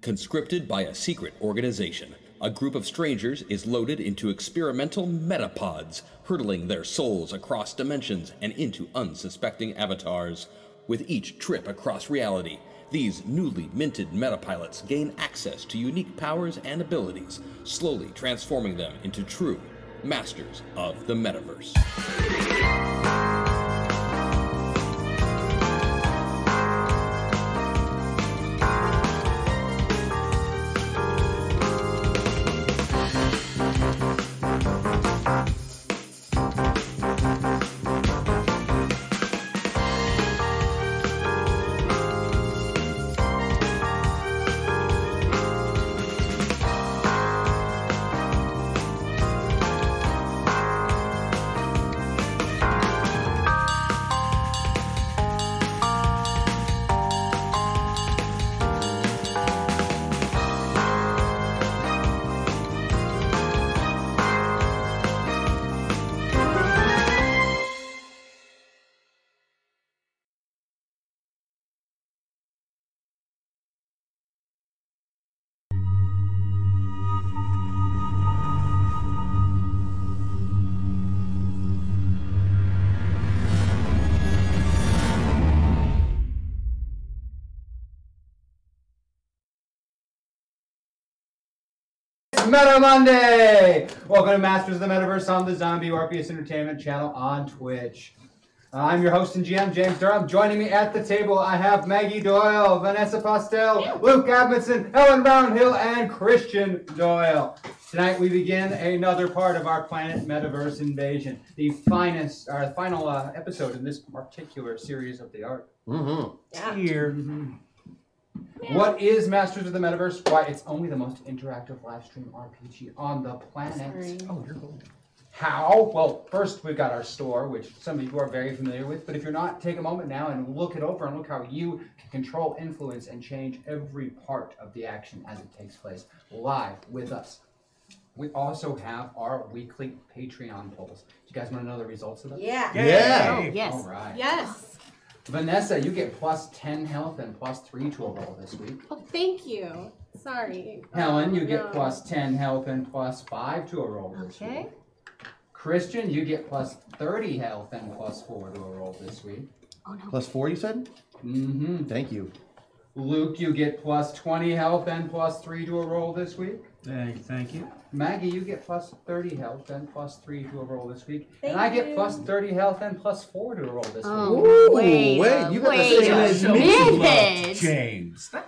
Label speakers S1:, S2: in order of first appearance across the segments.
S1: Conscripted by a secret organization, a group of strangers is loaded into experimental metapods, hurtling their souls across dimensions and into unsuspecting avatars. With each trip across reality, these newly minted metapilots gain access to unique powers and abilities, slowly transforming them into true masters of the metaverse.
S2: Meta Monday! Welcome to Masters of the Metaverse on the Zombie Warpius Entertainment channel on Twitch. Uh, I'm your host and GM, James Durham. Joining me at the table, I have Maggie Doyle, Vanessa Postel, Luke Abinson, Helen Brownhill, and Christian Doyle. Tonight we begin another part of our Planet Metaverse invasion, the finest, our final uh, episode in this particular series of the art.
S3: Yeah.
S2: Here. What is Masters of the Metaverse? Why, it's only the most interactive live stream RPG on the planet.
S3: Sorry.
S2: Oh, you're cool. How? Well, first we've got our store, which some of you are very familiar with, but if you're not, take a moment now and look it over and look how you can control, influence, and change every part of the action as it takes place live with us. We also have our weekly Patreon polls. You guys want to know the results of them?
S3: Yeah.
S4: Yeah.
S2: All right.
S3: Oh, Yes.
S2: Vanessa, you get plus 10 health and plus 3 to a roll this week.
S3: Oh, thank you. Sorry. Um,
S2: Helen, you
S3: No.
S2: get plus 10 health and plus 5 to a roll this
S3: Okay.
S2: week. Christian, you get plus 30 health and plus 4 to a roll this week.
S4: Plus four, you said?
S2: hmm
S4: Thank you.
S2: Luke, you get plus 20 health and plus 3 to a roll this week.
S5: Thank you. Thank you.
S2: Maggie, you get plus 30 health and plus 3 to a roll this week.
S3: Thank
S2: and I get
S3: you.
S2: plus 30 health and plus 4 to a roll this week.
S6: Oh,
S4: Ooh,
S6: wait, uh,
S4: wait, you got the
S6: wait
S4: same
S6: a
S4: as me.
S6: minute.
S5: James. That-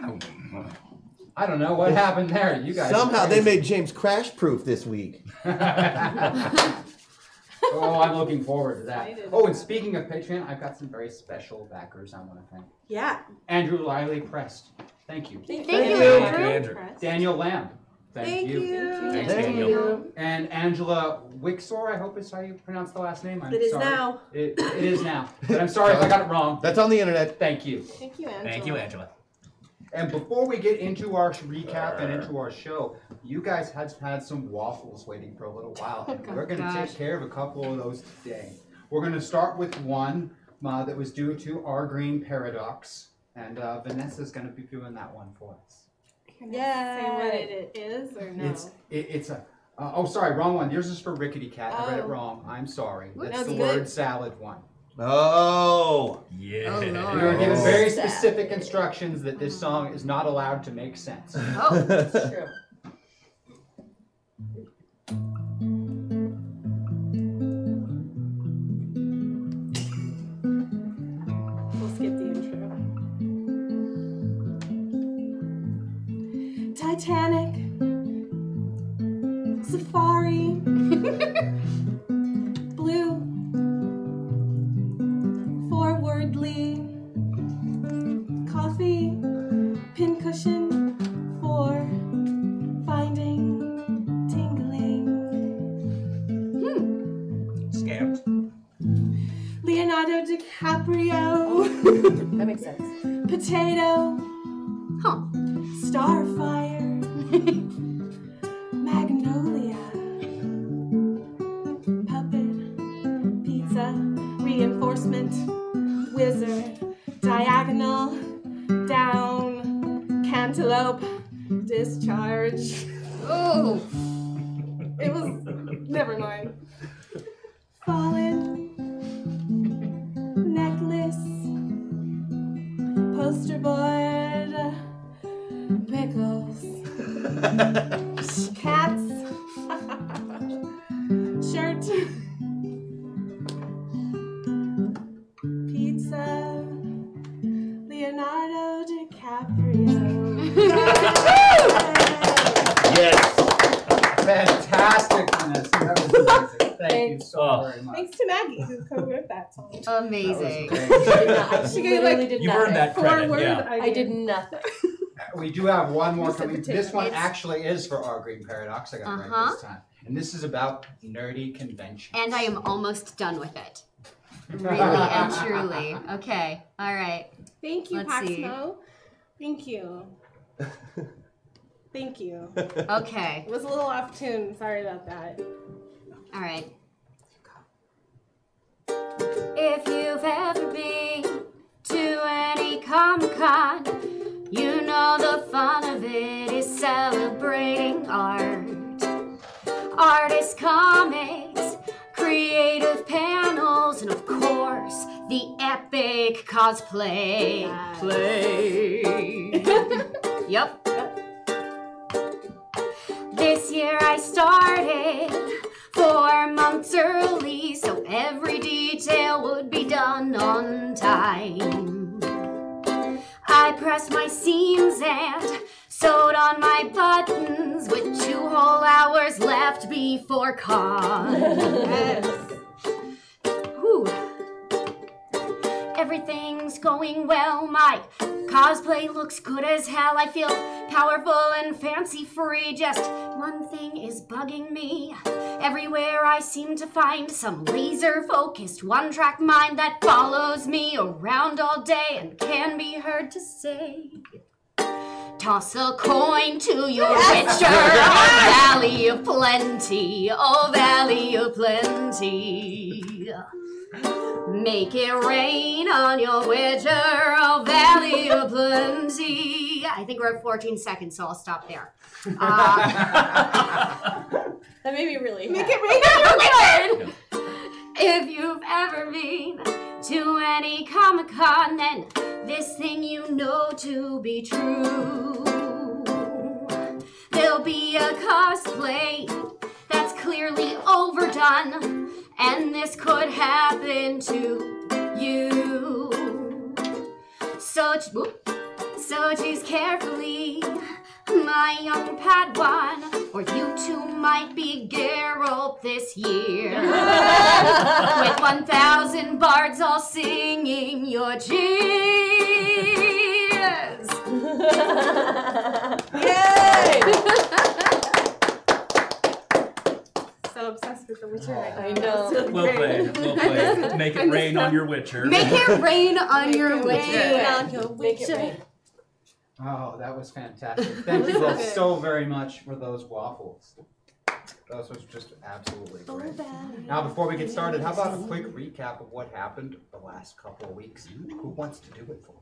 S2: I don't know what happened there. You guys. are
S4: Somehow they
S2: crazy.
S4: made James crash proof this week.
S2: oh, I'm looking forward to that.
S3: Excited.
S2: Oh, and speaking of Patreon, I've got some very special backers I want to thank.
S3: Yeah.
S2: Andrew Lively Prest, thank you.
S3: Thank,
S6: Thank
S3: you.
S6: you,
S3: Andrew.
S5: Andrew.
S3: Press.
S2: Daniel Lamb, thank,
S3: Thank
S2: you.
S3: you.
S6: Thank
S5: you.
S3: Thank
S5: Daniel.
S3: you.
S2: And Angela Wixor, I hope is how you pronounce the last name. I'm
S3: It is
S2: sorry.
S3: now.
S2: It, it is now. But I'm sorry if I got it wrong.
S4: That's on the internet.
S2: Thank you.
S3: Thank you, Angela.
S5: Thank you, Angela.
S2: And before we get into our recap and into our show, you guys had had some waffles waiting for a little while, and we're going to
S3: Oh,
S2: take care of a couple of those today. We're going to start with one uh, that was due to our green paradox, and uh, Vanessa's going to be doing that one for us.
S3: Yeah. Say what
S6: Yay.
S3: it is or no?
S2: It's it, it's a uh, oh sorry wrong one. Yours is for rickety cat. I read it
S3: Oh.
S2: wrong. I'm sorry.
S3: Oops.
S2: That's
S3: That's
S2: the
S3: good.
S2: word salad one.
S4: Oh.
S5: Yeah.
S6: Oh,
S2: We
S6: Lord.
S2: were given
S4: Oh.
S2: very specific instructions that this song is not allowed to make sense.
S6: Oh, that's true.
S3: We'll skip the intro. Titanic. Safari. Blue. Forwardly. Coffee. Pincushion. For. Finding. Tingling.
S5: Scammed.
S3: Leonardo DiCaprio.
S6: That makes sense.
S3: Potato.
S6: Huh.
S3: Starfire. Magnolia. Puppet. Pizza. Reinforcement. Wizard. Diagonal. Down. Cantaloupe. Discharge.
S7: Oh,
S3: It was. never mind. Fallen. Necklace. Poster board. Pickles. Cats. Shirt. Pizza. Leonardo DiCaprio.
S8: Yes.
S2: Fantasticness. That was amazing. Thank you so
S8: Oh.
S2: very much.
S3: Thanks to Maggie who co-wrote that song.
S7: amazing.
S2: That
S7: She
S2: was
S7: did
S2: great.
S7: not-
S3: She
S7: She
S3: gave,
S7: literally
S3: like,
S7: did
S8: You
S7: nothing.
S8: earned that credit. yeah.
S7: I did nothing.
S2: we do have one more
S3: Mr.
S2: coming.
S3: Potato
S2: This one
S3: Heads.
S2: actually is for our Green Paradox. I got it right
S7: Uh-huh.
S2: this time. And this is about nerdy conventions.
S7: And I am almost done with it. Really and truly. Okay. All right.
S3: Thank you,
S7: Let's see.
S3: Paxmo. Thank you. Thank you.
S7: Okay.
S3: It was a little off tune. Sorry about that.
S7: All right. If you've ever been to any Comic Con, you know the fun of it is celebrating art. Artists, comics, creative panels, and of course, the epic cosplay.
S3: Yes.
S7: Play. yep. This year I started four months early, so every detail would be done on time. I pressed my seams and sewed on my buttons with two whole hours left before con. Whew. Everything's going well. My cosplay looks good as hell. I feel powerful and fancy free. Just one thing is bugging me. Everywhere I seem to find some laser focused, one track mind that follows me around all day and can be heard to say. Toss a coin to your witcher, oh valley of plenty, oh valley of plenty. Make it rain on your witcher, oh valley of plenty. I think we're at 14 seconds, so I'll stop there. Uh,
S9: That made me really
S3: Make
S9: happy.
S3: it rain on your
S7: if you've ever been to any Comic Con, then this thing you know to be true. There'll be a cosplay that's clearly overdone, and this could happen to you. So, ch- whoop. so choose carefully, my young Padawan, or you two might be Geralt this year. With 1,000 bards all singing your cheers.
S9: Yay!
S3: So obsessed with the Witcher right now.
S9: I know.
S3: It's so
S5: Well
S3: great.
S5: played. Well played. Make
S3: I
S5: it
S3: missed
S5: rain on
S3: that.
S5: your Witcher.
S7: Make it rain on
S3: Make
S7: your
S3: it
S7: witcher.
S3: rain on your
S9: Make it
S3: Witcher.
S9: rain.
S2: Oh, that was fantastic. Thank you both so very much for those waffles. Those was just absolutely great. Now, before we get started, how about a quick recap of what happened the last couple of weeks? Who wants to do it for?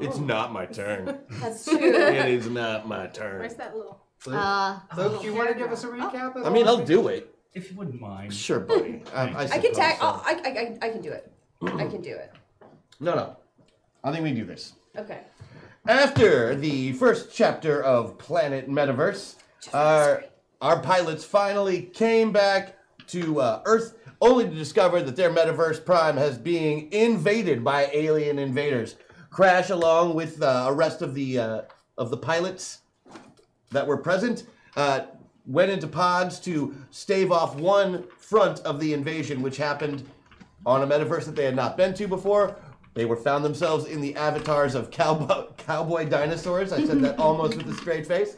S8: It's not my turn.
S9: That's
S8: it is not my turn.
S3: Where's that little?
S2: Luke,
S7: Uh,
S2: Luke, do you want to give us a recap? Of
S8: I mean,
S2: all
S8: I'll
S2: of
S8: do it.
S5: If you wouldn't mind.
S8: Sure, buddy. Um, I,
S9: I can
S8: suppose
S9: tag.
S8: so.
S9: I'll- I, I, I, I can do it. I can do it.
S8: No, no. I think we do this.
S9: Okay.
S8: After the first chapter of Planet Metaverse, our, our pilots finally came back to uh, Earth only to discover that their Metaverse Prime has being invaded by alien invaders. Crash, along with uh, the rest of the uh, of the pilots that were present, uh, went into pods to stave off one front of the invasion, which happened on a metaverse that they had not been to before. They were found themselves in the avatars of cowboy, cowboy dinosaurs. I said that almost with a straight face.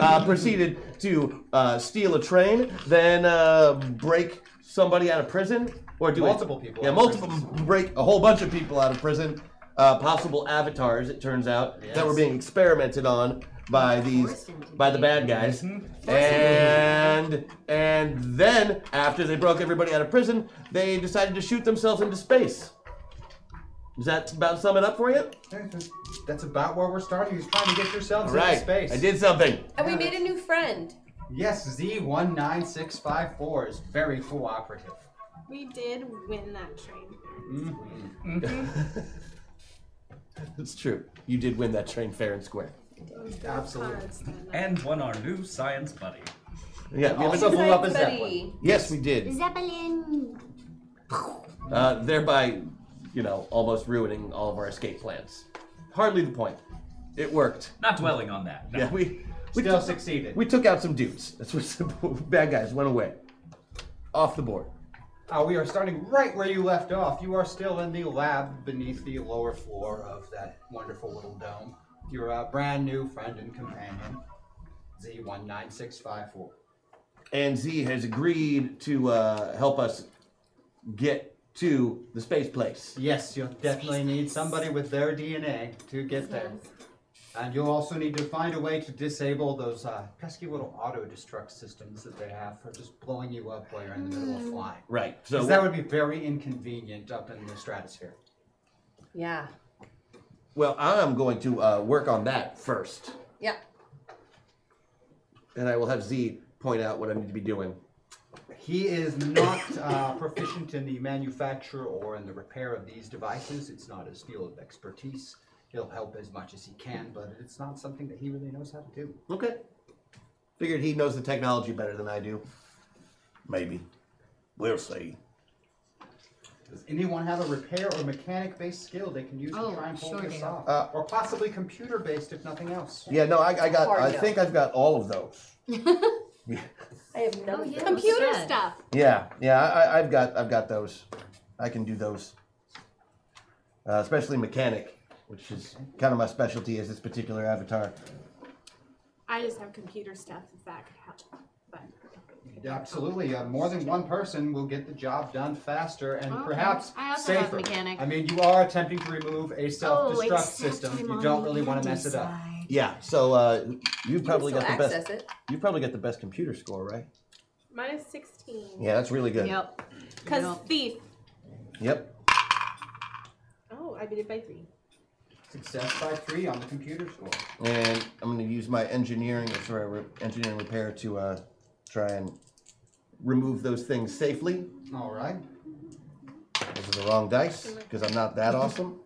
S8: Uh, proceeded to uh, steal a train, then uh, break somebody out of prison, or do it-
S2: Multiple people
S8: Yeah,
S2: out of
S8: multiple break a whole bunch of people out of prison. Uh, possible avatars, it turns out, that were
S2: Yes.
S8: being experimented on by these
S7: Forced into
S8: by the bad guys. And and then after they broke everybody out of prison, they decided to shoot themselves into space. Does that about sum it up for you?
S2: this? that's about where we're starting. He's trying to get yourselves
S8: All
S2: into
S8: right.
S2: space.
S8: I did something.
S9: And we made a new friend.
S2: Yes, Z19654 is very cooperative.
S3: We did win that train.
S8: It's true. You did win that train fair and square.
S2: Absolutely.
S5: And won our new science buddy.
S8: Yeah. we have
S2: Also
S8: a-
S2: blew up a
S9: Science
S2: Zeppelin.
S9: buddy.
S8: yes, we did.
S6: Zeppelin.
S8: Uh, thereby, you know, almost ruining all of our escape plans. Hardly the point. It worked.
S5: Not dwelling on that. no.
S8: Yeah, we we,
S2: Still
S8: took,
S2: succeeded.
S8: we took out some dudes. That's what the bad guys went away. Off the board.
S2: Uh, we are starting right where you left off. You are still in the lab beneath the lower floor of that wonderful little dome. Your uh, brand new friend and companion, Z19654.
S8: And Z has agreed to uh, help us get to the space place.
S2: Yes, you'll definitely need somebody with their DNA to get there. And you'll also need to find a way to disable those uh, pesky little auto destruct systems that they have for just blowing you up while you're in the middle of flying.
S8: Right. So
S2: Because that would be very inconvenient up in the stratosphere.
S9: Yeah.
S8: well, I'm going to uh, work on that first,
S9: Yeah.
S8: and I will have Z point out what I need to be doing.
S2: He is not uh, proficient in the manufacture or in the repair of these devices. It's not his field of expertise. He'll help as much as he can, but it's not something that he really knows how to do.
S8: Okay.
S4: Figured he knows the technology better than I do. Maybe. We'll see.
S2: Does anyone have a repair or mechanic based skill they can use
S6: Oh,
S2: to try and pull
S6: sure
S2: this
S6: do.
S2: off?
S8: Uh,
S2: or possibly computer based, if nothing else?
S8: Yeah. No, I, I got.
S9: Hard
S8: I
S9: no.
S8: think I've got all of those.
S9: I have no.
S6: Oh, yeah.
S3: Computer
S6: Sad.
S3: stuff.
S8: Yeah, yeah, I, I- I've got, I've got those. I can do those, uh, especially mechanic, which is kind of my specialty. Is this particular avatar?
S3: I just have computer stuff if that could help. But
S2: Absolutely. Uh, more than one person will get the job done faster and
S6: Okay.
S2: perhaps
S6: I also have
S2: safer.
S6: mechanic.
S2: I mean, you are attempting to remove a self
S6: Oh,
S2: destruct
S6: except
S2: system.
S6: I'm
S2: You
S6: on
S2: don't
S6: the
S2: really want to
S6: handy
S2: mess it up.
S6: side.
S8: Yeah. So uh, you probably
S9: still
S8: got the best.
S9: access it.
S8: You probably got the best computer score, right?
S3: mine is 16.
S8: Yeah, that's really good.
S6: Yep.
S3: Because
S6: Yep.
S3: thief.
S8: Yep.
S3: Oh, I beat it by three.
S2: Success by three on the computer score.
S8: And I'm going to use my engineering, or sorry, re- engineering repair to uh, try and remove those things safely.
S2: All right.
S8: Those are the wrong dice because I'm not that awesome.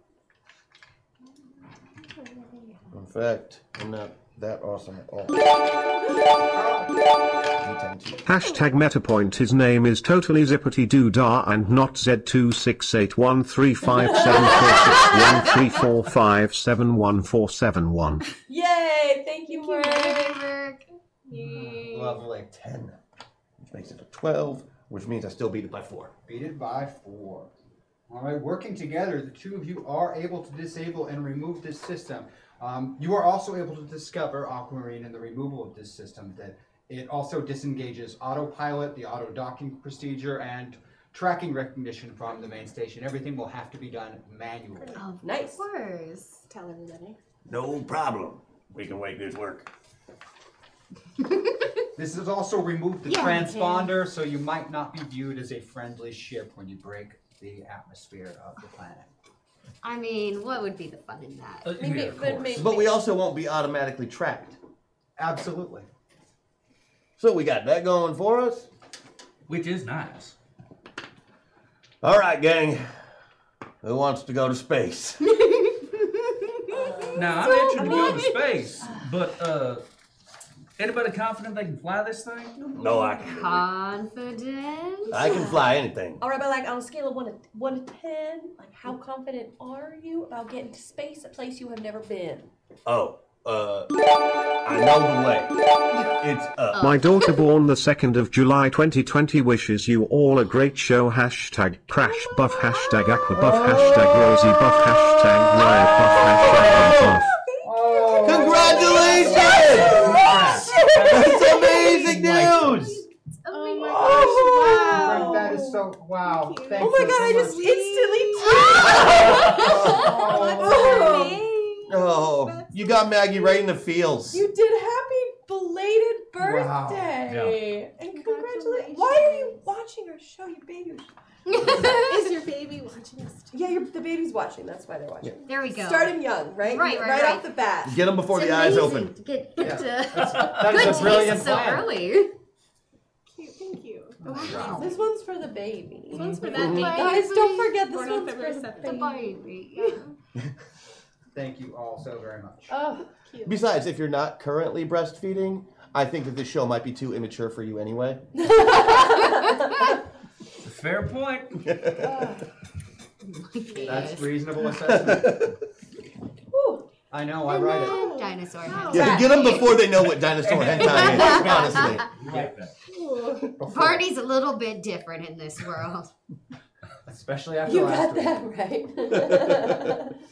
S8: In fact, I'm not that awesome at all. D10,
S10: Hashtag MetaPoint. His name is totally zippity doo dah and not Z268135746134571471471.
S9: Yay! Thank you, Mark.
S3: Yay.
S2: Lovely.
S8: 10, which makes it a 12, which means I still beat it by 4.
S2: Beat it by four. All right, working together, the two of you are able to disable and remove this system. Um, you are also able to discover Aquamarine and the removal of this system that it also disengages autopilot, the auto docking procedure, and tracking recognition from the main station. Everything will have to be done manually.
S6: Of
S9: Nice.
S6: course.
S3: Tell everybody.
S4: No problem. We can make this work.
S2: This has also removed the
S6: Yeah, okay.
S2: transponder, so you might not be viewed as a friendly ship when you break the atmosphere of the planet.
S6: I mean, what would be the fun in that?
S5: Uh,
S9: Maybe,
S5: yeah, of
S9: but
S5: course.
S9: maybe.
S8: But we also won't be automatically tracked.
S2: Absolutely.
S8: So we got that going for us.
S5: Which is nice.
S8: All right, gang. Who wants to go to space?
S5: Now, I'm itching to go to space, but uh, anybody confident they can fly this thing?
S8: no, I can. do it.
S6: Confident?
S8: I can fly anything.
S9: All right, but like on a scale of one to one to ten, like how confident are you about getting to space, a place you have never been?
S8: Oh, uh, I know the way. It's up.
S10: My daughter born the 2nd of July 2020 wishes you all a great show. Hashtag crash buff, hashtag aqua buff, hashtag rosie buff, hashtag riot buff, hashtag buff.
S8: Congratulations! That's amazing news!
S3: Oh my gosh. Wow.
S2: That is so wow. Thank
S9: Oh my
S2: you
S9: god,
S2: so
S9: I just
S2: much.
S9: instantly teared.
S8: Oh, you got Maggie right in the feels.
S9: You did happy belated birthday. And congratulations. Why are you watching our show, you baby?
S3: Is your baby watching us?
S9: Yeah, you're, the baby's watching. That's why they're watching.
S7: There we go.
S9: Start him young, right?
S7: Right, right, right.
S9: off the bat.
S11: Get them before
S7: It's
S11: the eyes
S7: amazing
S11: open.
S7: to Get, get uh,
S2: That is
S7: good
S2: a brilliant
S7: taste so
S2: plan.
S7: early.
S3: Cute, thank you.
S7: Wow.
S9: This one's for the baby.
S3: This one's for that baby.
S9: Guys, don't forget this
S3: Born on
S9: one's
S3: February
S9: for the
S3: 7th.
S7: The baby. yeah.
S2: Thank you all so very much.
S9: Oh,
S8: Besides, if you're not currently breastfeeding, I think that this show might be too immature for you anyway.
S5: Fair point.
S2: That's reasonable assessment. I know, I write it.
S7: Dinosaur.
S8: Yeah, get them before they know what dinosaur hentai is. Honestly,
S5: Like that.
S7: Party's a little bit different in this world.
S2: Especially after
S9: you
S2: last
S9: got
S2: week.
S9: that right.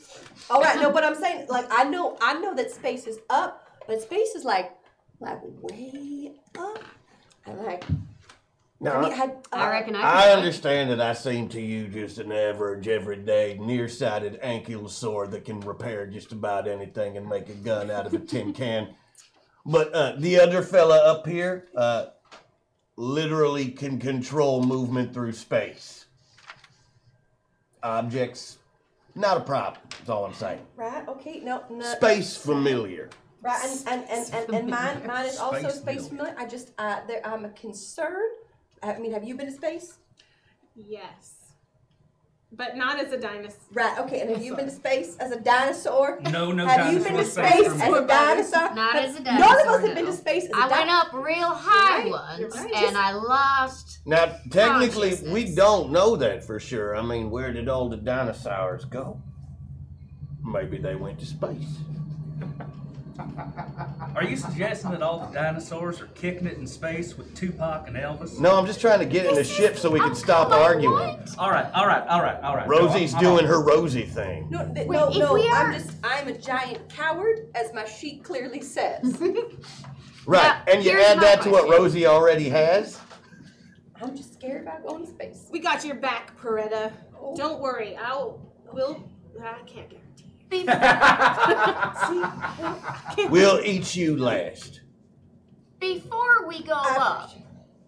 S9: All right, no, but I'm saying like I know I know that space is up, but space is like like way up. And like I uh, mean,
S8: no,
S9: had-
S7: I reckon I.
S8: I
S7: could-
S8: understand that I seem to you just an average, everyday, nearsighted ankylosaur that can repair just about anything and make a gun out of a tin can. But uh, the other fella up here uh, literally can control movement through space. Objects, not a problem. That's all I'm saying.
S9: Right? Okay. No. no
S8: Space familiar.
S9: Right. And and and, and, and mine mine is also
S5: Space
S9: space,
S5: middle.
S9: familiar. I just uh, there, I'm concerned. I mean, have you been to space?
S3: Yes. But not as a dinosaur.
S9: Right. Okay. And have you been to space as a dinosaur?
S5: No, no
S9: have you been
S5: dinosaur
S9: to
S5: space
S9: space
S5: for
S9: as
S5: me.
S9: a dinosaur?
S7: Not
S9: But
S7: as a
S9: None of
S7: dinosaur,
S9: us have been
S7: no.
S9: to space as a
S7: I
S9: dinosaur.
S7: went up real high
S3: You're right, you're
S7: once,
S3: right.
S7: and I lost.
S8: Now, technically, we
S7: Consciousness.
S8: don't know that for sure. I mean, where did all the dinosaurs go? Maybe they went to space.
S5: Are you suggesting that all the dinosaurs are kicking it in space with Tupac and Elvis?
S8: No, I'm just trying to get in the
S7: This
S8: ship
S7: is-
S8: so we
S7: oh,
S8: can stop
S7: come on,
S8: arguing.
S7: what?
S5: All right, all right, all right, all right.
S8: Rosie's
S5: Come on,
S8: doing
S5: come
S8: her Rosie thing.
S9: No, th-
S7: Wait,
S9: no,
S7: if
S9: no.
S7: we are-
S9: I'm just, I'm a giant coward, as my sheet clearly says.
S8: Right,
S7: Now,
S8: and you
S7: here's
S8: add
S7: my
S8: that to what
S7: question.
S8: Rosie already has?
S9: I'm just scared about going to space.
S3: We got your back, Peretta. Don't worry. I'll. We'll. I can't guarantee. you.
S8: We'll eat you last.
S7: Before we go up,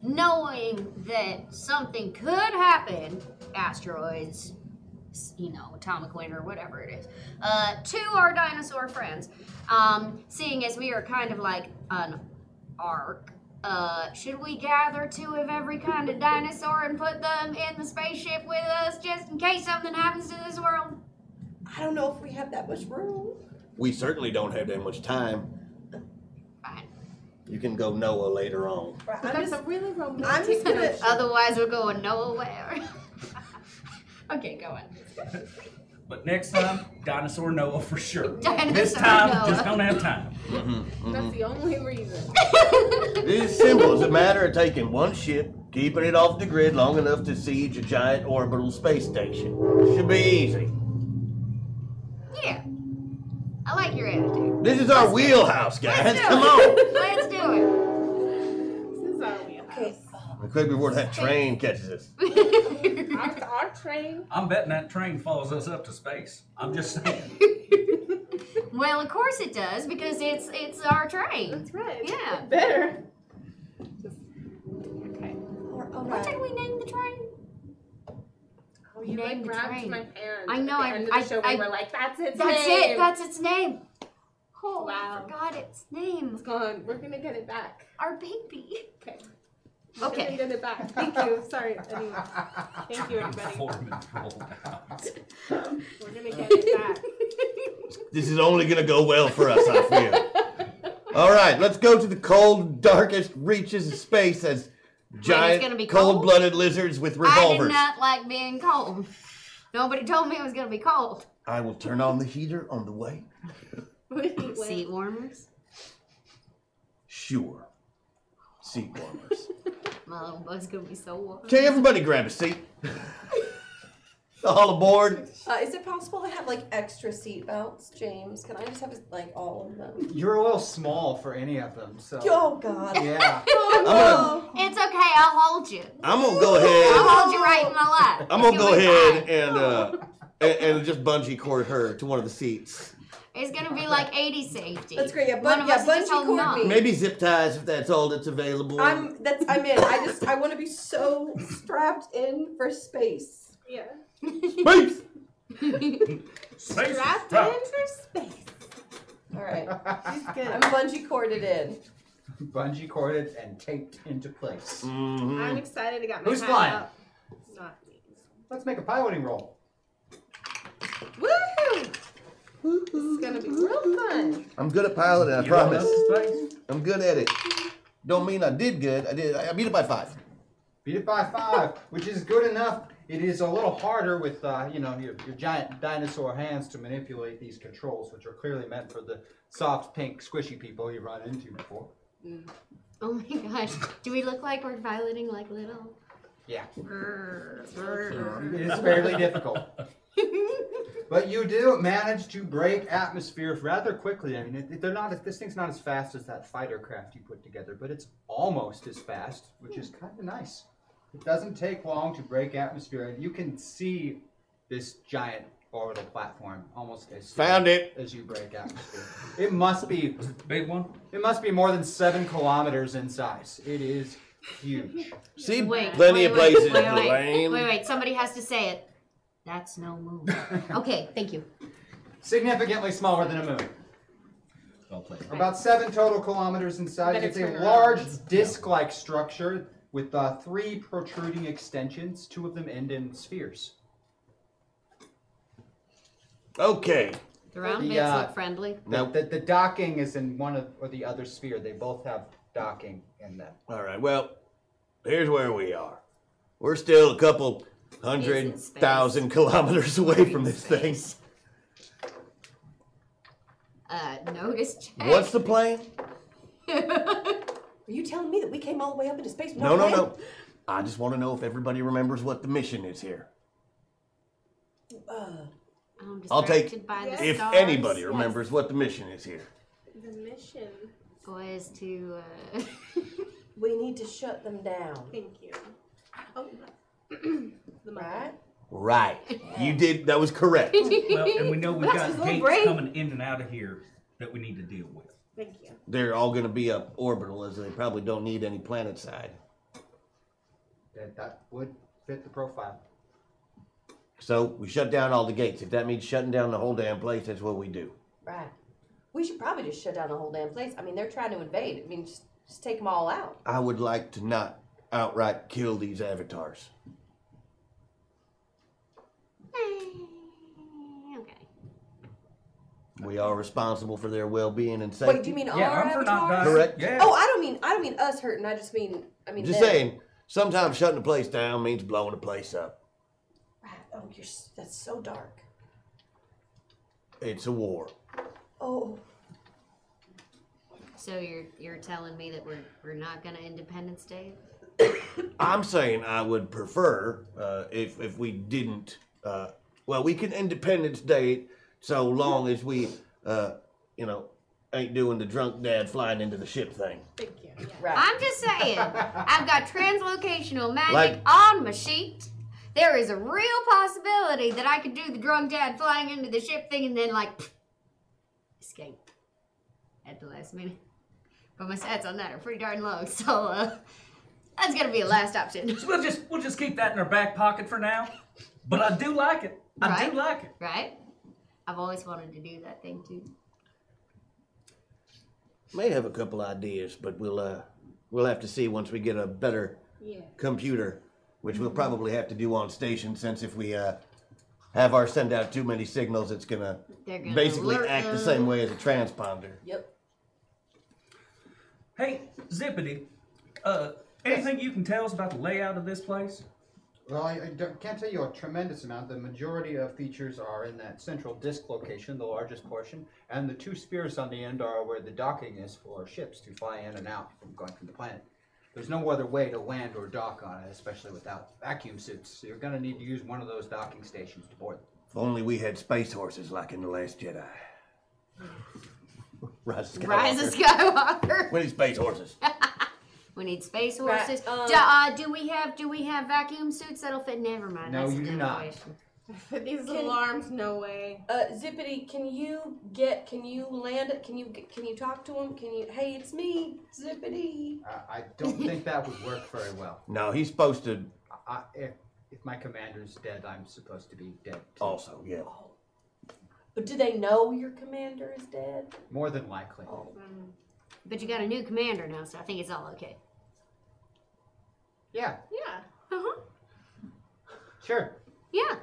S7: knowing that something could happen, asteroids, s- you know, atomic winter, whatever it is, uh, to our dinosaur friends, um, seeing as we are kind of like an ark, uh, should we gather two of every kind of dinosaur and put them in the spaceship with us just in case something happens to this world?
S9: I don't know if we have that much room.
S8: We certainly don't have that much time.
S7: Fine.
S8: You can go Noah later on.
S9: Right, I'm
S3: That's
S9: just,
S3: a really romantic.
S9: I'm just gonna.
S7: Otherwise, we're going nowhere. okay, go on.
S5: on. But next time, dinosaur Noah for sure.
S7: Dinosaur
S5: this time,
S7: Noah.
S5: just don't have time.
S3: That's the only reason.
S8: It's simple. It's a matter of taking one ship, keeping it off the grid long enough to siege a giant orbital space station. Should be easy.
S7: Yeah. I like your attitude.
S8: This is our wheelhouse, guys.
S7: Let's do
S8: Come
S7: it.
S8: on.
S7: Let's do
S3: This is our wheelhouse.
S9: Okay.
S8: We quit before that train catches us.
S7: it.
S3: Our, our train.
S5: I'm betting that train follows us up to space. I'm just saying.
S7: well, of course it does because it's it's our train.
S3: That's right.
S7: Yeah.
S3: Better.
S9: Or, all
S7: What
S9: right.
S7: did we name the train?
S3: Oh, you
S7: Name
S3: like
S7: the
S3: grabbed
S7: train.
S3: my hand.
S7: I know,
S3: At the
S7: I-
S3: end of the
S7: I-
S3: show, we
S7: I-
S3: were like, "That's its
S7: That's
S3: name."
S7: it. That's its name. Oh, I
S3: Wow.
S7: forgot its name.
S3: it's gone. We're gonna get it back.
S7: Our baby.
S3: Okay. We're gonna
S7: Okay.
S3: get it back. Thank you. Sorry. Anyway. Thank you, everybody.
S5: Foreman rolled out.
S3: We're gonna get it back.
S8: This is only gonna go well for us, I fear. All right, let's go to the cold, darkest reaches of space as
S7: gonna be
S8: giant, cold-blooded lizards with
S7: I did
S8: revolvers.
S7: not like being cold. Nobody told me it was gonna be cold.
S8: I will turn on the heater on the way.
S3: Wait, wait.
S7: Seat warmers.
S8: Sure. Seat warmers.
S7: My little butt's gonna be so warm.
S8: Okay, everybody grab a seat. All aboard.
S9: Uh, is it possible to have like extra seat belts, James? Can I just have like all of them?
S2: You're a little small for any of them, so.
S9: Oh God.
S2: Yeah.
S9: Oh,
S8: gonna-
S9: no.
S7: It's okay. I'll hold you.
S8: I'm gonna go ahead.
S7: I'll hold you right in my lap.
S8: I'm gonna
S7: It's
S8: go
S7: be
S8: ahead
S7: fine.
S8: and uh and, and just bungee cord her to one of the seats.
S7: It's gonna be like 80 safety.
S9: That's great. Yeah,
S7: One
S9: bun-
S7: of
S9: yeah
S7: us is just
S9: bungee
S7: holding
S9: cord
S7: on.
S9: me.
S12: Maybe zip ties if that's all that's available.
S9: I'm that's I'm in. I just I want to be so strapped in for space.
S3: Yeah.
S12: Space.
S9: strapped in for space. All right. I'm bungee corded in.
S2: Bungee corded and taped into place.
S9: Mm.
S3: I'm excited. I got my
S2: Who's
S3: hat
S2: flying?
S3: up. Not me.
S2: Let's make a piloting roll.
S3: Woohoo! This is gonna be real fun.
S8: I'm good at piloting, I promise. I'm good at it. Don't mean I did good. I did. I beat it by five.
S2: Beat it by five, which is good enough. It is a little harder with uh, you know your, your giant dinosaur hands to manipulate these controls, which are clearly meant for the soft, pink, squishy people you run into before.
S7: Mm. Oh my gosh. Do we look like we're violating like little?
S2: Yeah,
S7: Grrr,
S2: it is fairly difficult, but you do manage to break atmospheres rather quickly. I mean, it- they're not this thing's not as fast as that fighter craft you put together, but it's almost as fast, which is kind of nice. It doesn't take long to break atmosphere, and you can see this giant orbital platform almost as soon
S8: Found it.
S2: as you break atmosphere. It must be
S5: big one.
S2: It must be more than seven kilometers in size. It is huge.
S8: See,
S7: Wait,
S8: plenty
S7: wait,
S8: of
S7: wait,
S8: places
S7: wait,
S8: to
S7: wait,
S8: land.
S7: Wait, wait, somebody has to say it. That's no moon. Okay, thank you.
S2: Significantly smaller than a moon.
S5: Well played.
S2: About seven total kilometers in size.
S9: Better
S2: It's a
S9: turn around.
S2: large disc-like structure with uh, three protruding extensions. Two of them end in spheres.
S8: Okay.
S7: The round bits
S2: Yeah.
S7: look friendly.
S2: The, the, the docking is in one of, or the other sphere. They both have docking in them.
S8: All right. Well, here's where we are. We're still a couple hundred
S7: It's in space.
S8: thousand kilometers away from this thing.
S7: Uh, notice check.
S8: What's the plan?
S9: Are you telling me that we came all the way up into space?
S8: No, no,
S9: way?
S8: no. I just want to know if everybody remembers what the mission is here.
S9: Uh,
S7: I'm
S8: I'll take-
S7: distracted by the
S8: If
S7: stars.
S8: anybody remembers what the mission is here.
S3: The mission.
S7: Boys to, uh,
S9: we need to shut them down.
S3: Thank you. Oh, the mic.
S9: Right?
S8: Right. You did. That was correct.
S5: Well, and we know we've
S3: That's
S5: got
S3: his little
S5: gates
S3: brain.
S5: coming in and out of here that we need to deal with.
S3: Thank you.
S8: They're all going to be up orbital, as they probably don't need any planet side.
S2: That, that would fit the profile.
S8: So we shut down all the gates. If that means shutting down the whole damn place, that's what we do.
S9: Right. We should probably just shut down the whole damn place. I mean, they're trying to invade. I mean, just just take them all out.
S8: I would like to not outright kill these avatars.
S7: okay.
S8: We are responsible for their well-being and safety.
S9: Wait, do you mean
S5: yeah,
S9: our
S5: I'm for not
S9: avatars?
S5: dying.
S8: Correct.
S5: Yeah.
S9: Oh, I don't mean I don't mean us hurting. I just mean I mean.
S8: Just
S9: them.
S8: saying. Sometimes shutting a place down means blowing a place up.
S9: Right. Oh, you're s- that's so dark.
S8: It's a war.
S9: Oh,
S7: So you're you're telling me that we're we're not gonna Independence Day?
S8: I'm saying I would prefer uh, if if we didn't. Uh, well, we can Independence Day it so long as we, uh, you know, ain't doing the drunk dad flying into the ship thing.
S3: Thank you. Yeah.
S9: right.
S7: I'm just saying. I've got translocational magic
S8: Like-
S7: on my sheet. There is a real possibility that I could do the drunk dad flying into the ship thing and then like escape at the last minute. But my stats on that are pretty darn low, so uh, that's gonna be a last option,
S5: So we'll just we'll just keep that in our back pocket for now. But I do like it. I
S7: Right.
S5: do like it.
S7: right? I've always wanted to do that thing too.
S8: May have a couple ideas, but we'll uh, we'll have to see once we get a better
S3: Yeah.
S8: computer, which we'll probably have to do on station since if we uh, have our send out too many signals, it's gonna
S7: They're gonna
S8: basically
S7: alert
S8: act the
S7: them.
S8: same way as a transponder.
S9: Yep.
S5: Hey, Zippity, uh, anything you can tell us about the layout of this place?
S2: Well, I, I don't- can't tell you a tremendous amount. The majority of features are in that central disc location, the largest portion, and the two spears on the end are where the docking is for ships to fly in and out from going from the planet. There's no other way to land or dock on it, especially without vacuum suits. So you're going to need to use one of those docking stations to board.
S8: If only we had space horses like in The Last Jedi. Rise of Skywalker.
S7: Rise of Skywalker.
S8: We need space horses.
S7: We need space
S9: Right,
S7: horses.
S9: um,
S7: do, uh, do we have do we have vacuum suits that'll fit? Never mind.
S2: No,
S7: that's a
S2: you do
S7: dumb
S2: not.
S7: question.
S3: These
S13: Can-
S3: alarms, no way.
S13: Uh, Zippity, can you get? Can you land it? Can you get- can you talk to him? Can you? Hey, it's me, Zippity.
S2: I, I don't think that would work very well.
S8: No, he's supposed to.
S2: I, if, if my commander's dead, I'm supposed to be dead. too.
S8: Also, yeah.
S13: But do they know your commander is dead?
S2: More than likely.
S7: But you got a new commander now, so I think it's all okay.
S2: Yeah,
S3: Yeah.
S2: sure.
S7: Yeah.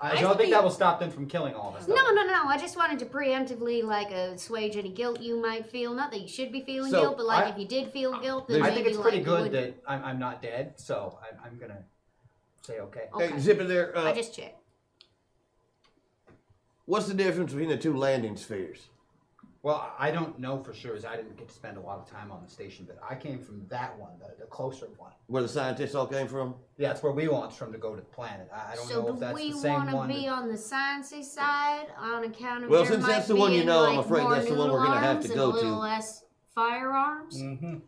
S2: I, don't think that will stop them from killing all of us.
S7: No, no, no. I just wanted to preemptively like assuage any guilt you might feel. Not that you should be feeling
S2: So,
S7: guilt, but like
S2: I-
S7: if you did feel guilt, then
S2: I
S7: maybe
S2: think it's
S7: like,
S2: pretty
S7: you
S2: good
S7: would-
S2: that I'm, I'm not dead, so I'm, I'm gonna say okay.
S8: Hey, Zippy, there. Uh,
S7: I just checked.
S8: What's the difference between the two landing spheres?
S2: Well, I don't know for sure, as I didn't get to spend a lot of time on the station, but I came from that one, the, the closer one.
S8: Where the scientists all came from?
S2: Yeah, that's where we launched from to go to the planet. I, I don't
S7: So
S2: know if
S7: do
S2: that's
S7: we
S2: the
S7: want
S2: same
S7: to
S2: one.
S7: be on the sciencey side on account of
S8: Well,
S7: there
S8: since
S7: might
S8: that's the
S7: be
S8: one you
S7: in,
S8: know, I'm
S7: like,
S8: afraid
S7: more
S8: that's the one we're gonna have
S7: noodle
S8: to go
S7: arms and a little
S8: to.
S7: Less firearms.
S2: Mm.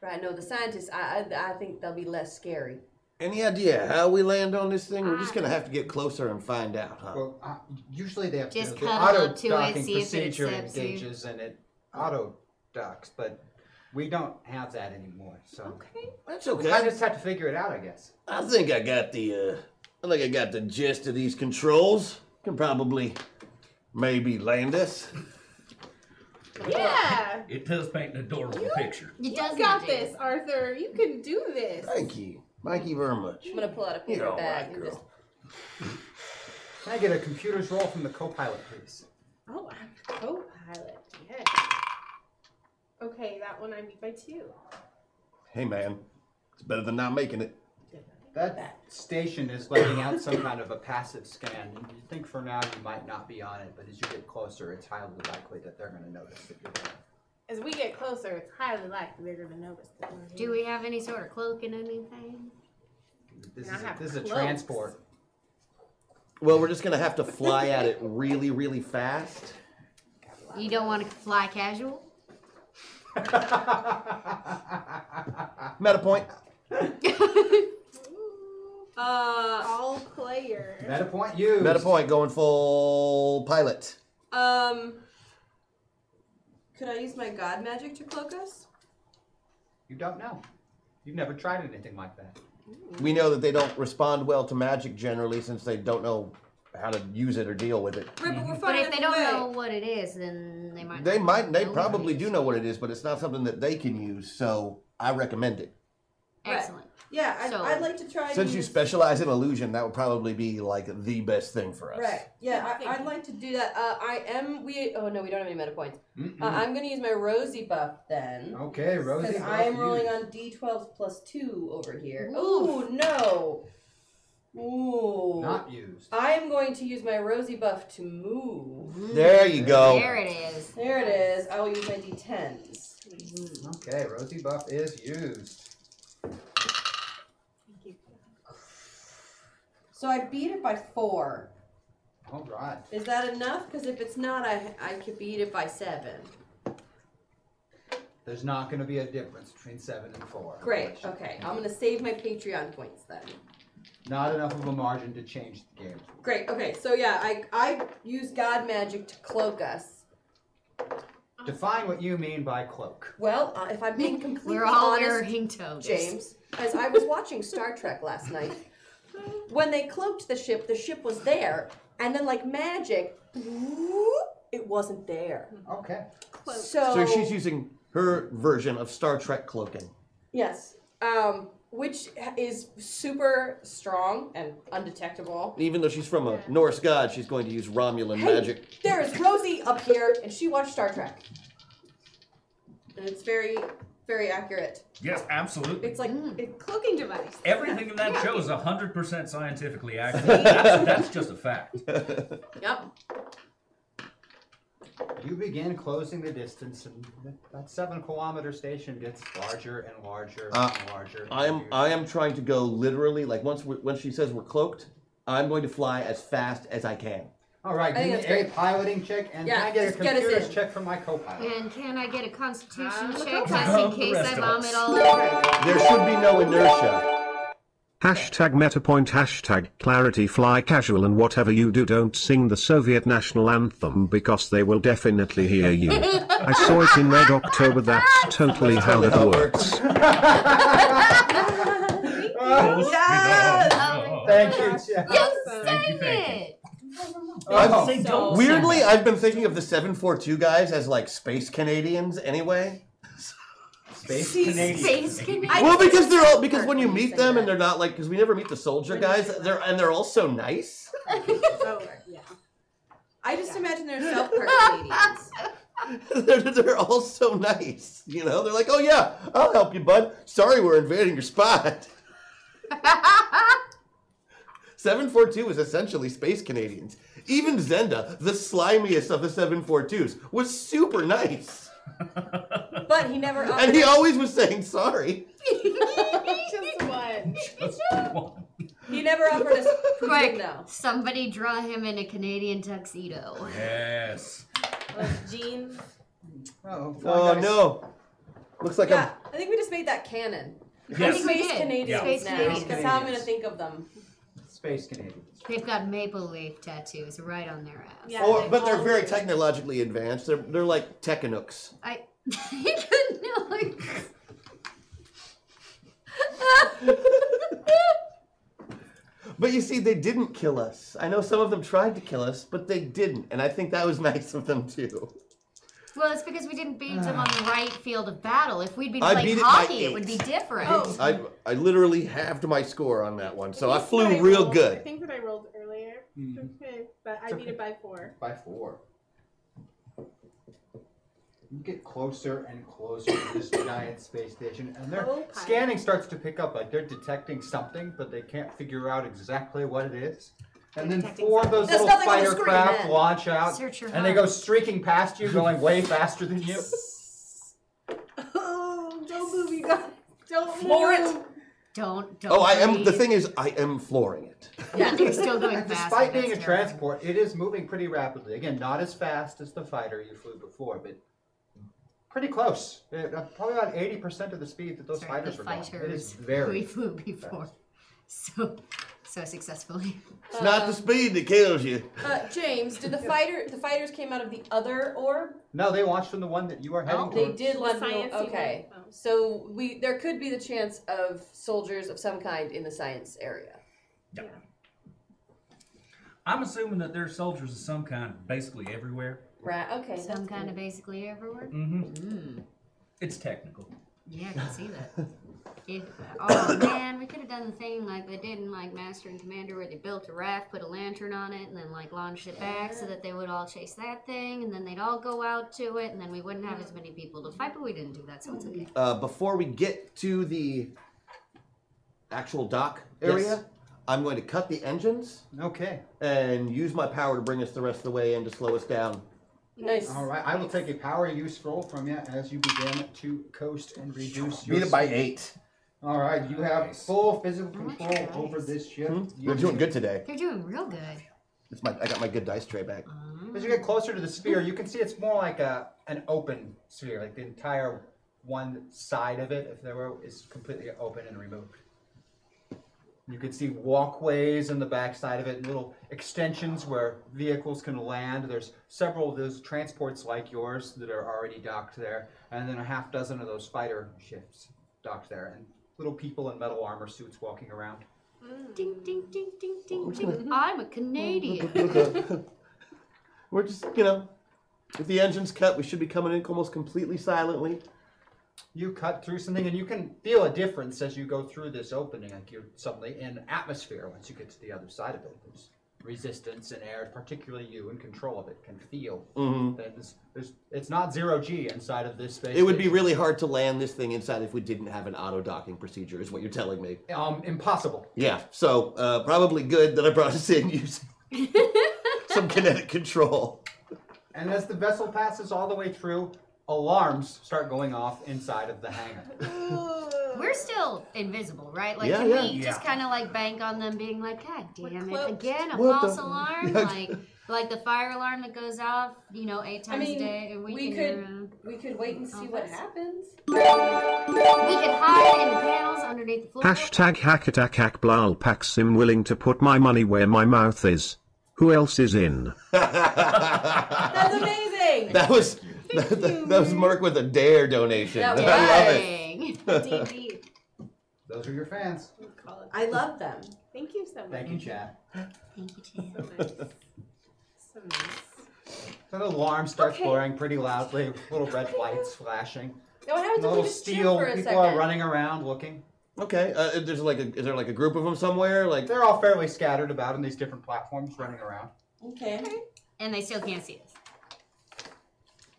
S9: Right, no, the scientists, I, I, I think they'll be less scary.
S8: Any idea how we land on this thing? We're just gonna have to get closer and find out, huh?
S2: Well, uh, usually they have
S7: Just
S2: to do the
S7: cuddle
S2: auto
S7: up to it,
S2: docking
S7: see if it
S2: procedure
S7: accepts you.
S2: engages and it auto docks, but we don't have that anymore. So okay,
S8: that's
S2: We kind
S8: okay.
S2: of just have to figure it out, I guess.
S8: I think I got the. Uh, I think I got the gist of these controls. Can probably, maybe land us.
S3: Yeah.
S5: It does paint an adorable picture.
S3: You
S7: does
S3: got
S7: indeed.
S3: this, Arthur. You can do this.
S8: Thank you, thank you very much.
S9: I'm gonna pull out a paper
S8: You're all
S9: bag
S8: right,
S9: and
S8: girl.
S9: just.
S2: Can I get a computer's roll from the co-pilot, please?
S3: Oh, I'm a co-pilot. Yeah. Okay, that one I beat by two.
S8: Hey, man, it's better than not making it.
S2: That station is letting out some kind of a passive scan. and You think for now you might not be on it, but as you get closer, it's highly likely that they're going to notice that you're there.
S3: As we get closer, it's highly likely they're gonna notice that we're
S7: Do we have any sort of cloak and anything?
S2: This
S3: And I
S2: is a,
S3: have
S2: this is a
S3: cloaks.
S2: transport.
S8: Well, we're just gonna have to fly at it really, really fast.
S7: You don't want to fly casual.
S8: Meta point.
S9: Uh,
S3: all player.
S2: Meta point used.
S8: Meta point. Going full pilot.
S9: um, could I use my god magic to cloak us?
S2: You don't know. You've never tried anything like that.
S8: We know that they don't respond well to magic generally, since they don't know how to use it or deal with it.
S9: Right, but we're
S7: But
S9: finding
S7: if they don't know what it is, then they might.
S8: They
S7: not
S8: might. They
S7: know what it
S8: probably
S7: is.
S8: do know what it is, but it's not something that they can use. So I recommend it.
S7: Excellent.
S9: Yeah, I,
S7: So-
S9: I'd like to try. and
S8: Since you
S9: use-
S8: specialize in illusion, that would probably be like the best thing for us.
S9: Right. Yeah, I, I'd like to do that. Uh, I am. We. Oh no, we don't have any meta points. Uh,
S8: Mm-hmm.
S9: I'm gonna use my rosy buff then.
S8: Oh,
S2: Okay, Rosie.
S9: Because
S2: go
S9: I am
S2: for you.
S9: rolling on d12s plus two over here. Ooh, no. Ooh.
S2: Not used.
S9: I am going to use my rosy buff to move.
S8: There you go.
S7: Mm-hmm. There it is.
S9: There it is. I will use my d10s.
S2: Okay, Rosie Buff is used.
S9: So I beat it by four.
S2: All right.
S9: Is that enough? Because if it's not, I I could beat it by seven.
S2: There's not going to be a difference between seven and four.
S9: Great. Okay. I'm gonna save my Patreon points then.
S2: Not enough of a margin to change the game.
S9: Great. Okay. So yeah, I I use god magic to cloak us.
S3: Uh-huh.
S2: Define what you mean by cloak.
S9: Well, uh, if I'm being completely
S7: We're all
S9: honest,
S7: wearing togas.
S9: James, as I was watching Star Trek last night, when they cloaked the ship, the ship was there, and then like magic, whoop, it wasn't there.
S3: Mm-hmm.
S2: Okay.
S9: So,
S8: So she's using her version of Star Trek cloaking.
S9: yes, um, which is super strong and undetectable.
S8: Even though she's from a Norse god, she's going to use Romulan magic.
S9: There is Rosie up here, and she watched Star Trek, and it's very, very accurate.
S5: Yes, absolutely.
S9: It's like it,
S3: Cloaking device.
S7: Eh.
S5: Everything in that show is 100% scientifically accurate. That's, that's just a fact.
S9: yep.
S2: You begin closing the distance, and that- that seven kilometer station gets larger and larger
S8: Uh,
S2: and larger. and
S8: I am
S2: larger.
S8: I am trying to go literally like once we, when she says we're cloaked, I'm going to fly as fast as I can.
S2: All right, give
S9: I think
S2: me a
S9: that's great.
S2: piloting check, and can I
S9: Yeah,
S2: get a
S9: just get us
S2: computer's
S9: in.
S2: check from my co-pilot?
S7: And can I get a constitution
S3: Ah,
S7: check
S3: okay.
S7: just in
S5: The
S7: case
S5: rest
S7: I
S5: of
S7: vomit
S5: us.
S7: all over?
S8: There should be no inertia.
S10: Hashtag MetaPoint, hashtag Clarity Fly Casual, and whatever you do, don't sing the Soviet national anthem because they will definitely hear you. I saw it in Red October, that's totally how that works.
S7: Oh,
S9: Oh,
S2: Thank you, Jeff.
S8: I've-
S2: Oh. Say don't
S8: weirdly,
S2: say that.
S8: I've been thinking of the 742 guys as like space Canadians anyway.
S2: Space
S8: well, because they're all because when you meet them and they're not like because we never meet the soldier guys, they're and they're all so nice.
S9: oh, yeah. I just imagine there's self Canadians.
S8: they're, they're all so nice, you know. They're like, oh yeah, I'll help you, bud. Sorry, we're invading your spot. Seven four two is essentially space Canadians. Even Zenda, the slimiest of the seven four twos, was super nice,
S9: But he never.
S8: and he always was saying sorry.
S9: Just one. He never offered us poutine,
S7: Quick,
S9: though.
S7: somebody draw him in a Canadian tuxedo.
S5: Yes.
S9: With jeans.
S2: Oh,
S8: Oh no! Looks like
S9: yeah, I think we just made that canon.
S8: Yes.
S9: Space
S8: We
S7: did.
S9: Canadians
S8: Yeah.
S7: Space
S9: now.
S7: Canadians.
S9: That's how I'm gonna think of them.
S2: Space Canadians.
S7: They've got maple leaf tattoos right on their ass.
S8: I'm. Or, but they're very technologically advanced. They're they're like technooks.
S7: I. no,
S8: But you see, they didn't kill us. I know some of them tried to kill us, but they didn't, and I think that was nice of them too.
S7: Well, it's because we didn't beat them on the right field of battle. If we'd been
S8: I
S7: playing
S8: beat it Oh. by
S7: hockey, it would be
S8: eight.
S7: different.
S8: I I literally halved my score on that one, so I
S3: That's what
S8: flew
S3: I
S8: real
S3: rolled. I
S8: good.
S3: think that I rolled earlier. Okay, but I
S2: It's
S3: beat it by four.
S2: By four. You get closer and closer to this giant space station, and their
S3: Okay.
S2: scanning starts to pick up. Like they're detecting something, but they can't figure out exactly what it is. And then four of those
S9: There's
S2: little
S9: nothing on the
S2: fighter
S9: screen,
S2: craft
S9: man.
S2: launch out,
S7: Search your
S2: and they go streaking past you, going way faster than you.
S9: Oh, don't move, you guys. Don't
S7: Floor
S9: move.
S7: Don't, don't.
S8: Oh, I am. The
S7: breathe.
S8: thing is, I am flooring it.
S7: Yeah, they're still going
S2: And
S7: fast.
S2: despite being a
S7: that's terrible.
S2: transport, it is moving pretty rapidly. Again, not as fast as the fighter you flew before, but pretty close. Uh, probably about eighty percent of the speed that those
S7: Sorry,
S2: fighters
S7: the
S2: were going. It is
S7: fighters we
S2: very.
S7: flew before, so so successfully.
S8: It's not the speed that kills you.
S9: Uh, James, did the fighter the fighters came out of the other orb?
S2: No, they launched from the one that you are heading
S9: Oh, They
S2: towards.
S9: did launch from
S3: sciencey
S9: the okay. So we there could be the chance of soldiers of some kind in the science area.
S5: I'm assuming that there's soldiers of some kind basically everywhere.
S9: Right. Okay.
S7: Some
S9: that's
S7: kind
S9: cool.
S7: of basically everywhere.
S5: Mm-hmm. It's technical.
S7: Yeah, I can see that. If, oh man, we could have done the thing like they did in like Master and Commander, where they built a raft, put a lantern on it, and then like launched it back so that they would all chase that thing, and then they'd all go out to it, and then we wouldn't have as many people to fight. But we didn't do that, so it's okay.
S8: Uh, before we get to the actual dock
S2: Yes.
S8: area, I'm going to cut the engines
S2: Okay.
S8: and use my power to bring us the rest of the way and to slow us down.
S9: nice.
S2: All right. I will take a power use roll from you as you begin to coast and reduce your.
S8: Beat it by
S2: speed.
S8: eight.
S2: All right. You have full physical
S7: much
S2: control
S7: dice?
S2: over this ship.
S8: Hmm? We're doing good today.
S7: They're doing real good.
S8: It's my I got my good dice tray back.
S2: As you get closer to the sphere, you can see it's more like a an open sphere, like the entire one side of it, if there were, is completely open and removed. You can see walkways in the back side of it, little extensions where vehicles can land. There's several of those transports like yours that are already docked there, and then a half dozen of those fighter ships docked there, and little people in metal armor suits walking around.
S7: Ding ding ding ding ding ding. I'm a Canadian.
S8: We're just you know, if the engine's cut, we should be coming in almost completely silently.
S2: you cut through something and you can feel a difference as you go through this opening like you're suddenly in atmosphere once you get to the other side of it there's resistance and air particularly you in control of it can feel things there's, it's not zero g inside of this space
S8: Mm-hmm. It would be
S2: station.
S8: really hard to land this thing inside if we didn't have an auto docking procedure, is what you're telling me.
S2: um, impossible
S8: Yeah, so uh, probably good that I brought us in using some kinetic control.
S2: and as the vessel passes all the way through alarms start going off inside of the hangar
S7: We're still invisible, right? Like,
S8: Yeah,
S7: can
S8: yeah.
S7: we just
S5: Yeah.
S7: kind of like bank on them being like, God damn it,
S9: cloaked.
S7: again, a
S8: What the-
S7: false alarm?
S8: Yeah.
S7: Like,
S6: Like the fire alarm that goes off, you know, eight times
S9: I
S6: a
S9: mean,
S6: day. and
S9: we,
S6: can hear
S7: uh,
S6: it.
S9: could we could wait and see what happens.
S6: We could hide in panels underneath the floor.
S10: Hashtag hackatackhackblal paxim willing to put my money where my mouth is. Who else is in?
S9: That's amazing.
S8: That was that, that, that was Merc with a dare donation.
S9: That
S8: I love it.
S3: DB.
S2: Those are your fans.
S14: I love them.
S3: Thank you so much.
S2: Thank you, Chad.
S6: Mm-hmm. Thank you, Chad.
S3: So nice.
S2: That alarm starts blaring pretty loudly. Little red lights flashing.
S9: Now
S2: And
S9: what happens
S2: the
S9: if we
S2: little
S9: just
S2: steel
S9: chill for a
S2: people
S9: second?
S2: are running around looking.
S8: Okay, uh, there's like a, is there like a group of them somewhere? Like
S2: they're all fairly scattered about on these different platforms, running around.
S14: Okay.
S6: and they still can't see us.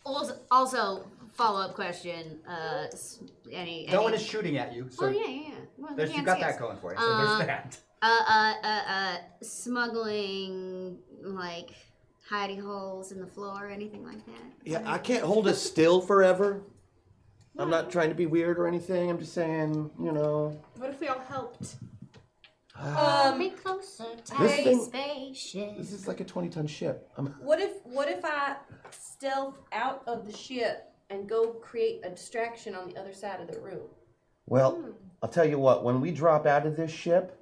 S6: Also, also follow up question. Uh, s- any,
S2: no
S6: any-
S2: one is shooting at you, so
S6: oh yeah, yeah. yeah. Well, they
S2: there's, you
S6: can't
S2: got
S6: see
S2: that
S6: us.
S2: going for you. So
S6: Um,
S2: there's that.
S6: Uh, uh, uh, uh, smuggling like hidey holes in the floor or anything like that.
S8: Yeah, I can't hold it still forever. I'm not trying to be weird or anything. I'm just saying, you know.
S3: What if we all helped?
S2: Ah.
S9: Um,
S6: Be closer to
S8: This
S6: the
S8: thing-
S6: spaceship.
S8: This is like a 20 ton ship. I'm,
S9: what if what if I stealth out of the ship and go create a distraction on the other side of the room?
S8: well,
S6: Hmm.
S8: I'll tell you what, when we drop out of this ship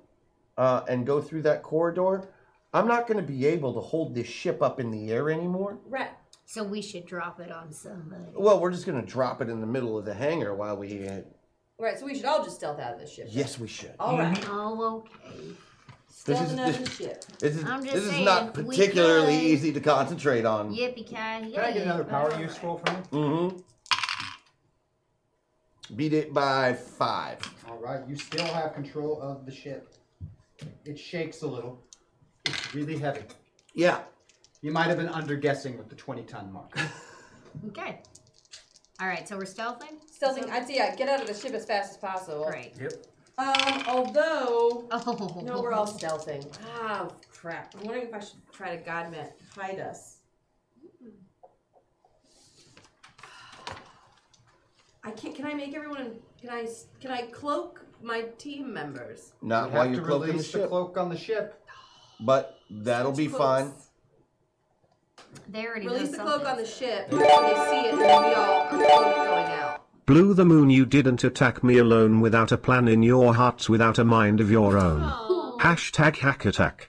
S8: uh, and go through that corridor, I'm not going to be able to hold this ship up in the air anymore.
S9: Right.
S6: So we should drop it on somebody.
S8: Well, we're just going to drop it in the middle of the hangar while we. Uh,
S9: Right. So we should all just stealth out of the ship.
S8: yes, we should.
S9: All right.
S6: Oh, okay.
S8: This
S9: Stealthing
S8: is-
S9: out of the
S8: this-
S9: ship.
S8: This is,
S6: I'm just
S8: this is
S6: saying,
S8: not
S6: we
S8: particularly
S6: could.
S8: easy to concentrate on.
S6: Yippee ki
S2: Can I get another power use scroll from you?
S8: Mm-hmm. Beat it by five.
S2: All right, you still have control of the ship. It shakes a little. It's really heavy.
S8: Yeah.
S2: You might have been underguessing with the 20 ton mark.
S6: Okay. All right. So we're stealthing.
S9: Stealthing. I'd say yeah, get out of the ship as fast as possible.
S6: Great.
S5: Yep.
S9: Um, although
S6: Oh.
S9: no, we're all stealthing. Ah, crap. I'm wondering if I should try to god man hide us. I can't. Can I make everyone? Can I? s- Can I cloak my team members?
S8: Not
S2: you
S8: while
S2: have to
S8: you're cloaking the
S2: release the
S8: ship,
S2: cloak on the ship.
S8: but that'll be
S9: Cloaks.
S8: fine.
S6: They already
S9: Release
S6: know
S9: the
S6: something.
S9: cloak on the ship. So they see it, and then we all are cloaked going out.
S10: Blew the moon, you didn't attack me alone without a plan in your hearts, without a mind of your own. Hashtag hackattack.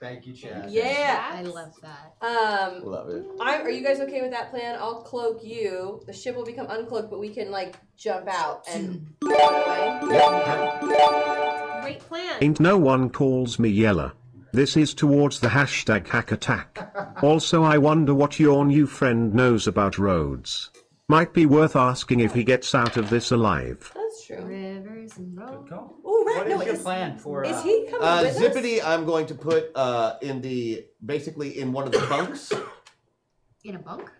S2: Thank you, Chad.
S9: Yeah.
S6: I love that.
S9: Um,
S8: Love it.
S9: I'm, are you guys okay with that plan? I'll cloak you. The ship will become uncloaked, but we can like jump out and run away.
S3: Great plan.
S10: Ain't no one calls me yeller. This is towards the hashtag hackattack. Also, I wonder what your new friend knows about roads. Might be worth asking if he gets out of this alive.
S9: That's true.
S6: Rivers and
S5: Good
S6: roads.
S5: call.
S9: Oh, right.
S2: What
S9: no,
S2: is your
S9: is,
S2: plan for?
S9: is
S2: uh,
S9: he coming
S8: Uh,
S9: with
S8: Zippity, I'm going to put uh, in the basically in one of the bunks.
S6: In a bunk?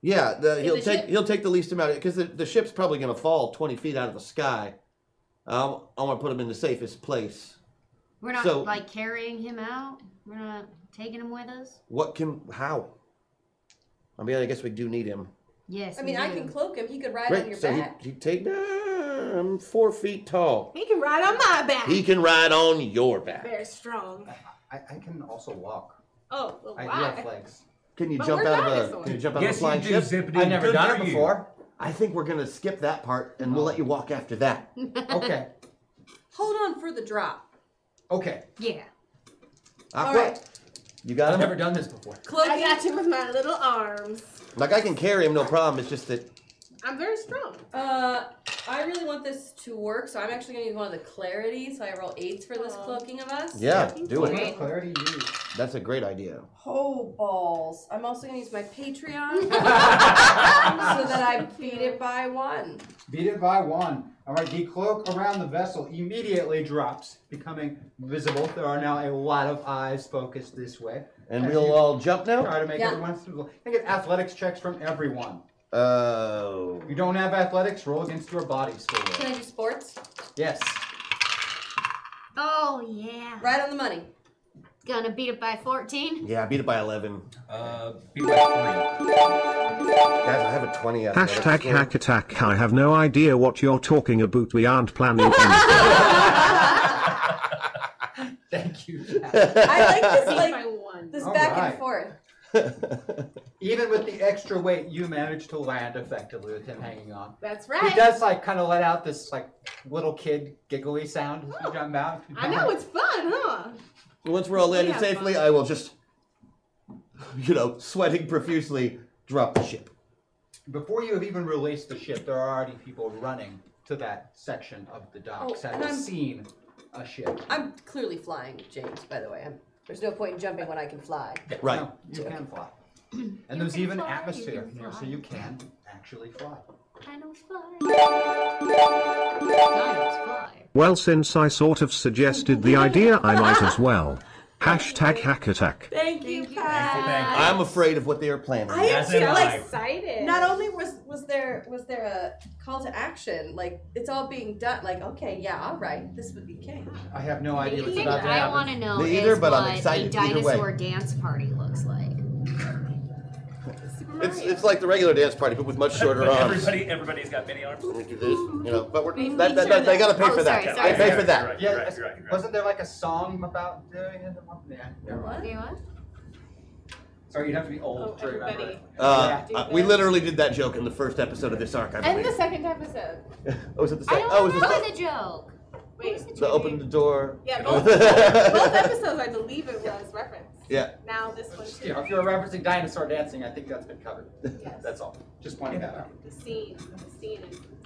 S8: yeah, the, he'll
S9: the
S8: take
S9: ship?
S8: he'll take the least amount because the, the ship's probably going to fall 20 feet out of the sky. Um, I want to put him in the safest place.
S6: We're not
S8: So-
S6: like carrying him out. We're not taking him with us.
S8: What can how? I mean, I guess we do need him.
S6: Yes.
S9: us? I mean,
S6: we
S9: I
S6: do.
S9: can cloak him. He could ride on
S8: Right,
S9: your
S8: so he,
S9: back.
S8: he take. I'm four feet tall.
S3: He can ride on my back.
S8: He can ride on your back.
S3: Very strong.
S2: I, I can also walk.
S3: Oh, well,
S2: I do
S3: why?
S2: have legs.
S8: Can you
S3: But
S8: jump
S3: we're
S8: out of a
S3: dinosaurs.
S8: Can you jump out of
S5: Yes,
S8: a flying
S5: you do,
S8: ship?
S5: Zippity.
S2: I've never
S5: Good
S2: done
S5: for
S2: it
S5: you.
S2: before.
S8: I think we're gonna skip that part and we'll let you walk after that.
S2: okay,
S9: Hold on for the drop.
S2: okay.
S6: Yeah.
S8: Aqua,
S9: right.
S8: Ah, you got
S2: I've
S8: him.
S2: never done this before.
S3: I
S9: Cloaking.
S3: got you with my little arms.
S8: Like I can carry him, no problem. It's just that
S3: I'm very strong.
S9: Uh, I really want this to work, so I'm actually gonna use one of the clarity. So I roll eights for this
S3: Aw.
S9: cloaking of us.
S8: yeah, do
S2: What
S8: it.
S2: does clarity use?
S8: That's a great idea.
S9: Oh balls! I'm also gonna use my Patreon so that I beat it by one.
S2: Beat it by one. All right, the cloak around the vessel immediately drops, becoming visible. There are now a lot of eyes focused this way.
S8: And
S2: As
S8: we'll uh,
S2: you
S8: all jump now.
S2: Try to make
S9: Yeah.
S2: everyone visible. I get athletics checks from everyone.
S8: Oh,
S2: If you don't have athletics, roll against your body score.
S9: Can I do sports?
S2: Yes.
S6: Oh, yeah.
S9: Right on the money.
S6: Gonna beat it by 14?
S8: yeah, I beat it by eleven.
S5: Uh, be like three.
S8: Guys, I have a twenty. athletic
S10: Hashtag
S8: score.
S10: hackattack. I have no idea what you're talking about. We aren't planning anything.
S2: Thank you. Jack.
S9: I like this
S3: Beat
S9: like
S3: by one.
S9: this bounces back
S2: Alright.
S9: and forth.
S2: Even with the extra weight, you manage to land effectively with him hanging on.
S9: That's right.
S2: He does like kind of let out this like little kid giggly sound
S6: Oh,
S2: as you jump out.
S9: I know it's fun, huh?
S8: Once we're all landed
S9: Yeah,
S8: safely,
S9: fine.
S8: I will just, you know, sweating profusely, drop the ship.
S2: Before you have even released the ship, there are already people running to that section of the docks,
S9: Oh, and
S2: having
S9: I'm-
S2: seen a ship.
S9: I'm clearly flying, James. By the way, I'm, there's no point in jumping when I can fly.
S8: Right.
S2: No, you
S9: Yeah.
S2: can fly.
S6: You
S2: And there's
S6: can
S2: even
S6: fly, you
S2: atmosphere
S6: can
S2: here, so
S6: fly.
S2: you can actually fly.
S6: I know fly.
S10: Well, since I sort of suggested the idea, I might as well. Hashtag hack attack.
S14: Thank, you, Pat.
S6: Uh,
S8: I'm afraid of what they are planning.
S14: I am
S5: That's
S14: too.
S5: it,
S14: Like,
S3: Excited.
S9: Not only was was there was there a call to action, like it's all being done. Like okay, yeah, all right, this would be king.
S2: I have no
S6: The
S2: idea what's
S6: thing
S2: about to
S6: I
S2: happen.
S6: want to know
S8: Me either,
S6: is
S8: but I'm
S6: what a
S8: excited either way.
S6: dinosaur dance party looks like.
S8: It's it's like the regular dance party, but with much shorter arms.
S5: Everybody, everybody's got mini arms.
S8: Let
S9: Oh,
S8: me do this, you know. But we're,
S6: Maybe
S8: that, that, that, they gotta pay
S6: Oh,
S8: for
S6: sorry,
S8: that.
S6: sorry,
S8: they pay
S5: you're
S8: for that.
S5: right,
S2: Yeah,
S5: you're right, you're right, you're right.
S2: wasn't there like a song about doing it? Yeah. never mind.
S6: You what?
S2: Sorry, you'd have to be old
S3: Oh,
S2: to remember. it.
S3: everybody.
S8: Uh,
S3: Yeah.
S8: uh, we literally did that joke in the first episode of this arc. I
S14: And the
S8: believe.
S14: second episode.
S8: oh, was it the
S6: I
S8: second?
S6: don't
S8: Oh, it was the
S6: remember
S8: second.
S6: the joke.
S3: Wait.
S8: The open the door.
S3: Yeah, both, both episodes, I believe it was reference.
S8: yeah.
S3: Now this one
S2: Just,
S3: too.
S2: you know, if you're referencing dinosaur dancing, I think that's been covered.
S3: Yes.
S2: That's all. Just pointing that out.
S3: The scene. The scene.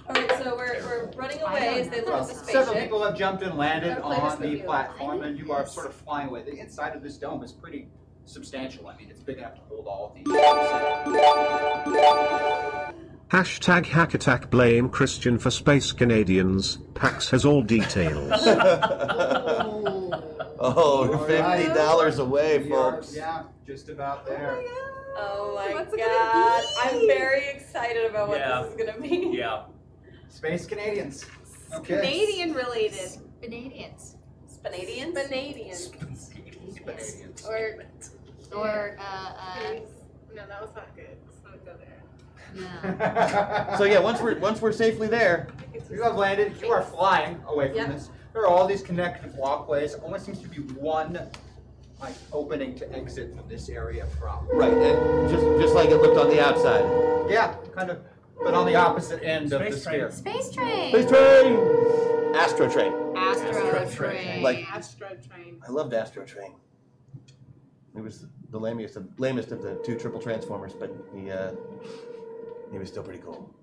S9: All right, so we're, we're running away as they look
S2: Well,
S9: at the
S2: several
S9: spaceship.
S2: people have jumped and landed
S9: I'll play this
S2: on
S9: with
S2: the
S9: you.
S2: platform, and you are sort of flying away. The inside of this dome is pretty substantial. I mean, it's big enough to hold all of these.
S10: Hashtag hack attack blame Christian for space Canadians. Pax has all details.
S8: Oh, you're fifty dollars away,
S2: We are,
S8: folks.
S2: yeah, just about there.
S14: Oh my
S3: What's it gonna
S14: god.
S3: be?
S14: I'm very excited about what
S5: Yeah.
S14: this is going to be.
S5: Yeah.
S2: Space Canadians. Okay.
S3: Canadian related.
S6: Canadians.
S14: Spanadians?
S3: Canadian.
S2: Canadians.
S3: Or
S6: Or, uh, uh,
S3: no, that was not good. Let's not go there.
S6: no.
S8: So yeah, once we're once we're safely there,
S3: I think it's
S2: You have landed. You are flying away from
S9: Yeah.
S2: this. There are all these connected walkways. Only seems to be one like opening to exit from this area from.
S8: right? And just just like it looked on the outside.
S2: Yeah, kind of. But on the opposite end of the
S5: Space train.
S2: sphere.
S6: Space train.
S8: Space train, Astro train.
S6: Astro train.
S8: Like-
S3: Astro train.
S8: I loved Astro train. It was the lamest of lamest of the two triple transformers, but he uh, he was still pretty cool.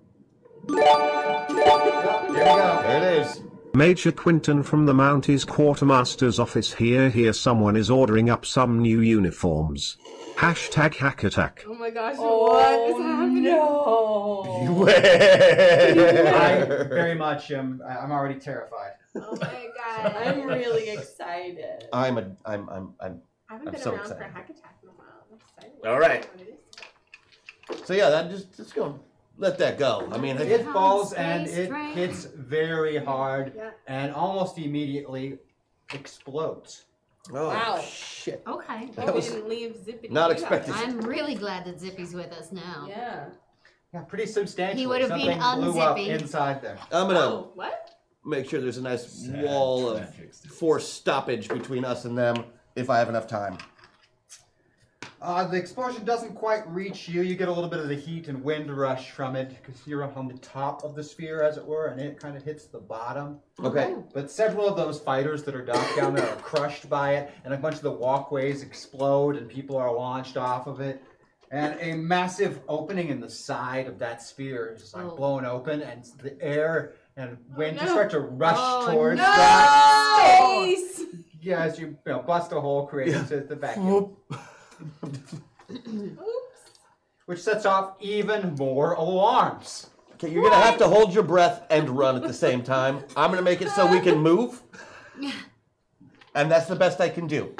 S2: There you go.
S8: There it is.
S10: Major Quinton from the Mounties Quartermaster's office here. Here, someone is ordering up some new uniforms. Hashtag hack attack.
S3: Oh my gosh,
S14: Oh,
S3: what is happening?
S14: No.
S8: You
S2: I
S8: win.
S2: very much am. I- I'm already terrified.
S3: Oh my god.
S14: I'm really excited.
S8: I'm a I'm I'm I'm.
S3: I haven't
S8: I'm
S3: been
S8: so
S3: around for
S8: excited.
S3: a hack attack in a while. I'm excited.
S8: All right.
S3: What it is.
S8: So yeah, that just just go. Let that go. I mean,
S2: It
S8: I,
S2: falls and
S6: Space
S2: it
S6: train.
S2: hits very hard
S3: Yeah.
S2: and almost immediately explodes.
S8: oh
S9: Wow.
S8: shit.
S6: Okay.
S8: That
S3: Well, we
S8: was
S3: didn't leave zippity.
S8: not
S3: doo-dah.
S8: expected.
S6: I'm really glad that Zippy's with us now.
S9: Yeah.
S2: Yeah, pretty substantial.
S6: He would have
S2: Something
S6: been
S2: blew up
S6: unzipping.
S2: inside there.
S8: I'm gonna.
S3: Oh, what?
S8: make sure there's a nice wall of forced stoppage between us and them if I have enough time.
S2: Uh, the explosion doesn't quite reach you. You get a little bit of the heat and wind rush from it because you're on the top of the sphere, as it were, and it kind of hits the bottom.
S8: Okay.
S2: But several of those fighters that are docked down there are crushed by it, and a bunch of the walkways explode, and people are launched off of it. And a massive opening in the side of that sphere is like
S6: Oh.
S2: blown open, and the air and wind just
S3: no.
S2: start to rush
S6: Oh,
S2: towards
S6: no.
S2: that.
S14: Space!
S2: Yeah, as you, you know, bust a hole created to the vacuum.
S8: Whoop.
S2: which sets off even more alarms.
S8: Okay, you're gonna have to hold your breath and run at the same time. I'm gonna make it so we can move, and that's the best I can do.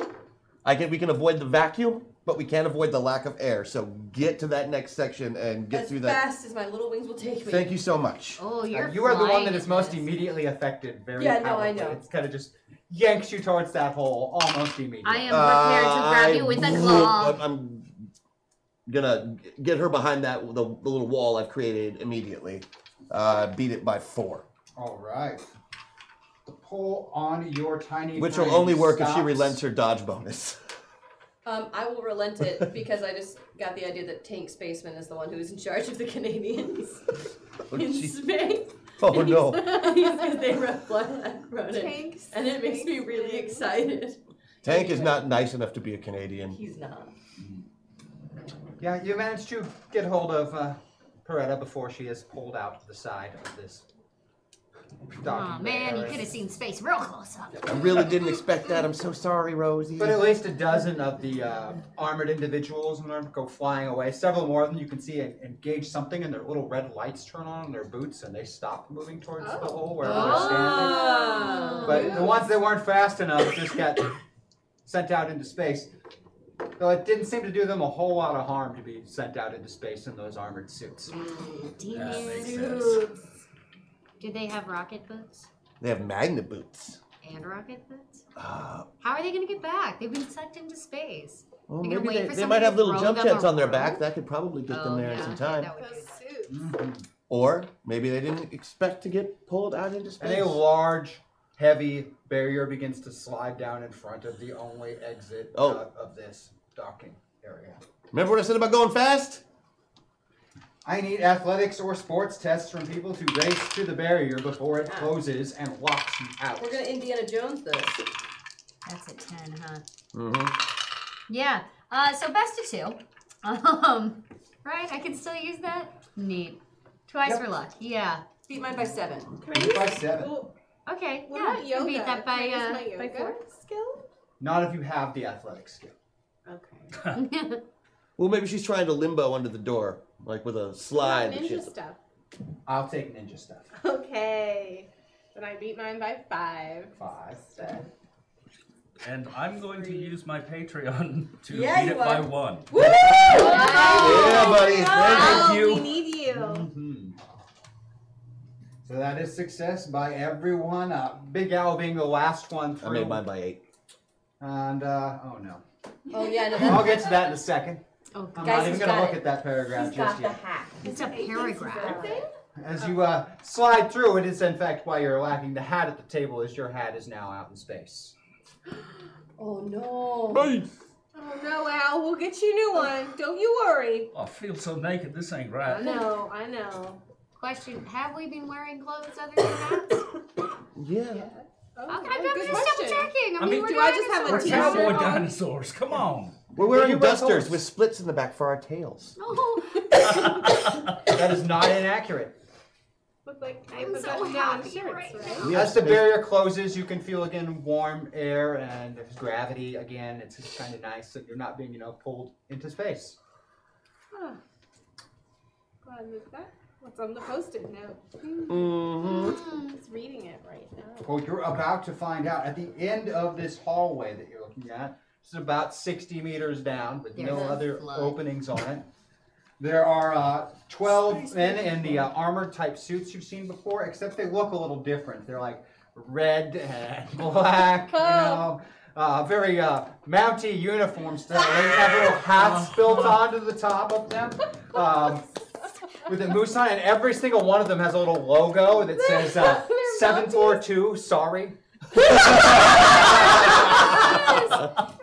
S8: I can we can avoid the vacuum, but we can't avoid the lack of air. So get to that next section and get
S9: as
S8: through that.
S9: fast as my little wings will take me.
S8: Thank you so much.
S6: Oh,
S2: Uh,
S6: you're
S2: you are the one
S6: flying
S2: that
S6: in
S2: is most
S6: this.
S2: immediately affected. Very
S9: Yeah, no, I
S2: powerfully.
S9: know.
S2: It's kind of just yanks you towards that hole almost immediately.
S6: I am
S8: Uh,
S6: prepared to grab you with a claw.
S8: I'm, I'm gonna get her behind that the, the little wall I've created immediately. Uh, beat it by four.
S2: All right. The pull on your tiny.
S8: Which will
S2: frame
S8: only work if she
S2: stops.
S8: relents her dodge bonus.
S9: Um, I will relent it because I just got the idea that Tank Spaceman is the one who's in charge of the Canadians in space.
S8: Oh no.
S9: Because they wrote, Blood- wrote it.
S3: Tank
S9: and it makes me really excited.
S8: Tank is not nice enough to be a Canadian.
S9: He's not.
S2: Yeah, you managed to get hold of uh, Peretta before she is pulled out to the side of this.
S7: Aw,
S2: document
S7: man, you
S2: area.
S7: could have seen space real close up.
S8: I really didn't expect that. I'm so sorry, Rosie.
S2: But at least a dozen of the uh, armored individuals in there go flying away. Several more of them you can see en- engage something, and their little red lights turn on in their boots, and they stop moving towards the hole where they're
S9: Um, Oh.
S2: standing. But the ones that weren't fast enough just got sent out into space. Though it didn't seem to do them a whole lot of harm to be sent out into space in those armored suits.
S7: Demon
S2: That makes sense.
S7: suits. Do they have rocket boots?
S8: They have magna boots.
S7: And rocket boots?
S8: Uh,
S7: How are they going to get back? They've been sucked into space.
S8: well,
S7: They're gonna
S8: maybe
S7: wait
S8: they,
S7: for
S8: they
S7: somebody
S8: might have
S7: to
S8: little
S7: throw
S8: jump
S7: them
S8: jets on their
S7: around? Oh,
S8: back. That could probably get them there in some time.
S7: That would be good.
S8: Mm-hmm. Or maybe they didn't expect to get pulled out into
S2: And
S8: space.
S2: a large, heavy barrier begins to slide down in front of the only exit
S8: Oh.
S2: uh, of this docking area.
S8: Remember what I said about going fast?
S2: I need athletics or sports tests from people to race to the barrier before it closes and locks you out.
S9: We're gonna Indiana Jones this.
S7: That's a 10, huh?
S8: Mm-hmm.
S7: Yeah. Uh, so best of two. Um, right? I can still use that? Neat. Twice
S2: Yep.
S7: for luck. Yeah.
S9: Beat mine by seven.
S2: Eight by seven.
S3: Well,
S7: Okay.
S3: what
S7: yeah.
S3: about
S7: you
S3: yoga?
S7: can beat that by,
S3: Can I
S7: uh,
S3: use my
S7: by
S3: yoga
S7: four.
S3: skill?
S2: Not if you have the athletic skill.
S3: Okay.
S8: Well, maybe she's trying to limbo under the door, like with a slide. that she
S3: Ninja
S8: has to-
S3: stuff.
S2: I'll take ninja stuff.
S3: Okay. Then I beat mine by five.
S2: Five.
S3: Instead.
S5: And I'm going to use my Patreon to
S9: Yeah,
S5: beat
S9: you
S5: it by
S9: are.
S5: one.
S8: yeah, buddy.
S5: Thank
S3: Oh,
S5: you.
S3: we need you.
S2: Mhm. So that is success by everyone. Uh, Big Al being the last one
S8: I
S2: through.
S8: made mine by eight.
S2: And uh, oh no,
S9: Oh yeah, no,
S2: I'll
S9: that's,
S2: get to that in a second.
S7: Oh,
S2: I'm
S7: God.
S9: Guys,
S2: not even
S9: he's
S2: gonna
S9: got
S2: look
S9: it.
S2: at that paragraph
S9: he's got
S2: just
S9: the
S2: yet.
S9: hack.
S7: It's a paragraph.
S2: As you uh, slide through, it is in fact why you're lacking the hat at the table. Is your hat is now out in space.
S9: Oh no.
S3: Oh no, Al, we'll get you a new one. Don't you worry.
S5: Oh, I feel so naked. This ain't
S3: I
S5: right.
S3: know, I know.
S7: Question Have we been wearing clothes other than hats? okay,
S8: Yeah.
S7: I'm,
S3: good
S7: I'm just double
S3: question.
S7: checking. I
S5: I
S7: mean,
S5: mean,
S7: we're
S3: do I just have a
S5: We're
S7: dinosaurs.
S3: t-shirt?
S5: cowboy dinosaurs. Come on.
S8: We're
S2: you
S8: wearing
S2: wear
S8: dusters
S2: clothes?
S8: with slits in the back for our tails.
S7: Oh,
S2: That is not inaccurate.
S3: Look like I
S7: I'm
S3: put
S7: so
S3: that down
S7: happy
S3: shirts,
S7: right
S3: right?
S8: We have
S2: As the
S8: space-
S2: barrier closes, you can feel again warm air and there's gravity again. It's just kind of nice that you're not being, you know, pulled into space.
S3: Huh. Glad I moved that. What's on the post-it note?
S8: Mhm.
S3: Just reading it right now.
S2: Well, Oh, you're about to find out at the end of this hallway that you're looking at. It's about 60 meters down with no
S7: There's a
S2: other
S7: flood.
S2: openings on it. There are uh, 12 men in the uh, armored type suits you've seen before, except they look a little different. They're like red and black,
S7: Oh.
S2: you know. Uh, very uh, mounty uniforms. They have little hats built onto the top of them. Um, with a moose on, it, and every single one of them has a little logo that says uh,
S3: They're
S2: seven four two. Sorry.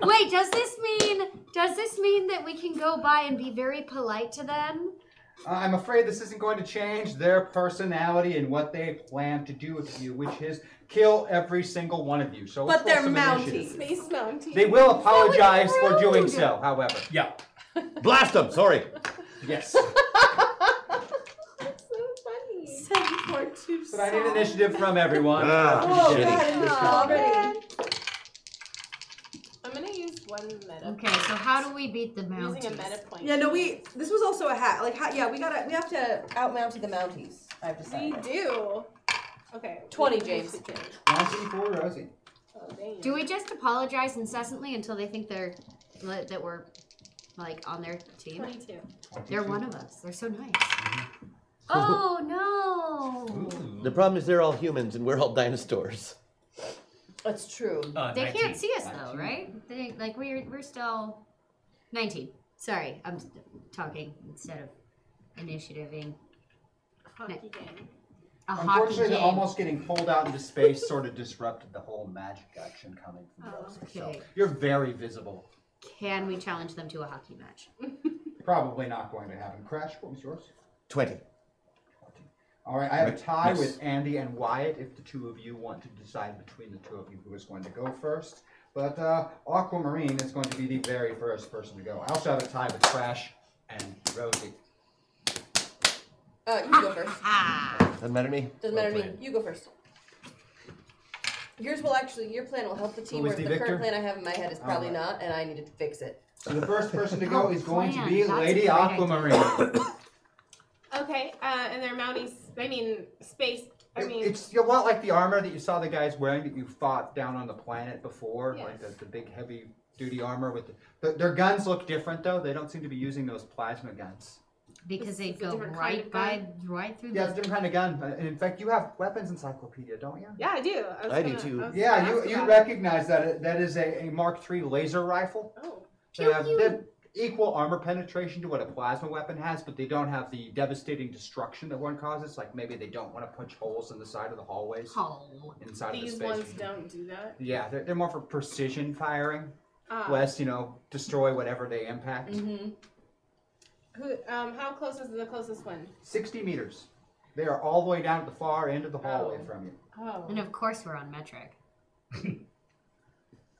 S7: Wait, does this mean does this mean that we can go by and be very polite to them?
S2: Uh, I'm afraid this isn't going to change their personality and what they plan to do with you, which is kill every single one of you. So, let's
S9: But
S2: roll
S9: they're
S2: some
S9: Mounties.
S2: initiative.
S3: Space Mountie.
S2: They will apologize for doing
S7: rude.
S2: so. However,
S5: Yeah.
S8: Blast them. Sorry.
S2: yes.
S3: That's so funny.
S9: Seven, four, two,
S2: But I
S9: seven.
S2: need initiative from everyone.
S8: Ah,
S9: Oh,
S8: shitty.
S9: God, it's already.
S3: I'm gonna use one meta.
S7: Okay, so how do we beat the
S3: I'm using a
S7: mountain?
S3: meta point.
S9: Yeah, no, we. This was also a hack. Like, how, yeah, we gotta. We have to outmounty the Mounties. I've
S3: We
S9: decided.
S3: do. Okay.
S9: 20,
S3: we- we
S9: James.
S3: should get it.
S2: Mountie for Rosie.
S3: Oh, damn.
S7: Do we just apologize incessantly until they think they're li- that we're like on their team?
S3: 22.
S7: They're one of us. They're so nice.
S3: Mm-hmm.
S7: Oh no!
S9: Mm.
S8: The problem is they're all humans and we're all dinosaurs.
S9: That's true.
S5: Uh,
S7: They
S5: 19.
S7: can't see us though, right? They like we're we're still nineteen. Sorry, I'm talking instead of initiativing.
S3: Hockey game.
S7: A hockey
S2: Unfortunately,
S7: game.
S2: the almost getting pulled out into space sort of disrupted the whole magic action coming from
S3: Oh,
S2: Rosie. So
S7: okay.
S2: you're very visible
S6: Can we challenge them to a hockey match?
S2: Probably not going to happen. Crash, what was yours?
S8: 20.
S2: All right, I have a
S8: Right,
S2: tie
S8: yes.
S2: with Andy and Wyatt if the two of you want to decide between the two of you who is going to go first. But uh, Aquamarine is going to be the very first person to go. I also have a tie with Crash and Rosie.
S9: Uh, you can go first.
S8: Doesn't matter to me.
S9: Doesn't matter to me. You go first. Yours will actually, your plan will help the team,
S2: Who is
S9: whereas the
S2: the
S9: Oh. current
S2: victor?
S9: plan I have in my head is probably
S2: Alright.
S9: not, and I need to fix it.
S2: So the first person to go is going to
S6: plan.
S2: be
S6: That's a
S2: Lady
S6: great idea.
S2: Aquamarine.
S3: Okay, uh, and they're Mounties. I mean, space. I mean,
S2: it's a lot like the armor that you saw the guys wearing that you fought down on the planet before, like the,
S3: Yes.
S2: the big heavy duty armor with the, but their guns look different though. They don't seem to be using those plasma guns.
S6: Because they
S3: It's a
S6: go
S3: different
S6: right by,
S3: kind
S6: right through
S2: Yeah, it's a
S6: the.
S2: different kind of gun. but- And in fact, you have weapons encyclopedia, don't you?
S3: yeah, I do. I, was
S8: I do
S3: gonna-
S8: too.
S3: was
S2: Yeah,
S3: gonna
S2: you,
S3: ask
S2: you
S3: about it.
S2: recognize that it, that is a, a Mark III laser rifle.
S3: Oh,
S2: They
S6: Pew,
S2: have
S6: pew.
S2: they have equal armor penetration to what a plasma weapon has, but they don't have the devastating destruction that one causes. Like maybe they don't want to punch holes in the side of the hallways
S6: Oh.
S2: inside
S3: these
S2: of the space.
S3: ones don't do that.
S2: Yeah, they're, they're more for precision firing,
S3: Uh,
S2: less you know destroy whatever they impact.
S3: Mm-hmm. Who? Um, how close is the closest one?
S2: Sixty meters. They are all the way down at the far end of the hallway
S3: Oh.
S2: from you.
S3: Oh.
S6: And of course, we're on metric.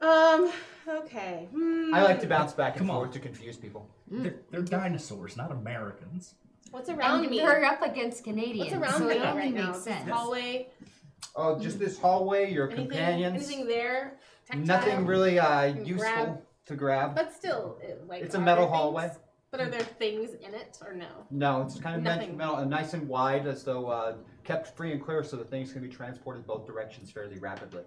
S3: Um. Okay. Hmm.
S2: I like to bounce back and
S5: Come on.
S2: forth to confuse people.
S3: Mm-hmm.
S7: Mm.
S5: They're, they're dinosaurs, not Americans.
S3: What's around
S6: and
S3: me?
S6: we're up against Canadians,
S3: What's around
S6: so
S3: me
S6: it only
S3: right now?
S6: makes
S3: This
S6: sense.
S3: hallway.
S2: Oh, just this hallway, your
S3: Anything?
S2: companions.
S3: Anything there? Tactile?
S2: Nothing really uh,
S3: grab.
S2: useful to grab.
S3: But still, it, like
S2: It's a
S3: are
S2: metal
S3: there things-
S2: hallway.
S3: But are there things in it or no?
S2: No, it's kind of meant,
S3: Nothing.
S2: metal, nice and wide, as though uh, kept free and clear, so that things can be transported both directions fairly rapidly,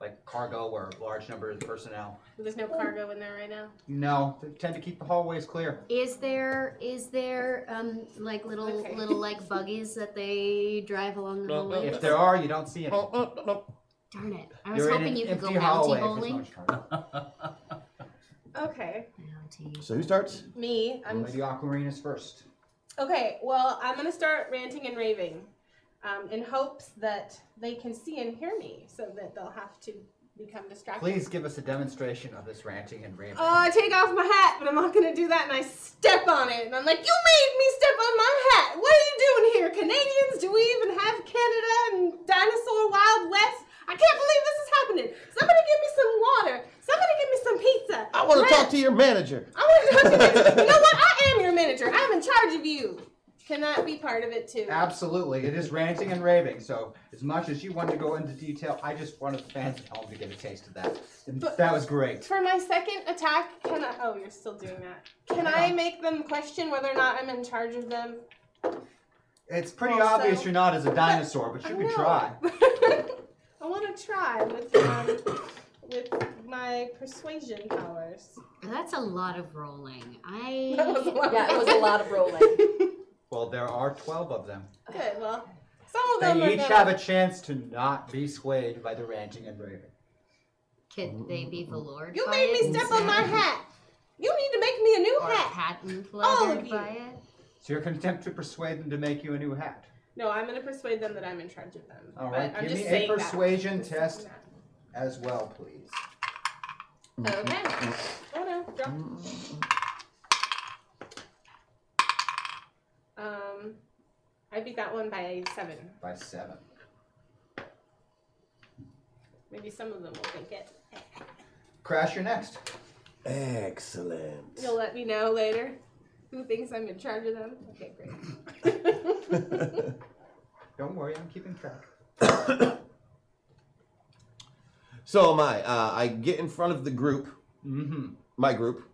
S2: like cargo or large numbers of personnel.
S3: There's
S6: Oh.
S3: no cargo in there right now.
S2: No, they tend to keep the hallways clear.
S6: Is there is there um like little
S3: Okay.
S6: little like buggies that they drive along the
S8: No, no,
S6: hallway?
S2: If there are, you don't see any.
S6: Darn it! I was
S2: You're in
S6: hoping
S2: an
S6: you could go
S2: empty
S6: bounty
S2: hallway. if there's no
S6: bowling.
S2: cargo.
S3: Okay.
S6: Bounty.
S8: So who starts?
S3: Me, I'm
S2: Lady Aquamarine is first.
S3: okay. Well, I'm gonna start ranting and raving, um, in hopes that they can see and hear me, so that they'll have to become distracted.
S2: Please give us a demonstration of this ranting and raving.
S3: Oh, I take off my hat, but I'm not gonna do that, and I step on it, and I'm like, "You made me step on my hat. What are you doing here, Canadians? Do we even have Canada and dinosaur Wild West? I can't believe this is happening. Somebody give me some water. Somebody give me some pizza.
S8: I want to talk to your manager.
S3: I want to talk to you. You know what? I am your manager. I'm in charge of you. Cannot be part of it too.
S2: Absolutely, it is ranting and raving. So, as much as you wanted to go into detail, I just wanted the fans at home to get a taste of that. And
S3: But-
S2: that was great.
S3: For my second attack, can I? Oh, you're still doing that. Can I make them question whether or not I'm in charge of them?
S2: It's pretty
S3: Also-
S2: obvious you're not as a dinosaur, but you
S3: I
S2: can
S3: know.
S2: try.
S3: I want to try with um, with my persuasion powers.
S6: That's a lot of rolling. I
S3: That was a lot.
S9: Yeah, it was a lot of rolling.
S2: Well, there are 12 of them.
S3: Good. Well, some of them
S2: They each
S3: are
S2: have a chance to not be swayed by the ranting and raving.
S6: could they be veloured?
S3: You
S6: by
S3: made
S6: it
S3: me step on my
S6: instead?
S3: hat. You need to make me a new
S6: Or
S3: hat.
S6: patent
S3: All of
S6: leathered
S3: you.
S6: by it?
S2: So, your contempt to persuade them to make you a new hat.
S3: No, I'm gonna persuade them that I'm in charge of them.
S2: All
S3: But
S2: right,
S3: I'm
S2: give
S3: just
S2: me a
S3: saying that.
S2: persuasion
S3: Just
S2: test.
S3: saying that.
S2: As well, please.
S3: Okay. Oh no, drop. Um, I beat that one by seven.
S2: By seven.
S3: Maybe some of them will think it.
S2: Crash, you're next.
S8: Excellent.
S3: You'll let me know later who thinks I'm in charge of them. Okay, great.
S2: Don't worry, I'm keeping track.
S8: So am I. Uh, I get in front of the group,
S2: Mm-hmm.
S8: my group,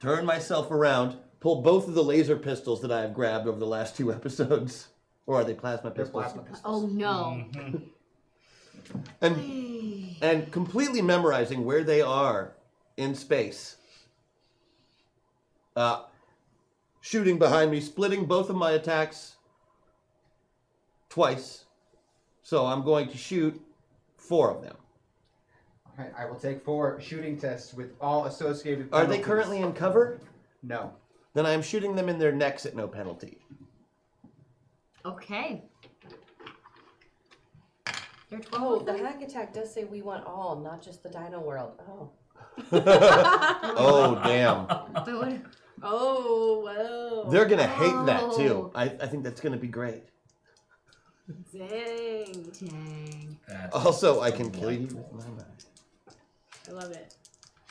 S8: turn myself around, pull both of the laser pistols that I have grabbed over the last two episodes, or are they plasma
S2: They're
S8: pistols?
S2: plasma pistols.
S6: Oh no!
S8: Mm-hmm. And and completely memorizing where they are in space. Uh, shooting behind me, splitting both of my attacks twice. So I'm going to shoot four of them.
S2: All right, I will take four shooting tests with all associated.
S8: Are they
S2: penalties.
S8: currently in cover?
S2: No.
S8: Then I am shooting them in their necks at no penalty.
S6: Okay. They're
S9: Oh,
S6: twelve.
S3: Oh,
S9: the hack attack does say we want all, not just the dino world. Oh.
S8: oh damn.
S3: Oh well.
S8: They're gonna hate that too. I, I think that's gonna be great.
S3: Dang.
S7: Dang.
S8: Also, I can kill you with my knife.
S3: I love it.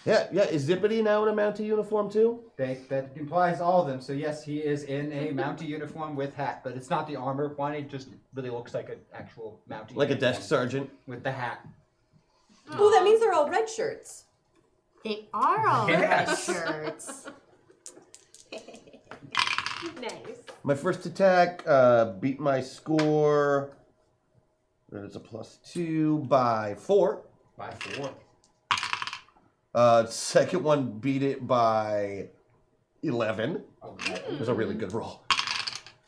S8: Yeah, yeah. Is Zippity now in a Mountie uniform too?
S2: They, that implies all of them. So yes, he is in a Mountie uniform with hat, but it's not the armor one. It just really looks like an actual Mountie.
S8: Like a
S2: uniform
S8: desk sergeant.
S2: with the hat.
S9: Oh, that means they're all red shirts.
S7: They are all red
S5: Yes.
S7: shirts.
S3: Nice.
S8: My first attack uh, beat my score. That is a plus two by four.
S2: By four.
S8: Uh, second one beat it by eleven. It was a really good roll.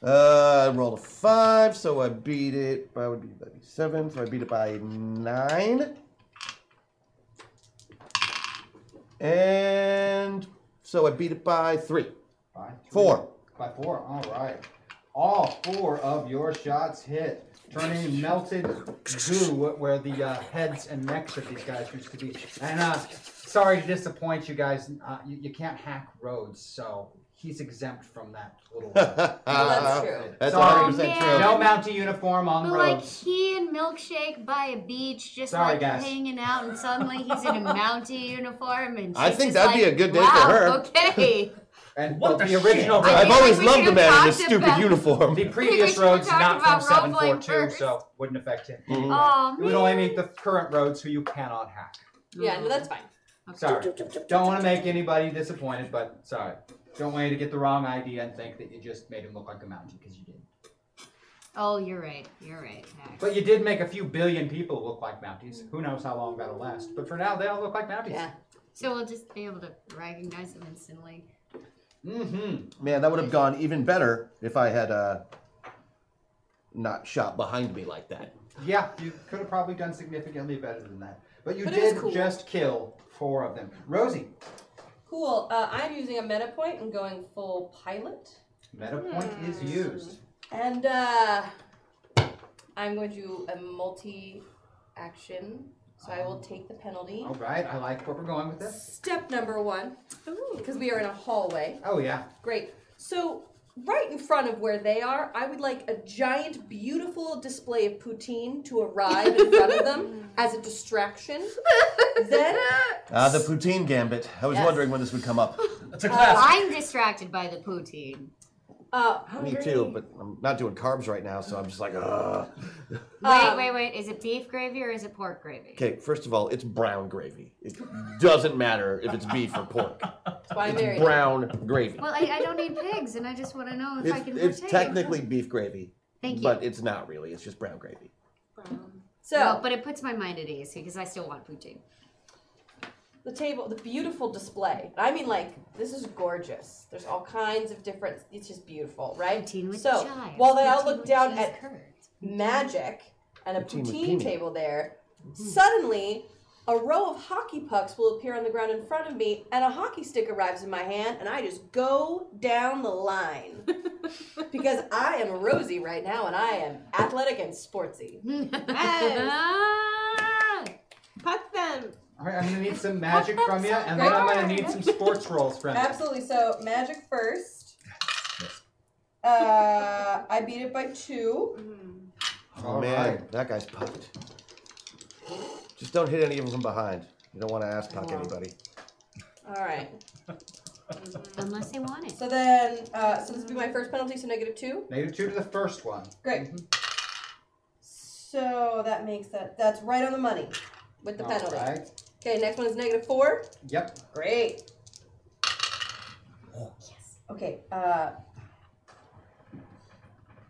S8: Uh, I rolled a five, so I beat it. By would be that'd be seven, so I beat it by nine. And so I beat it by three,
S2: By three.
S8: four.
S2: By four. All right. All four of your shots hit, turning melted goo where the uh, heads and necks of these guys used to be. And uh, sorry to disappoint you guys. Uh, you, you can't hack roads, so he's exempt from that little.
S8: that's
S9: true.
S8: That's
S2: Sorry.
S8: 100%
S7: Oh,
S8: true.
S7: man.
S2: No Mountie uniform on
S7: But like
S2: roads.
S7: he and Milkshake by a beach, just
S2: Sorry,
S7: like
S2: guys.
S7: hanging out, and suddenly he's in a Mountie uniform, and
S8: I
S7: she's
S8: think
S7: just
S8: that'd be
S7: like,
S8: a good day for
S7: wow,
S8: her."
S7: Okay.
S2: and
S5: What
S2: the,
S5: the
S2: original
S7: shit?
S2: road,
S8: I've
S7: feel
S8: always
S7: like we
S8: loved the
S7: should've
S8: man in
S7: talked
S8: his stupid
S7: about-
S8: uniform.
S2: the
S7: we
S2: previous
S7: should've
S2: road's
S7: talked
S2: not from
S7: about road blade
S2: 742, so wouldn't affect him. anyway.
S7: Aw,
S2: it would only mean the current roads who you cannot hack.
S9: Yeah, no, that's fine.
S2: Sorry. Don't want to make anybody disappointed, but sorry. Don't want you to get the wrong idea and think that you just made him look like a mountain because you didn't.
S7: Oh, you're right. You're right. Max.
S2: But you did make a few billion people look like Mounties. Who knows how long that'll last? But for now, they all look like Mounties.
S9: Yeah.
S7: So we'll just be able to recognize them instantly.
S2: Mm-hmm.
S8: Man, that would have gone even better if I had uh, not shot behind me like that.
S2: Yeah, you could have probably done significantly better than that. But you
S9: But it was
S2: did
S9: cool.
S2: just kill four of them. Rosie,
S9: Cool. Uh, I'm using a meta point and going full pilot.
S2: meta point
S9: Hmm.
S2: is used.
S9: And uh, I'm going to do a multi action. So I will take the penalty.
S2: All right, I like where we're going with this.
S9: Step number one, because we are in a hallway.
S2: Oh, yeah.
S9: Great. So, right in front of where they are, I would like a giant, beautiful display of poutine to arrive in front of them as a distraction. then,
S8: Ah, the poutine gambit. I was
S9: Yes.
S8: wondering when this would come up.
S5: It's a classic.
S7: I'm distracted by the poutine.
S9: uh,
S8: me too, but I'm not doing carbs right now, so I'm just like, ugh.
S9: Um,
S7: Wait, wait, wait. Is it beef gravy or is it pork gravy?
S8: Okay, first of all, it's brown gravy. It doesn't matter if it's beef or pork.
S9: that's why I married
S8: It's
S9: him.
S8: brown gravy.
S7: Well, I, I don't need pigs, and I just want to know if I
S8: It's,
S7: can
S8: it's
S7: partake.
S8: technically beef gravy,
S7: Thank you.
S8: but it's not really. It's just brown gravy.
S9: So,
S7: Well, but it puts my mind at ease because I still want poutine.
S9: the table, the beautiful display. I mean, like, this is gorgeous. There's all kinds of different, it's just beautiful, right?
S7: Poutine with
S9: so,
S7: chives.
S9: while they all
S7: poutine
S9: look
S7: with
S9: down
S7: cheese
S9: at
S7: curds.
S9: magic and a
S8: Poutine with
S9: poutine
S8: peanut.
S9: table there,
S2: Mm-hmm.
S9: suddenly a row of hockey pucks will appear on the ground in front of me, and a hockey stick arrives in my hand, and I just go down the line. because I am Rosie right now, and I am athletic and
S7: Hmm.
S9: sportsy.
S7: Ah!
S15: Puck them.
S2: All right, I'm going to need some magic from you, and then I'm going to need some sports rolls from you.
S9: Absolutely. So, magic first. Uh, I beat it by two.
S8: Oh
S2: All
S8: man,
S2: right.
S8: that guy's pucked. Just don't hit any of them from behind. You don't want to ass puck anybody.
S9: All right.
S7: Unless they want it.
S9: So then, uh, so this will be my first penalty, so negative two.
S2: Negative two to the first one.
S9: Great. So that makes that that's right on the money with the penalty.
S2: All right.
S9: Okay, next one is negative four.
S2: Yep.
S9: Great. Okay, uh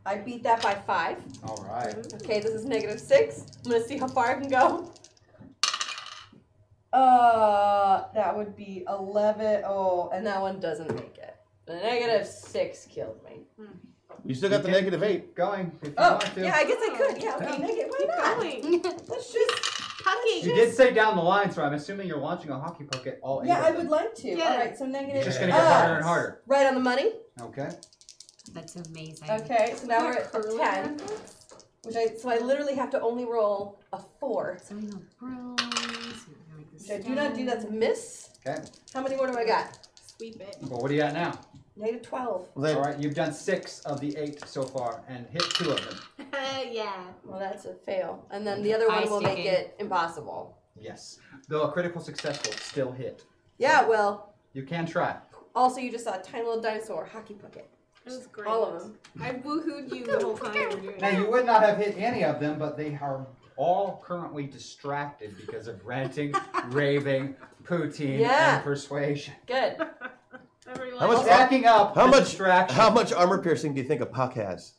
S9: I beat that by five.
S2: All right.
S9: Okay, this is negative six. I'm gonna see how far I can go. Uh that would be eleven. Oh, and that one doesn't make it. The negative six killed me.
S8: You still got the negative eight.
S2: Going. If you
S9: Oh,
S2: want to.
S9: yeah, I guess I could. Yeah, okay, negative. Why not?
S15: Going.
S9: Let's just
S15: Pucking.
S2: You did say down the line, so I'm assuming you're launching a hockey puck at all.
S9: Yeah,
S2: eight
S9: I
S2: of them.
S9: would like to.
S15: Yeah.
S9: All right, so negative.
S2: It's just gonna get
S9: Oh,
S2: harder and harder.
S9: Right on the money.
S2: Okay.
S7: That's amazing.
S9: Okay, so now we're at
S15: Curly
S9: ten,
S15: hair.
S9: which I so I literally have to only roll a four.
S7: So we know bronze. we know like this
S9: So do not do that's a miss.
S2: Okay.
S9: How many more do I got?
S3: Sweep it.
S2: Well, what do you got now?
S9: Negative twelve.
S2: All right, you've done six of the eight so far and hit two of them.
S9: yeah. Well, that's a fail. And then the other one
S2: Ice
S9: will make
S2: sticking.
S9: it impossible.
S2: Yes. Though a critical success will still hit.
S9: Yeah, well.
S2: You can try.
S9: Also, you just saw a tiny little dinosaur hockey pucket.
S3: It was great.
S9: All of them.
S3: I woohooed you the whole time.
S2: Now, you would not have hit any of them, but they are all currently distracted because of ranting, raving, poutine,
S9: Yeah.
S2: and persuasion.
S9: Good.
S8: How much
S2: stacking up?
S8: How
S2: the
S8: much?
S2: distraction.
S8: How much armor piercing do you think a puck has?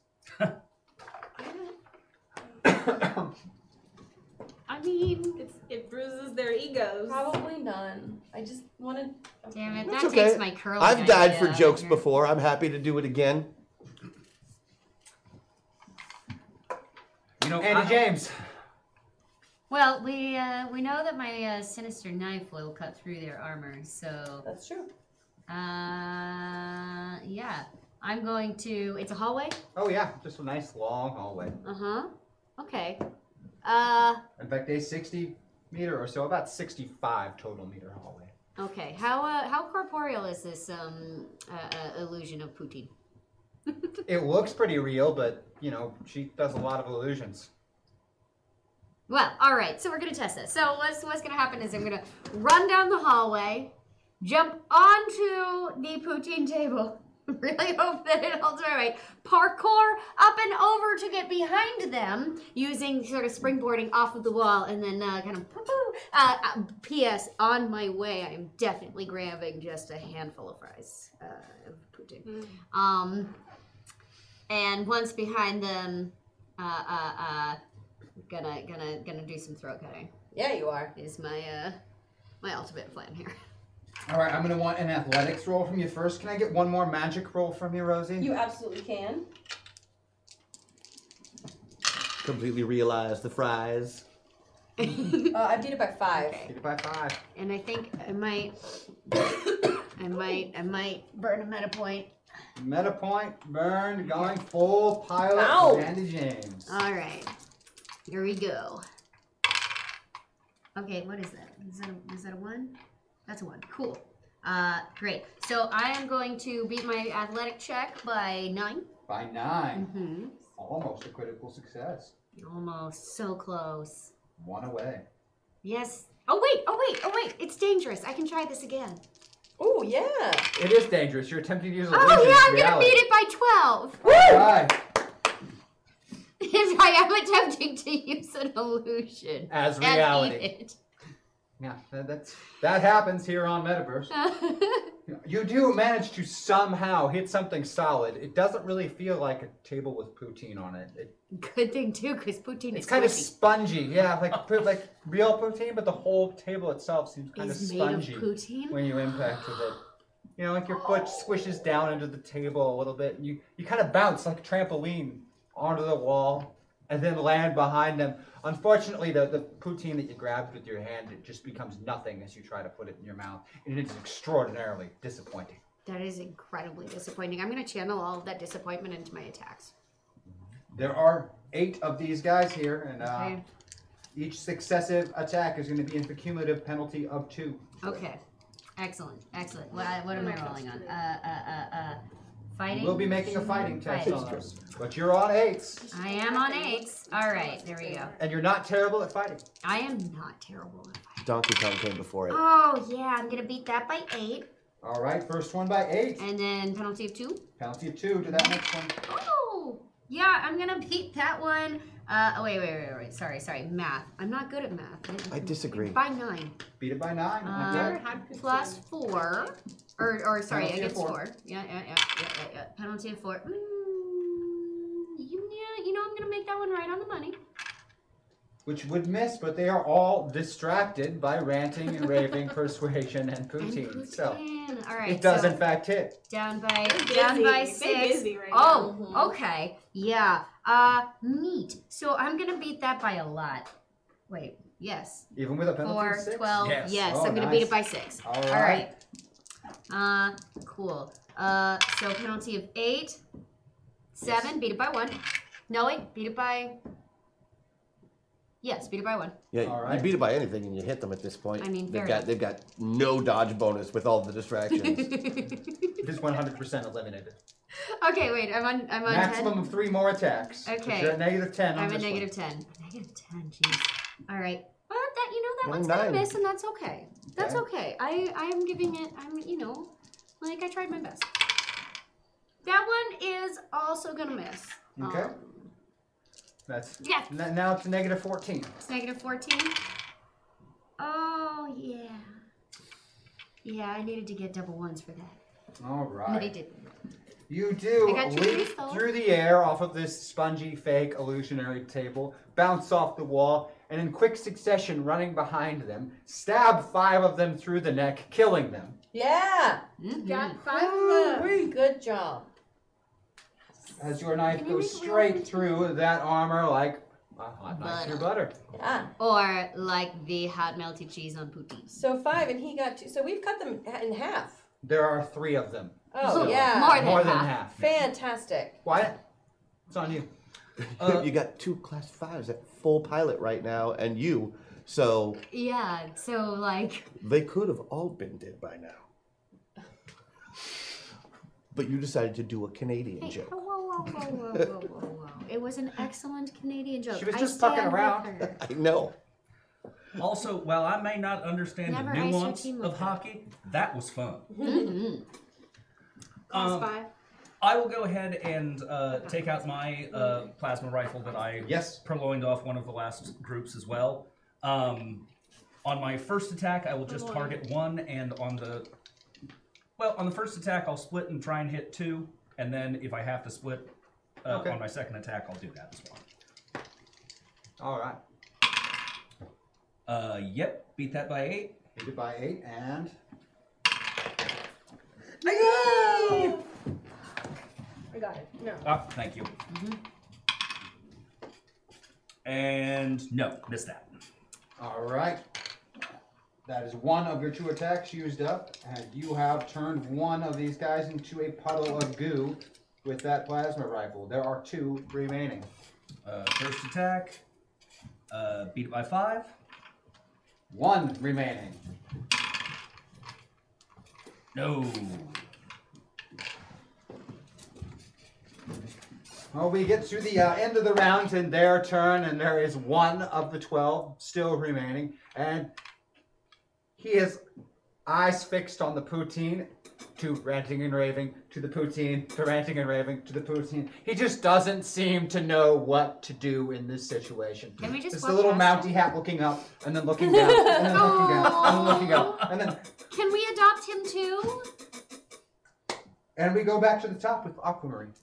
S3: I mean, it's, it bruises their egos.
S9: Probably none. I just wanted. Damn it,
S8: It's okay. I've died
S2: uh,
S8: for jokes before. I'm happy to do it again.
S5: You know,
S2: Andy
S5: I-
S2: James.
S7: Well, we uh, we know that my uh, sinister knife will cut through their armor, so
S9: that's true.
S7: Uh, yeah, I'm going to. It's a hallway.
S2: Oh, yeah, just a nice long hallway.
S7: Uh huh. Okay. Uh,
S2: In fact, a 60 meter or so, about 65 total meter hallway.
S7: okay. How uh, how corporeal is this um uh, uh, illusion of Putin?
S2: It looks pretty real, but, you know, she does a lot of illusions.
S7: Well, all right. So we're gonna test this. So what's what's gonna happen is I'm gonna run down the hallway, jump onto the poutine table. Really hope that it holds my weight. Parkour up and over to get behind them, using sort of springboarding off of the wall, and then uh, kind of. poo-poo. Uh, uh, P.S. On my way, I am definitely grabbing just a handful of fries uh, of poutine. Um, and once behind them, uh, uh, uh, gonna gonna gonna do some throat cutting.
S9: Yeah, you are.
S7: Is my uh my ultimate plan here?
S2: All right, I'm going to want an athletics roll from you first. Can I get one more magic roll from you, Rosie?
S9: You absolutely can.
S4: Completely realize the fries.
S9: uh, I beat it by five.
S2: Beat it by five.
S7: And I think I might, I might, I might burn a meta point.
S2: Meta point, burn, going full pilot,
S7: Ow. Uh.
S2: Andy James.
S7: All right, here we go. Okay, what is that? Is that a, is that a one? That's a one. Cool. Uh, great. So I am going to beat my athletic check by nine.
S2: By 9
S7: Mm-hmm.
S2: Almost a critical success.
S7: Almost so close.
S2: One away.
S7: Yes. Oh wait. Oh wait. Oh wait. It's dangerous. I can try this again.
S9: Oh yeah.
S2: It is dangerous. You're attempting to use illusions.
S7: Oh yeah, I'm gonna
S2: reality.
S7: beat it by twelve.
S2: All right.
S7: If I am attempting to use an illusion
S2: As
S7: and eat
S2: reality.
S7: it.
S2: Yeah, that, that's that happens here on Metaverse. You do manage to somehow hit something solid. It doesn't really feel like a table with poutine on it. It-
S7: Good thing too, because poutine
S2: it's
S7: is Oh.
S2: kind of
S7: fluffy.
S2: spongy. Yeah, like put- like real poutine, but the whole table itself seems kind
S7: Is
S2: of
S7: made of
S2: spongy
S7: poutine?
S2: when you impact with it. You know, like your foot squishes down into the table a little bit. And you you kind of bounce like a trampoline onto the wall and then land behind them. Unfortunately, the, the poutine that you grabbed with your hand it just becomes nothing as you try to put it in your mouth, and it is extraordinarily disappointing.
S7: That is incredibly disappointing. I'm gonna channel all of that disappointment into my attacks.
S2: There are eight of these guys here, and uh,
S7: Okay.
S2: each successive attack is going to be with a cumulative penalty of two.
S7: Okay. Excellent. Excellent. What, what am I rolling on? Uh, uh, uh, uh, fighting.
S2: We'll be making a fighting test
S7: Fight.
S2: on those. But you're on eights,
S7: I am on eights. All right. There we go.
S2: and you're not terrible at fighting.
S7: I am not terrible.
S8: Donkey Kong came before it.
S7: Oh yeah, I'm gonna beat that by eight,
S2: All right, first one by eight.
S7: and then penalty of two.
S2: Penalty of two to that next one.
S7: Oh, yeah, I'm gonna beat that one. Uh, oh, wait, wait, wait, wait. Sorry, sorry. Math. I'm not good at math.
S8: I disagree.
S7: By nine.
S2: Beat it by nine.
S7: Uh, plus four. Or, or sorry,
S2: Penalty of
S7: against
S2: four.
S7: four. Yeah, yeah, yeah, yeah, yeah, yeah. Penalty of four. Mm, you, yeah, you know, I'm gonna make that one right on the money.
S2: Which would miss, but they are all distracted by ranting and raving, persuasion, and poutine. So
S7: Mm, all right.
S2: it does,
S7: so
S2: in fact, hit.
S7: Down by
S3: They're
S7: down
S3: busy.
S7: by
S3: They're
S7: six.
S3: busy right
S7: oh,
S3: now. Mhm.
S7: okay. Yeah. Uh, neat. So I'm gonna beat that by a lot. Wait. Yes.
S2: Even with a penalty
S7: Four,
S2: of six? Oh,
S7: 12. Yes, I'm going to beat it by six.
S2: All
S7: All right. Uh, cool. Uh, so penalty of eight, seven, beat it by one. No, wait, beat it by Yes, beat it by one.
S8: Yeah, you beat it by anything and you hit them at this point.
S7: I mean,
S8: they've
S7: fair
S8: got they've got no dodge bonus with all the distractions.
S2: Just 100% eliminated.
S7: okay, wait. I'm on. I'm on
S2: Maximum
S7: 10.
S2: of three more attacks. but
S7: Okay.
S2: You're at negative 10 on
S7: I'm a
S2: this one.
S7: negative ten. Negative ten. Jeez. All right. But that you know that
S2: One
S7: one's gonna
S2: nine.
S7: miss, and that's okay. That's okay. I I am giving it. I'm you know, like I tried my best. That one is also gonna miss.
S2: Okay.
S7: Um,
S2: That's
S7: Yeah.
S2: n- now it's a negative 14.
S7: It's negative 14. Oh, yeah. Yeah, I needed to get double ones for that.
S2: All
S7: But I
S2: right.
S7: didn't.
S2: You do
S7: I got two
S2: leap
S7: of these, though.
S2: through the air off of this spongy fake illusionary table, bounce off the wall, and in quick succession, running behind them, stab five of them through the neck, killing them.
S9: Yeah. Got five of them. Good job.
S2: As your knife goes straight through that armor like a hot knife through butter.
S7: Or like the hot melted cheese on poutine.
S9: So five, and he got two. So we've cut them in half.
S2: There are three of them.
S9: Oh
S2: So,
S9: yeah,
S2: more than half.
S9: Fantastic.
S2: Wyatt, it's on you.
S8: you got two class fives at full pilot right now, and you. So
S7: Yeah, so like.
S8: they could have all been dead by now. But you decided to do a Canadian
S7: Hey,
S8: joke.
S7: whoa, whoa, whoa, whoa, whoa, whoa, whoa. It was an excellent Canadian joke.
S8: She was
S7: I
S8: just fucking
S7: stand with
S8: around.
S7: her.
S8: I know.
S5: Also, while I may not understand
S7: Never
S5: the
S7: ice your
S5: nuance
S7: team
S5: of
S7: with
S5: hockey, that was fun.
S7: Mhm.
S5: Um, I will go ahead and uh, take out my uh, plasma rifle that I yes. purloined off one of the last groups as well. Um, on my first attack, I will just
S16: Purloined.
S5: target one, and on the well, on the first attack, I'll split and try and hit two, and then if I have to split uh,
S2: Okay.
S5: on my second attack, I'll do that as well.
S2: All right.
S5: Uh, yep, beat that by eight.
S2: Beat it by eight, and
S9: I got it. No.
S5: Ah, thank you. And no, missed that.
S2: All right. That is one of your two attacks used up, and you have turned one of these guys into a puddle of goo with that plasma rifle. There are two remaining.
S5: Uh, first attack, uh, beat it by five.
S2: One remaining.
S5: No.
S2: Well, we get to the uh, end of the round and their turn, and there is one of the 12 still remaining, and he is eyes fixed on the poutine to ranting and raving, to the poutine, to ranting and raving, to the poutine. He just doesn't seem to know what to do in this situation.
S7: Can we just
S2: it's
S7: walk
S2: the little
S7: past
S2: mounty hat looking up, and then looking down, and then looking down, and then looking up, and then
S7: Can we adopt him too?
S2: and we go back to the top with Aquamarine.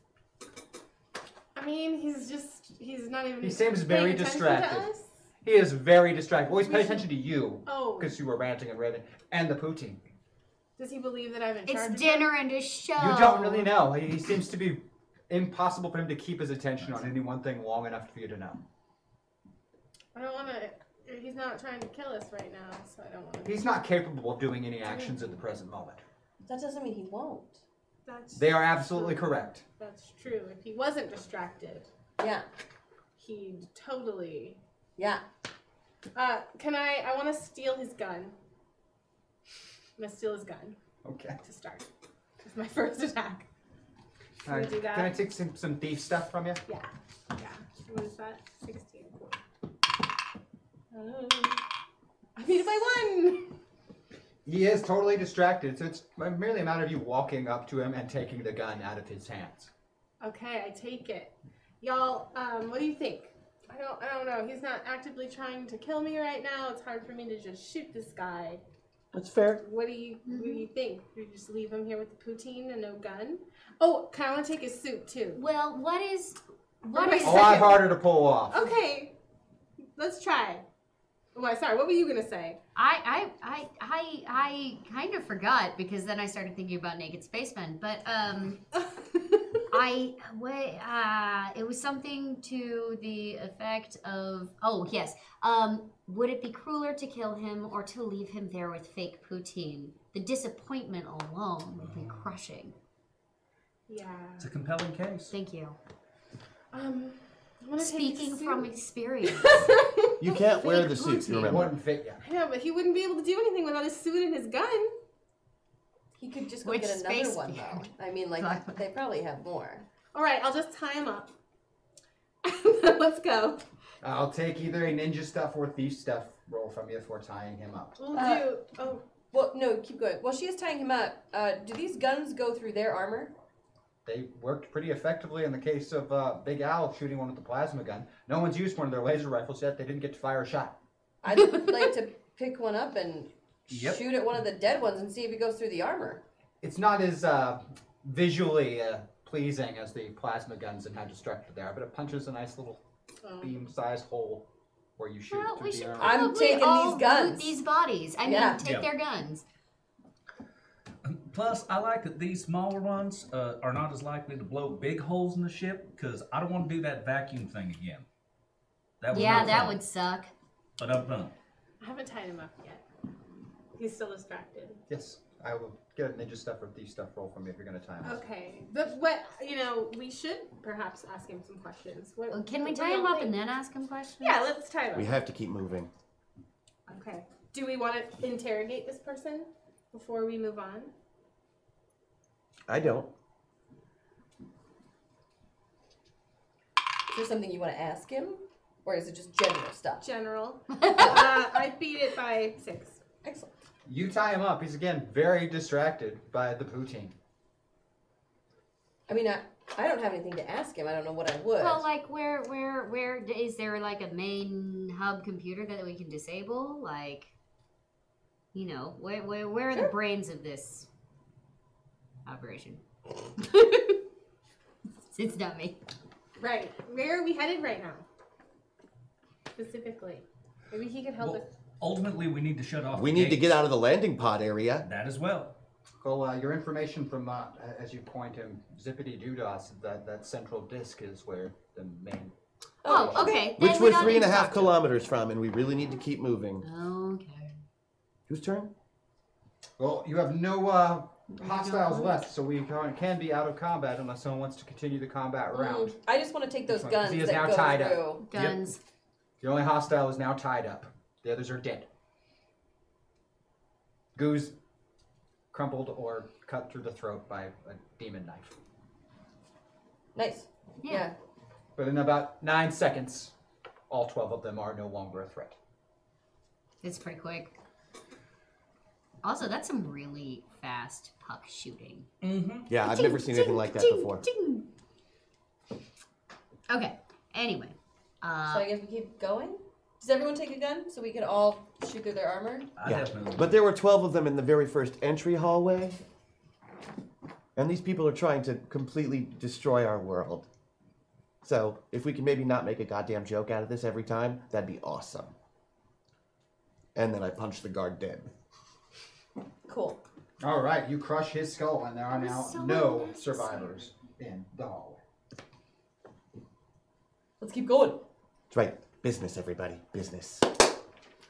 S3: I mean, he's just, he's not even.
S2: He seems
S3: paying
S2: very
S3: attention to
S2: distracted.
S3: us.
S2: He is very distracted. Always
S3: We
S2: pay
S3: should-
S2: attention to you.
S3: Oh.
S2: Because you were ranting and raving. And the poutine.
S3: Does he believe that I'm in charge?
S7: It's dinner and a show.
S2: You don't really know. He, he seems to be impossible for him to keep his attention on any one thing long enough for you to know.
S3: I don't want to. He's not trying to kill us right now, so I don't want to.
S2: He's not capable of doing any actions at the present moment.
S9: That doesn't mean he won't.
S3: That's
S2: They are absolutely correct.
S3: that's true. If he wasn't distracted,
S9: yeah,
S3: he'd totally.
S9: Yeah.
S3: Uh, can I? I want to steal his gun. I'm gonna steal his gun
S2: Okay.
S3: to start. It's my first attack. Can
S2: All
S3: we
S2: right.
S3: do that?
S2: Can I take some, some thief stuff from you?
S3: Yeah. Yeah. What is that? 16. Oh. I beat it by one!
S2: He is totally distracted, so it's merely a matter of you walking up to him and taking the gun out of his hands.
S3: Okay, I take it. Y'all, um, what do you think? I don't I don't know. He's not actively trying to kill me right now. It's hard for me to just shoot this guy.
S8: That's fair.
S3: What do you what do you think? Do you just leave him here with the poutine and no gun? Oh, can I wanna take his suit too?
S7: Well, what is
S3: what
S2: A lot harder to pull off.
S3: Okay. Let's try. Why Oh, sorry, what were you gonna say?
S7: I, I, I, I, I kind of forgot because then I started thinking about naked spacemen. But um, I, wait, uh, it was something to the effect of, oh yes, um, would it be crueler to kill him or to leave him there with fake poutine? The disappointment alone would
S9: Mm.
S7: be crushing.
S3: Yeah.
S5: It's a compelling case.
S7: Thank you.
S3: Um
S7: Speaking from experience.
S8: You can't wear the suit, you remember.
S2: Wouldn't fit you.
S3: I know, but he wouldn't be able to do anything without his suit and his gun.
S9: He could just go get another one though. I mean, like they probably have more.
S3: All right, I'll just tie him up. Let's go.
S2: I'll take either a ninja stuff or thief stuff roll from you for tying him up.
S3: We'll
S9: Uh,
S3: do. Oh,
S9: Well, no, keep going. While she is tying him up, uh, do these guns go through their armor?
S2: They worked pretty effectively in the case of uh, Big Al shooting one with the plasma gun. No one's used one of their laser rifles yet. They didn't get to fire a shot.
S9: I'd like to pick one up and
S2: Yep.
S9: shoot at one of the dead ones and see if it goes through the armor.
S2: It's not as uh, visually uh, pleasing as the plasma guns and how destructive they are, but it punches a nice little
S9: Oh.
S2: beam-sized hole where you shoot
S7: Well,
S2: through
S7: we
S2: the
S7: should
S2: arrow.
S7: probably
S9: I'm taking these
S7: all loot
S9: guns.
S7: these bodies. I mean,
S9: Yeah.
S7: take
S5: Yeah.
S7: their guns.
S5: Plus, I like that these smaller ones uh, are not as likely to blow big holes in the ship because I don't want to do that vacuum thing again. That was
S7: yeah,
S5: no
S7: that
S5: fun.
S7: would suck.
S5: But uh, I'm done.
S3: I haven't tied him up yet. He's still distracted.
S2: Yes, I will get a ninja stuff or thief stuff roll from you if you're going to time. us.
S3: Okay, but what you know, we should perhaps ask him some questions. What,
S7: Well, Can we
S3: what
S7: tie
S3: do
S7: him
S3: y'all
S7: up and
S3: think?
S7: then ask him questions?
S3: Yeah, let's tie him.
S8: We
S3: up.
S8: have to keep moving.
S3: Okay. Do we want to interrogate this person before we move on?
S8: I don't.
S9: Is there something you want to ask him, or is it just general stuff?
S3: General. uh, I beat it by six.
S9: Excellent.
S2: You tie him up. He's again very distracted by the poutine.
S9: I mean, I, I don't have anything to ask him. I don't know what I would.
S7: Well, like where, where, where d- is there like a main hub computer that we can disable? Like, you know, where, where, where are the brains of this operation? it's not me.
S3: Right. Where are we headed right now? Specifically. Maybe he could help
S5: Well-
S3: us.
S5: Ultimately, we need to shut off.
S8: We
S5: the
S8: need to get
S5: gates.
S8: out of the landing pod area.
S5: That as well.
S2: Well, uh, your information from, uh, as you point him, Zippity Doodos, that, that central disk is where the main.
S7: Oh, okay.
S8: Which
S7: then we
S8: we're
S7: don't
S8: three
S7: need
S8: and
S7: to
S8: a half
S7: talk to him.
S8: kilometers from, and we really need to keep moving.
S7: Okay.
S8: Whose turn?
S2: Well, you have no uh, hostiles left, so we can can be out of combat unless someone wants to continue the combat round.
S9: Mm, I just want to take those
S2: Because
S9: guns
S2: he is
S9: that
S2: now
S9: go
S2: tied up.
S9: through.
S7: Guns.
S2: The only hostile is now tied up, the others are dead. Goose crumpled or cut through the throat by a demon knife.
S9: Nice.
S7: Yeah.
S9: yeah.
S2: Within about nine seconds, all 12 of them are no longer a threat.
S7: It's pretty quick. Also, that's some really fast puck shooting.
S8: Yeah, I've never seen anything like that before.
S7: Ding. Okay. Anyway. Uh,
S9: So I guess we keep going. Does everyone take a gun so we can all shoot through their armor?
S5: I
S8: Yeah.
S5: definitely.
S8: But there were 12 of them in the very first entry hallway. And these people are trying to completely destroy our world. So, if we can maybe not make a goddamn joke out of this every time, that'd be awesome. And then I punch the guard dead.
S9: Cool.
S2: All right, you crush his skull, and there are now
S7: so
S2: no survivors in the hallway.
S9: Let's keep going.
S8: That's right. Business, everybody. Business.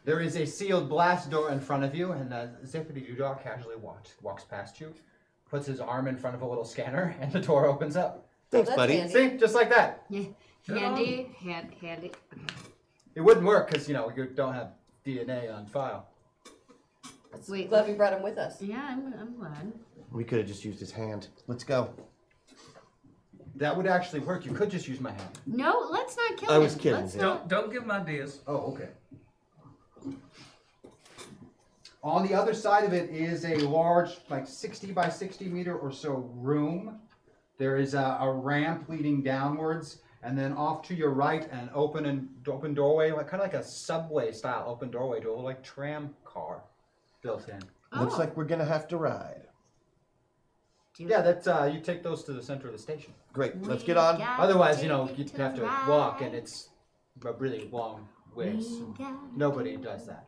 S2: There is a sealed blast door in front of you, and uh, Zippity Doodah casually walks, walks past you, puts his arm in front of a little scanner, and the door opens up.
S8: Thanks,
S9: that's
S8: buddy.
S9: handy.
S2: See, just like that.
S7: yeah. Handy, hand, handy.
S2: It wouldn't work because you know you don't have DNA on file.
S7: Wait.
S9: Glad we brought him with us.
S7: Yeah, I'm, I'm glad.
S8: We could have just used his hand. Let's go.
S2: That would actually work. You could just use my hand.
S7: No, let's not kill
S8: I
S7: him.
S8: was kidding.
S7: Let's
S5: Don't
S7: not.
S5: don't give him ideas.
S2: Oh, okay. On the other side of it is a large, like 60 by 60 meter or so room. There is a, a ramp leading downwards, and then off to your right, an open and open doorway, like kind of like a subway style open doorway to a like tram car built in.
S8: Looks
S7: Oh.
S8: like we're going to have to ride.
S2: Yeah, that's uh, you take those to the center of the station.
S8: Great. Let's
S7: We
S8: get on.
S7: gotta
S2: Otherwise, you know
S7: take it
S2: you'd have to
S7: the
S2: walk, and
S7: ride.
S2: it's a really long ways.
S7: We gotta-
S2: Nobody does that.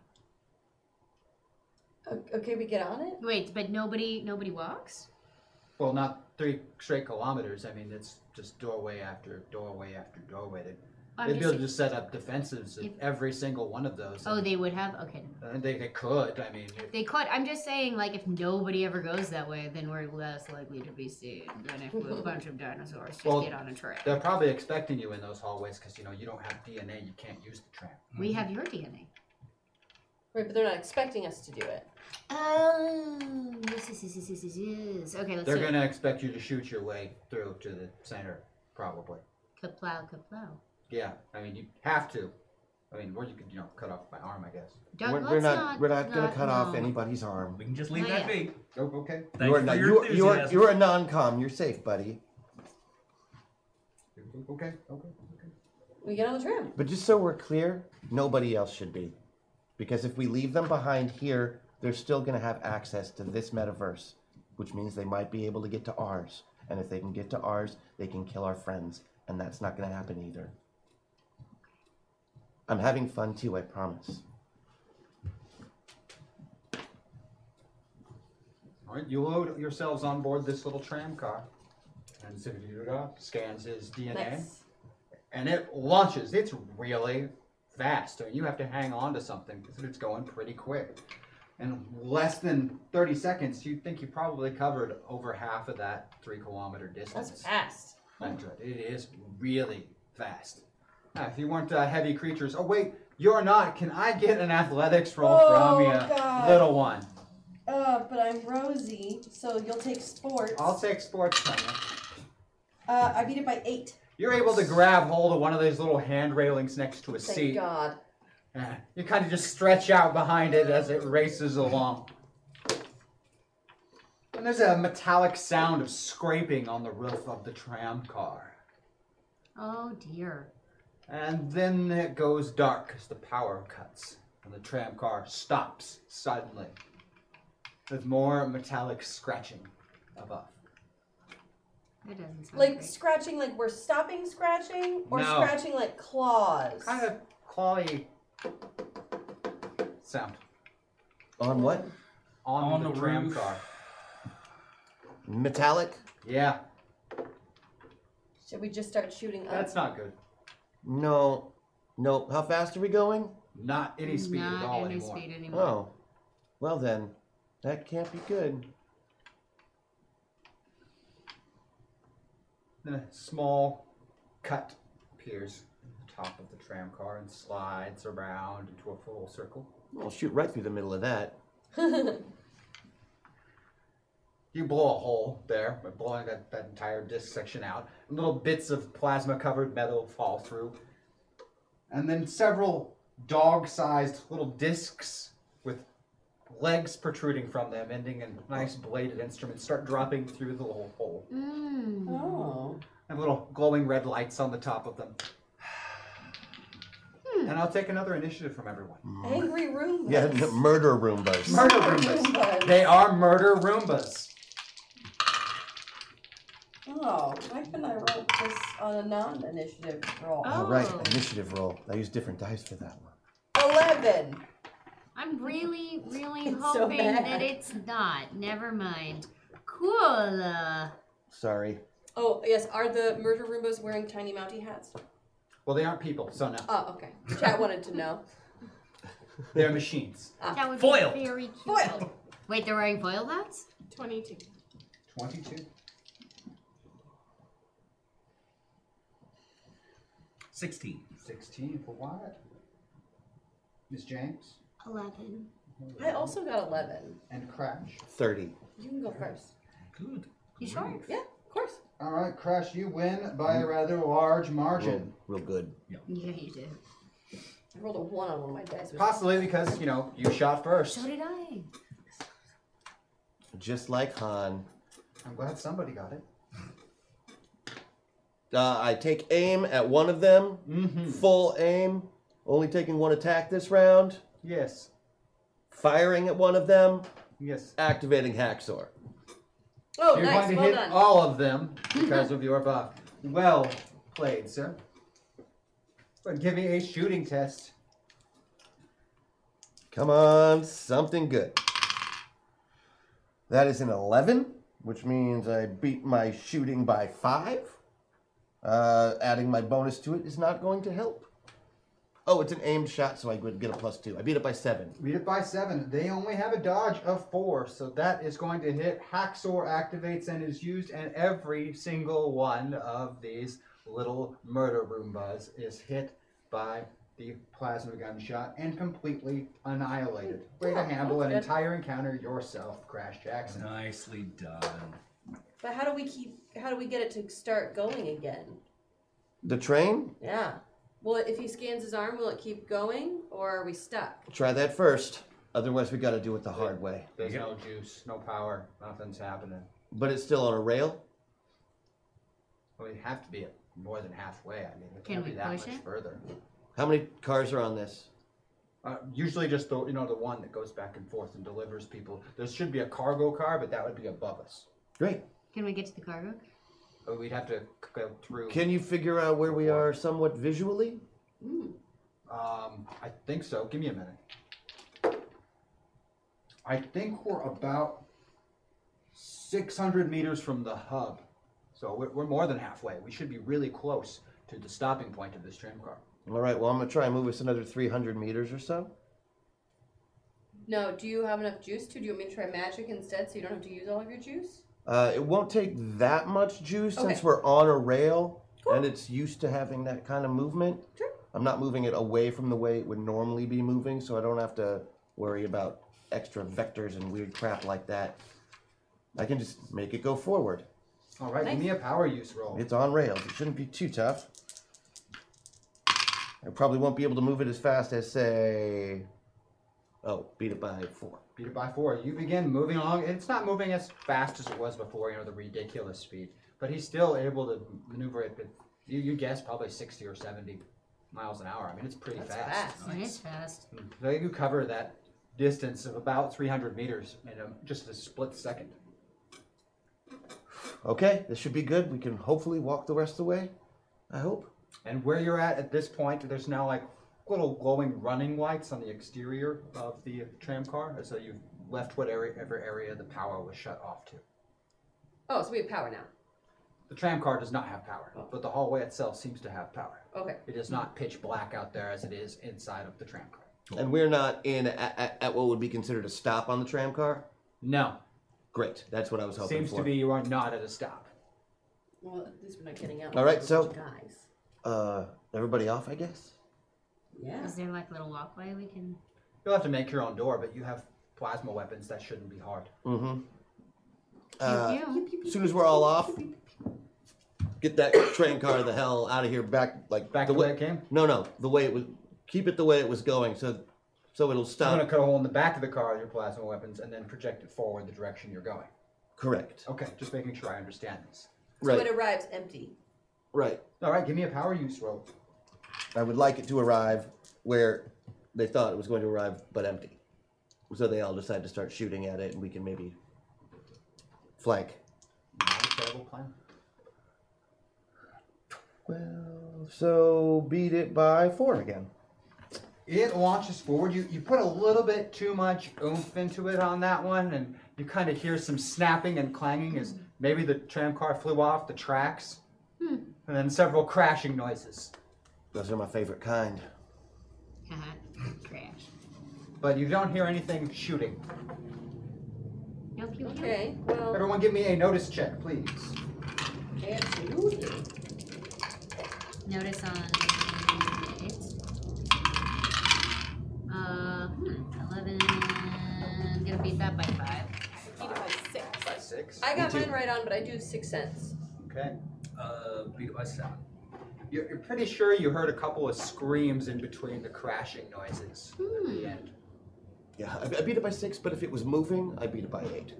S9: O- Okay, we get on it.
S7: Wait, but nobody, nobody walks.
S2: Well, not three straight kilometers. I mean, it's just doorway after doorway after doorway. They
S7: I'm
S2: They'd be
S7: just-
S2: able to set up defenses in every single one of those.
S7: Oh, they would have? Okay.
S2: And they, they could. I mean, if-
S7: They could. I'm just saying, like, if nobody ever goes that way, then we're less likely to be seen than if a bunch of dinosaurs just
S2: Well,
S7: get on a train.
S2: they're probably expecting you in those hallways because you know you don't have DNA. You can't use the tram.
S7: We have your DNA.
S9: Right, but they're not expecting us to do it.
S7: Oh, yes, yes, yes, yes, yes, yes, yes. Okay, let's
S2: They're
S7: do
S2: gonna expect you to shoot your way through to the center, probably.
S7: it. Kaplow, kaplow.
S2: Yeah, I mean you have to. I mean, or you could you know cut off my arm, I guess.
S7: Don't-
S8: We're, we're
S7: let's
S8: not,
S7: not-
S8: We're not gonna
S7: not-
S8: cut off
S7: no.
S8: anybody's arm.
S5: We can just
S7: leave Not that
S2: yet. Oh, okay.
S8: You are
S5: for
S8: not.
S5: your
S8: You are, you are.
S5: enthusiasm.
S8: You are a non-com. You're safe, buddy.
S2: Okay. Okay.
S9: We get on the tram.
S8: But just so we're clear, nobody else should be, because if we leave them behind here, they're still gonna have access to this metaverse, which means they might be able to get to ours. And if they can get to ours, they can kill our friends, and that's not gonna happen either. I'm having fun too. I promise.
S2: All right, you load yourselves on board this little tram car, and Zibidoodah scans his DNA,
S9: Nice.
S2: and it launches. It's really fast, I mean, you have to hang on to something because it's going pretty quick. In less than 30 seconds, you think you probably covered over half of that three kilometer distance.
S9: That's fast.
S2: Mandra, It is really fast. Now, if you weren't uh, heavy creatures, oh wait, you're not. Can I get an athletics roll
S9: Oh,
S2: from you,
S9: God.
S2: little one?
S9: Uh, but I'm Rosie, so you'll take sports.
S2: I'll take sports from you.
S9: Uh, I beat it by eight.
S2: You're able to grab hold of one of these little hand railings next to a
S9: Thank
S2: seat.
S9: God.
S2: Uh, You kind of just stretch out behind it as it races along. And there's a metallic sound of scraping on the roof of the tram car.
S7: Oh, dear.
S2: And then it goes dark as the power cuts and the tram car stops suddenly with more metallic scratching above.
S7: That doesn't sound
S9: Like
S7: great.
S9: scratching, like we're stopping scratching, or
S2: No.
S9: scratching like claws.
S2: Kind of clawy sound
S8: On what?
S2: on,
S5: On
S2: the,
S5: the
S2: tram
S5: roof.
S2: car.
S8: Metallic.
S2: Yeah,
S9: Should we just start shooting up?
S2: that's not good.
S8: No. No. How fast are we going?
S2: Not any speed
S7: Not
S2: at all
S7: any
S2: anymore.
S7: speed anymore.
S8: Oh. Well then, that can't be good.
S2: Then a small cut appears at the top of the tram car and slides around into a full circle.
S8: I'll shoot right through the middle of that.
S2: You blow a hole there by blowing that, that entire disc section out. And little bits of plasma covered metal fall through. And then several dog sized little discs with legs protruding from them, ending in nice bladed instruments, start dropping through the little hole.
S7: Mm.
S9: Oh.
S2: I have little glowing red lights on the top of them. And I'll take another initiative from everyone.
S9: Angry room.
S8: Yeah, n- murder Roombas.
S2: Murder Roombas. They are murder Roombas.
S9: Oh, why couldn't I roll this on a non-initiative roll?
S8: All right,
S7: Oh,
S8: initiative roll. I use different dice for that one.
S9: Eleven.
S7: I'm really, really
S9: It's so
S7: hoping
S9: bad.
S7: that it's not. Never mind. Cool. uh,
S9: Ah,
S8: Sorry.
S9: Oh yes, are the murder Roombas wearing tiny Mountie hats?
S2: Well, they aren't people, so no.
S9: Oh, okay. Chat wanted to know.
S2: They're machines.
S7: That would
S5: Foiled.
S7: be very cute.
S9: Foiled.
S7: Wait, they're wearing foil hats?
S3: 22.
S2: 22.
S5: 16.
S2: 16 for what? Miss James?
S7: 11.
S9: I also got eleven.
S2: And Crash?
S8: 30.
S9: You can go first.
S5: Good.
S7: You sure?
S9: Yeah, of course.
S2: All right, Crash, you win by a rather large
S8: Real,
S2: margin.
S8: real good.
S7: Yeah, you did.
S9: I rolled a one on one of my dice. which-
S2: Possibly because, you know, you shot first.
S7: So did I.
S8: Just like Han.
S2: I'm glad somebody got it.
S8: Uh, I take aim at one of them.
S2: Mm-hmm.
S8: Full aim. Only taking one attack this round.
S2: Yes.
S8: Firing at one of them.
S2: Yes.
S8: Activating Haxor.
S9: Oh,
S2: You're
S9: nice.
S2: going to
S9: Well
S2: hit
S9: done.
S2: all of them because of your buff. Well played, sir. But give me a shooting test.
S8: Come on, something good. That is an 11, which means I beat my shooting by 5. Uh, adding my bonus to it is not going to help. Oh, it's an aimed shot, so I would get a plus two. I beat it by seven.
S2: Beat it by seven. They only have a dodge of four, so that is going to hit. Haxor activates and is used, and every single one of these little murder Roombas is hit by the plasma gunshot and completely annihilated. Way to handle an
S9: Oh, Good.
S2: entire encounter yourself, Crash Jackson.
S5: Nicely done.
S9: But how do we keep? How do we get it to start going again?
S8: The train?
S9: Yeah. Well, if he scans his arm, will it keep going, or are we stuck?
S8: Try that first. Otherwise, we got to do it the hard way.
S2: There's no juice, no power, nothing's happening.
S8: But it's still on a rail.
S2: Well, we have to be at more than halfway. I mean, it
S7: Can
S2: can't
S7: we
S2: be that
S7: push
S2: much
S7: it?
S2: further.
S8: How many cars are on this?
S2: Uh, usually, just the you know the one that goes back and forth and delivers people. There should be a cargo car, but that would be above us.
S8: Great.
S7: Can we get to the cargo?
S2: Uh, We'd have to c- go through.
S8: Can you figure out where we are somewhat visually?
S2: Um, I think so. Give me a minute. I think we're about 600 meters from the hub, so we're, we're more than halfway. We should be really close to the stopping point of this tram car.
S8: All right, well, I'm going to try and move us another 300 meters or so.
S9: No. Do you have enough juice to? Do you want me to try magic instead, so you don't have to use all of your juice?
S8: Uh, it won't take that much juice since
S9: Okay.
S8: we're on a rail and it's used to having that kind of movement. I'm not moving it away from the way it would normally be moving, so I don't have to worry about extra vectors and weird crap like that. I can just make it go forward.
S2: All right, give me a power use roll.
S8: It's on rails. It shouldn't be too tough. I probably won't be able to move it as fast as, say, oh, beat it by four.
S2: Beat it by four. You begin moving along. It's not moving as fast as it was before, you know, the ridiculous speed. But he's still able to maneuver it. But you, you guess probably 60 or 70 miles an hour. I mean, it's pretty fast. Mm-hmm.
S7: It is fast.
S2: So you cover that distance of about 300 meters in a, just a split second.
S8: Okay, this should be good. We can hopefully walk the rest of the way. I hope.
S2: And where you're at at this point, there's now like little glowing running lights on the exterior of the tram car. So you've left whatever whatever area the power was shut off to.
S9: Oh, so we have power now.
S2: The tram car does not have power, but the hallway itself seems to have power.
S9: Okay.
S2: It is not pitch black out there as it is inside of the tram car.
S8: And we're not in at, at, at what would be considered a stop on the tram car?
S2: No.
S8: Great. That's what I was hoping
S2: Seems
S8: for.
S2: to be you are not at a stop.
S9: Well, at least we're not getting out.
S8: All right, so-
S9: Guys.
S8: Uh, everybody off, I guess?
S9: Yeah.
S7: Is there like little walkway we can?
S2: You'll have to make your own door, but you have plasma weapons. That shouldn't be hard.
S8: Mm-hmm. Uh,
S7: Pew, pew.
S8: as soon as we're all off, get that train car the hell out of here. Back like back the, way, it
S2: came.
S8: No, no, the way it was. Keep it the way it was going, so so it'll
S2: I'm
S8: stop.
S2: going to cut a hole in the back of the car with your plasma weapons and then project it forward the direction you're going.
S8: Correct.
S2: Okay, just making sure I understand this.
S8: Right.
S9: So it arrives empty.
S8: Right.
S2: All right, give me a power use roll.
S8: I would like it to arrive where they thought it was going to arrive, but empty. So they all decide to start shooting at it, and we can maybe flank.
S2: Not a terrible plan.
S8: Well, so beat it by four again.
S2: It launches forward. You, you put a little bit too much oomph into it on that one, and you kind of hear some snapping and clanging as maybe the tram car flew off the tracks,
S9: Hmm.
S2: and then several crashing noises.
S8: Those are my favorite kind.
S7: Haha, Crash.
S2: But you don't hear anything shooting.
S7: No pew pew.
S9: Okay. Well.
S2: Everyone, give me a notice check, please.
S9: Absolutely.
S7: Notice on it. Uh, hmm, eleven. Gonna beat that by five.
S9: Beat it by six.
S2: By six.
S9: I got
S5: Me too.
S9: mine right on, but I do six cents.
S2: Okay.
S5: Uh, beat it by seven.
S2: You're, you're pretty sure you heard a couple of screams in between the crashing noises
S9: Hmm.
S2: at the end.
S8: Yeah, I, I beat it by six, but if it was moving, I beat it by eight.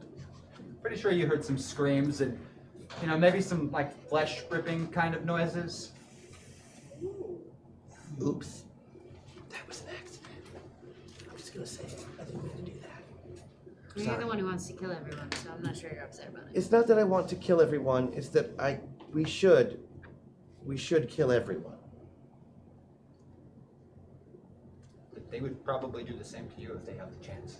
S2: Pretty sure you heard some screams and, you know, maybe some like flesh ripping kind of noises.
S8: Oops. That was an accident. I'm just gonna say it. I didn't mean to do that.
S7: You're
S8: Sorry.
S7: the one who wants to kill everyone, so I'm not sure you're upset about it.
S8: It's not that I want to kill everyone. It's that I we should we should kill everyone.
S2: They would probably do the same to you if they have the chance.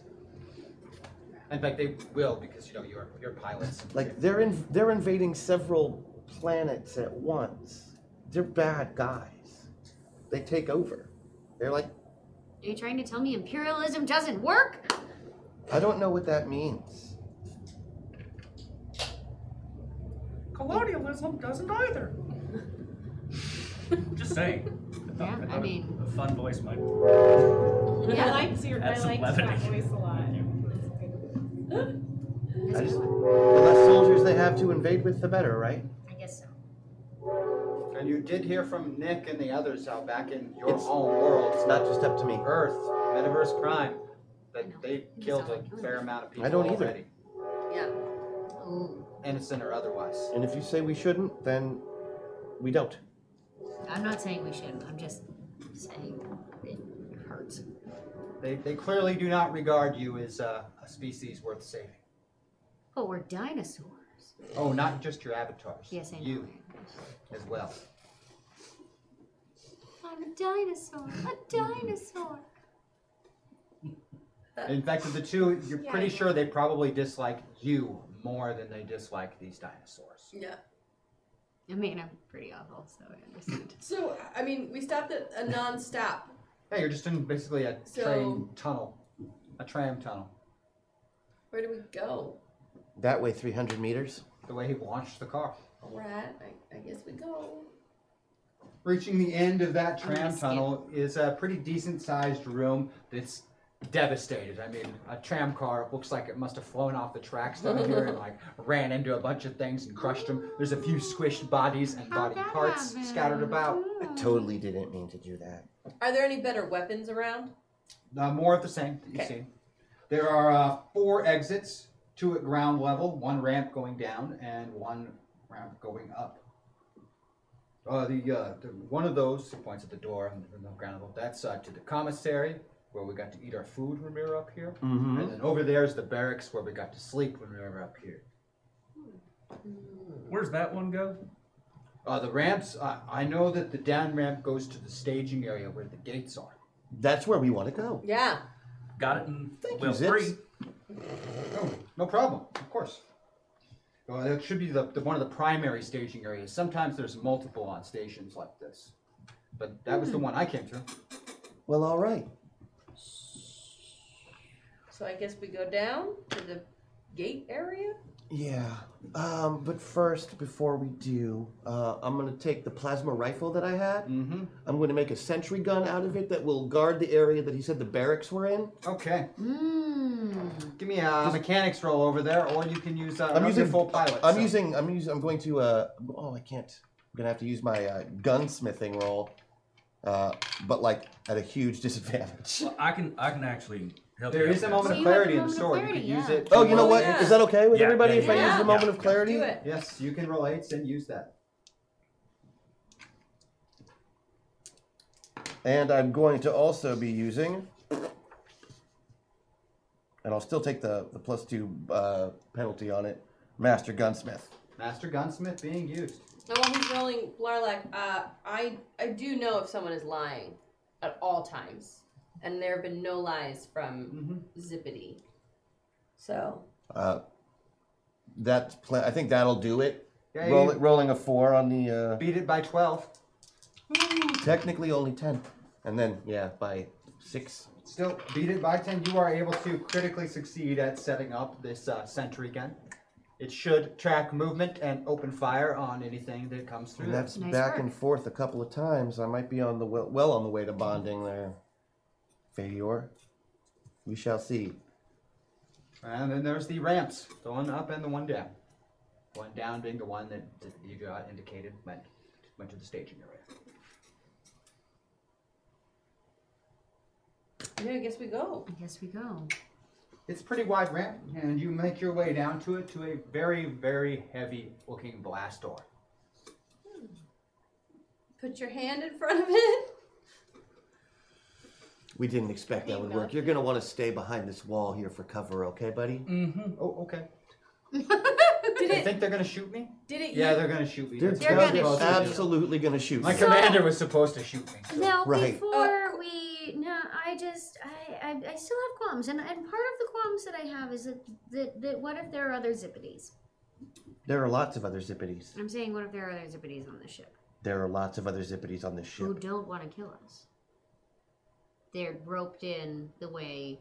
S2: In fact, they will because you know you're you're pilots.
S8: Like they're in they're invading several planets at once. They're bad guys. They take over. They're like,
S7: Are you trying to tell me imperialism doesn't work?
S8: I don't know what that means.
S5: Colonialism doesn't either. Just saying. Yeah, I, mean, a fun voice might.
S3: I liked your, I
S5: Add some
S3: liked
S5: levity.
S3: that voice a lot.
S8: I just, the less soldiers they have to invade with, the better, right?
S7: I guess so.
S2: And you did hear from Nick and the others how back in your own world, it's
S8: not just up to me.
S2: Earth, Metaverse Prime, that they killed a fair amount of people.
S8: I don't either.
S2: already,
S9: Yeah.
S2: innocent or otherwise.
S8: And if you say we shouldn't, then we don't.
S7: I'm not saying we shouldn't. I'm just saying it hurts.
S2: They, they clearly do not regard you as uh, a species worth saving.
S7: But Oh, we're dinosaurs.
S2: Oh, not just your avatars.
S7: Yes, I know.
S2: You as well.
S7: I'm a dinosaur. A dinosaur.
S2: In fact, of the two, you're
S7: Yeah.
S2: pretty sure they probably dislike you more than they dislike these dinosaurs.
S9: Yeah.
S7: I mean, I'm pretty awful, so I understand.
S9: So I mean, we stopped at a non-stop.
S2: Yeah, you're just in basically a
S9: So-
S2: train tunnel, a tram tunnel.
S9: Where do we go?
S8: That way, 300 meters.
S2: The way he launched the car.
S9: Right. I, I guess we go.
S2: Reaching the end of that
S9: I'm gonna
S2: tram
S9: skip.
S2: tunnel is a pretty decent sized room that's devastated. I mean, a tram car looks like it must have flown off the tracks down here and like ran into a bunch of things and crushed them. There's a few squished bodies and body parts scattered about.
S8: I totally didn't mean to do that.
S9: Are there any better weapons around?
S2: Uh, more of the same that you've
S9: Okay.
S2: seen. There are uh, four exits two at ground level, one ramp going down, and one ramp going up. Uh, the, uh, the one of those he points at the door on the, on the ground level. That's uh, to the commissary where we got to eat our food when we were up here,
S8: Mhm.
S2: and then over there is the barracks where we got to sleep when we were up here.
S5: Where's that one go?
S2: Uh, the ramps. Uh, I know that the down ramp goes to the staging area where the gates are.
S8: That's where we want to go.
S9: Yeah.
S5: Got it. And
S8: Thank
S5: well,
S8: you, Zips.
S5: free.
S2: No, no problem. Of course. Well, that should be the, the one of the primary staging areas. Sometimes there's multiple on stations like this, but that was the
S9: Hmm.
S2: one I came to.
S8: Well, all right.
S9: So I guess we go down to the gate area.
S8: Yeah. Um, but first, before we do, uh, I'm going to take the plasma rifle that I had.
S2: Mm-hmm.
S8: I'm going to make a sentry gun out of it that will guard the area that he said the barracks were in.
S2: Okay.
S7: Mm.
S2: Give me a mechanics roll over there, or you can use. Uh,
S8: I'm
S2: I'm
S8: using-
S2: using full pilot.
S8: I'm
S2: so-
S8: using. I'm using. I'm going to. Uh, oh, I can't. I'm going to have to use my uh, gunsmithing roll, uh, but like at a huge disadvantage.
S5: Well, I can I can actually help.
S2: There
S5: you out
S2: is a
S5: with
S2: moment
S5: that.
S2: of clarity in the story. You can use it.
S8: Oh,
S2: to
S8: you know
S2: roll-
S8: what? Is that okay with
S5: Yeah,
S8: everybody
S5: yeah,
S8: if I
S5: yeah.
S8: use the
S5: Yeah.
S8: moment of clarity?
S9: Do it.
S2: Yes, you can roll eights and use that.
S8: And I'm going to also be using, and I'll still take the, the plus two uh, penalty on it, Master Gunsmith.
S2: Master gunsmith being used.
S9: Now while he's rolling, Blarlac, uh, I I do know if someone is lying at all times, and there have been no lies from
S8: Mm-hmm.
S9: Zippity. So
S8: Uh, that's pl- I think that'll do it.
S2: Yeah,
S8: Roll
S2: you-
S8: it rolling a four on the.
S2: Beat it by twelve.
S8: Uh, technically only ten, and then yeah by six.
S2: Still beat it by 10. You are able to critically succeed at setting up this uh, sentry gun. It should track movement and open fire on anything that comes through.
S8: And that's
S2: there.
S8: back and forth a couple of times. I might be on the well, well on the way to bonding there, Fayor. We shall see.
S2: And then there's the ramps the one up and the one down. One down being the one that, that you got indicated went, went to the staging area.
S9: yeah, I guess we go.
S7: I guess we go.
S2: It's a pretty wide ramp, and you make your way down to it to a very, very heavy looking blast door.
S9: Put your hand in front of it.
S8: We didn't expect that would work. You're gonna want to stay behind this wall here for cover, okay, buddy?
S2: Mm-hmm. Oh, okay.
S9: Did
S2: They
S9: it?
S2: think they're going to shoot me?
S9: Did it?
S2: Yeah, they're going to shoot uh, me.
S8: They're,
S2: That's what they're
S8: gonna
S2: supposed to do.
S8: absolutely gonna shoot.
S2: My
S8: you.
S2: commander was supposed to shoot me.
S7: Now,
S8: Right.
S7: before we, no, I just, I, I, I still have qualms, and, and part of the qualms that I have is that, that, that what if there are other zippities?
S8: There are lots of other zippities.
S7: I'm saying, what if there are other zippities on this ship?
S8: There are lots of other zippities on this ship.
S7: who don't want to kill us. They're roped in the way.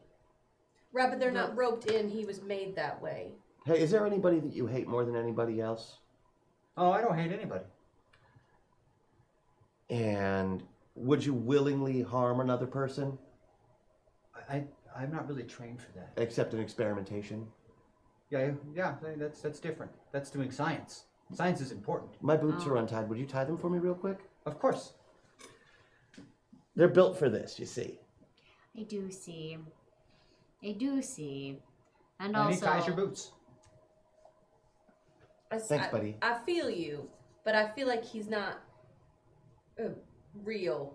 S9: Right, but they're not roped in. He was made that way.
S8: Hey, is there anybody that you hate more than anybody else?
S2: Oh, I don't hate anybody.
S8: And would you willingly harm another person
S2: I, I I'm not really trained for that.
S8: except in experimentation?
S2: Yeah, yeah, that's that's different. That's doing science. Science is important.
S8: My boots
S2: Oh.
S8: are untied. Would you tie them for me real quick?
S2: Of course.
S8: They're built for this, you see.
S7: I do see. I do see. And
S8: And he
S7: also.
S8: ties your boots.
S9: I,
S8: Thanks,
S9: I-
S8: buddy.
S9: I feel you, but I feel like he's not uh, real.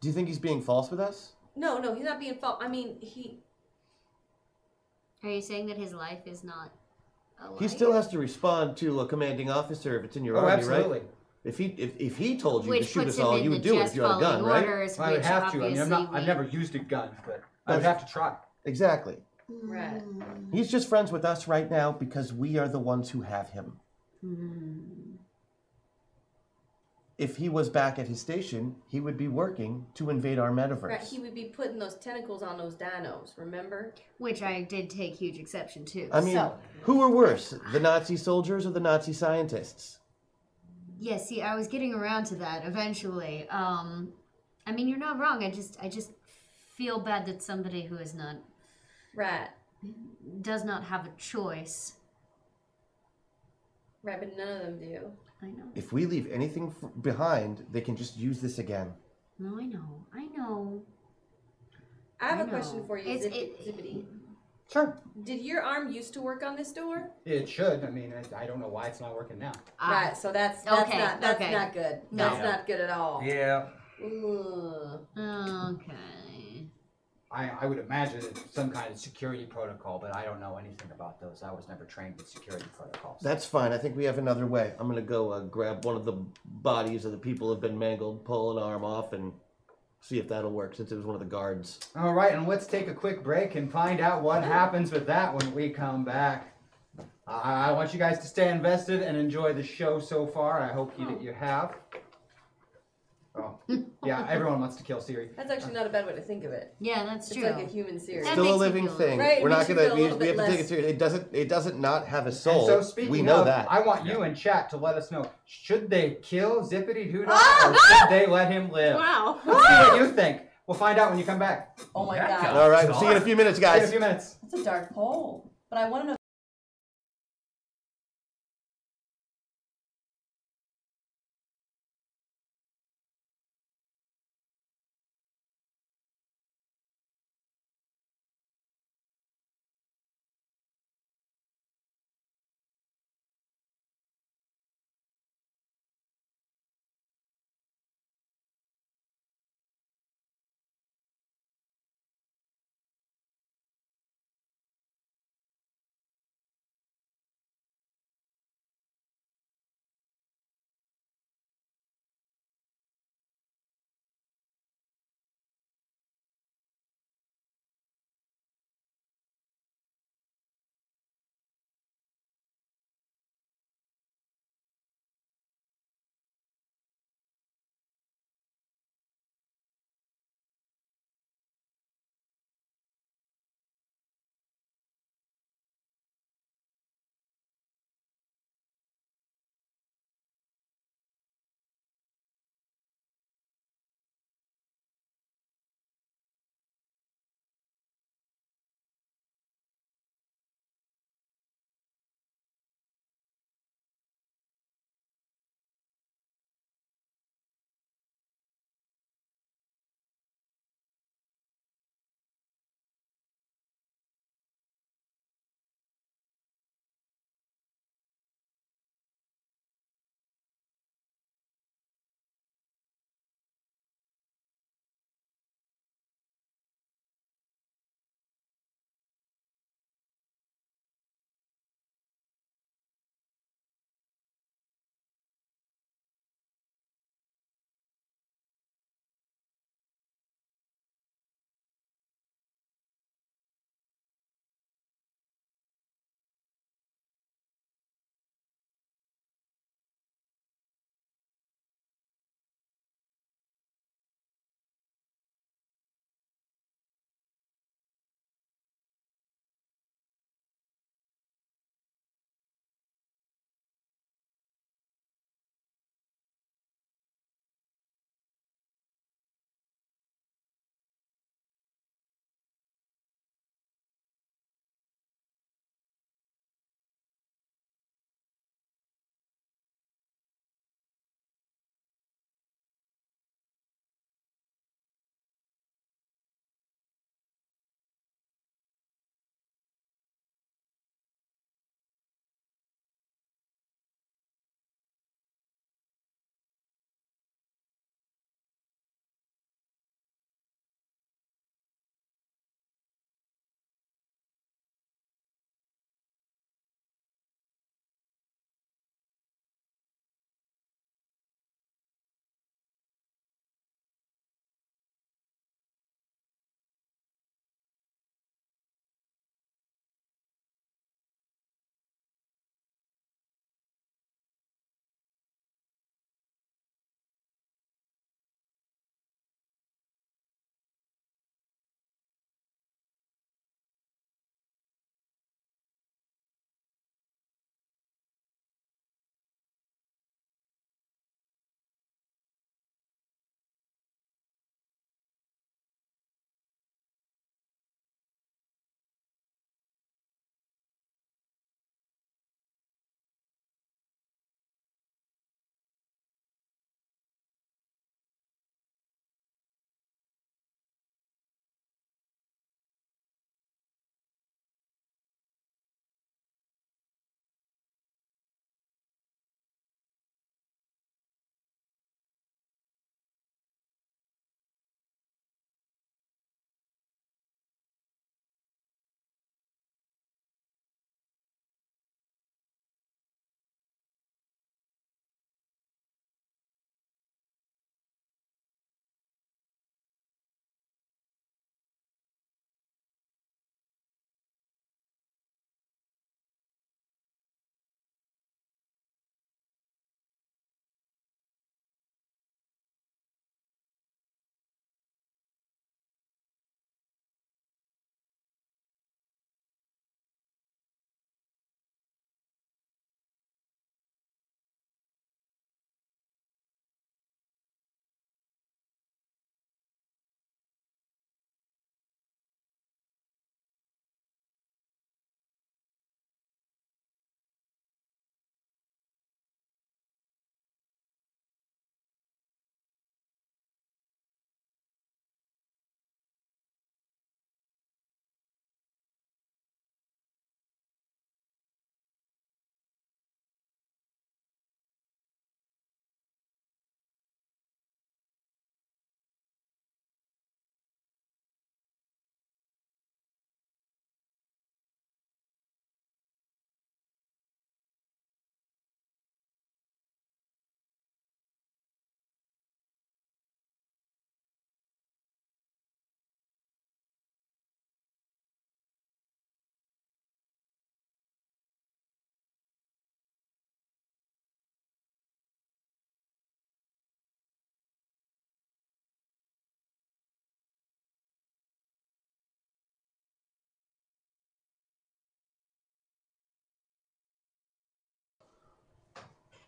S8: Do you think he's being false with us?
S9: No, no, he's not being fault. I mean, he.
S7: Are you saying that his life is not
S8: He still has to respond to a commanding officer if it's in your
S2: Oh,
S8: army,
S2: absolutely.
S8: right? If he if, if he told you
S7: Which
S8: to shoot
S7: puts
S8: us
S7: him
S8: all,
S7: in
S8: you
S7: the
S8: would do it
S7: just
S8: if you had a gun,
S7: following
S8: right?
S7: orders,
S2: I would
S7: which
S2: have to. I mean, I'm not.
S7: obviously
S2: I've
S7: we-
S2: never used a gun, but I would have to try.
S8: Exactly.
S9: Right.
S8: He's just friends with us right now because we are the ones who have him.
S7: Hmm.
S8: If he was back at his station, he would be working to invade our metaverse.
S9: Right, he would be putting those tentacles on those dinos, remember?
S7: Which I did take huge exception to.
S8: I mean,
S7: so,
S8: who were worse, the Nazi soldiers or the Nazi scientists?
S7: yeah, see, I was getting around to that eventually. Um, I mean, you're not wrong. I just, I just feel bad that somebody who is not
S9: right
S7: does not have a choice.
S9: Right, but none of them do.
S7: I know.
S8: If we leave anything f- behind, they can just use this again.
S7: No, I know. I know.
S9: I have
S7: I
S9: a question
S7: know.
S9: for you,
S7: It's-
S9: Zip-
S7: it-
S9: Zippity.
S2: Sure.
S9: Did your arm used to work on this door?
S2: It should. I mean, I, I don't know why it's not working now.
S9: right, so that's that's
S7: Ah. okay,
S9: not that's
S7: okay.
S9: not good.
S7: No.
S9: That's not good at all.
S5: Yeah.
S9: Ugh.
S7: Okay.
S2: I, I would imagine it's some kind of security protocol, but I don't know anything about those. I was never trained with security protocols.
S8: That's fine. I think we have another way. I'm gonna go uh, grab one of the bodies of the people who've been mangled, pull an arm off, and see if that'll work. Since it was one of the guards.
S2: All right, and let's take a quick break and find out what happens with that when we come back. I, I want you guys to stay invested and enjoy the show so far. I hope you you have. Oh, yeah, everyone wants to kill Siri.
S9: That's actually not a bad way to think of it.
S7: Yeah, that's
S9: it's
S7: true.
S9: It's like a human series.
S8: Still a living thing.
S9: Right, it
S8: We're not
S9: makes you
S8: gonna.
S9: feel a
S8: We,
S9: little
S8: we have
S9: bit
S8: to take it
S9: less-
S8: serious. It doesn't. It doesn't not have a
S2: And
S8: soul.
S2: so speaking
S8: we know
S2: of,
S8: that.
S2: I want you in chat to let us know: should they kill Zippity Doo
S7: Ah,
S2: Dah, or should they let him live?
S9: Wow.
S2: Let's see what you think. We'll find out when you come back.
S9: Oh my
S2: Yeah.
S9: god.
S8: All right. We'll see you in a few minutes,
S2: See you in
S8: guys.
S2: a few minutes.
S9: That's a dark hole. But I want to know.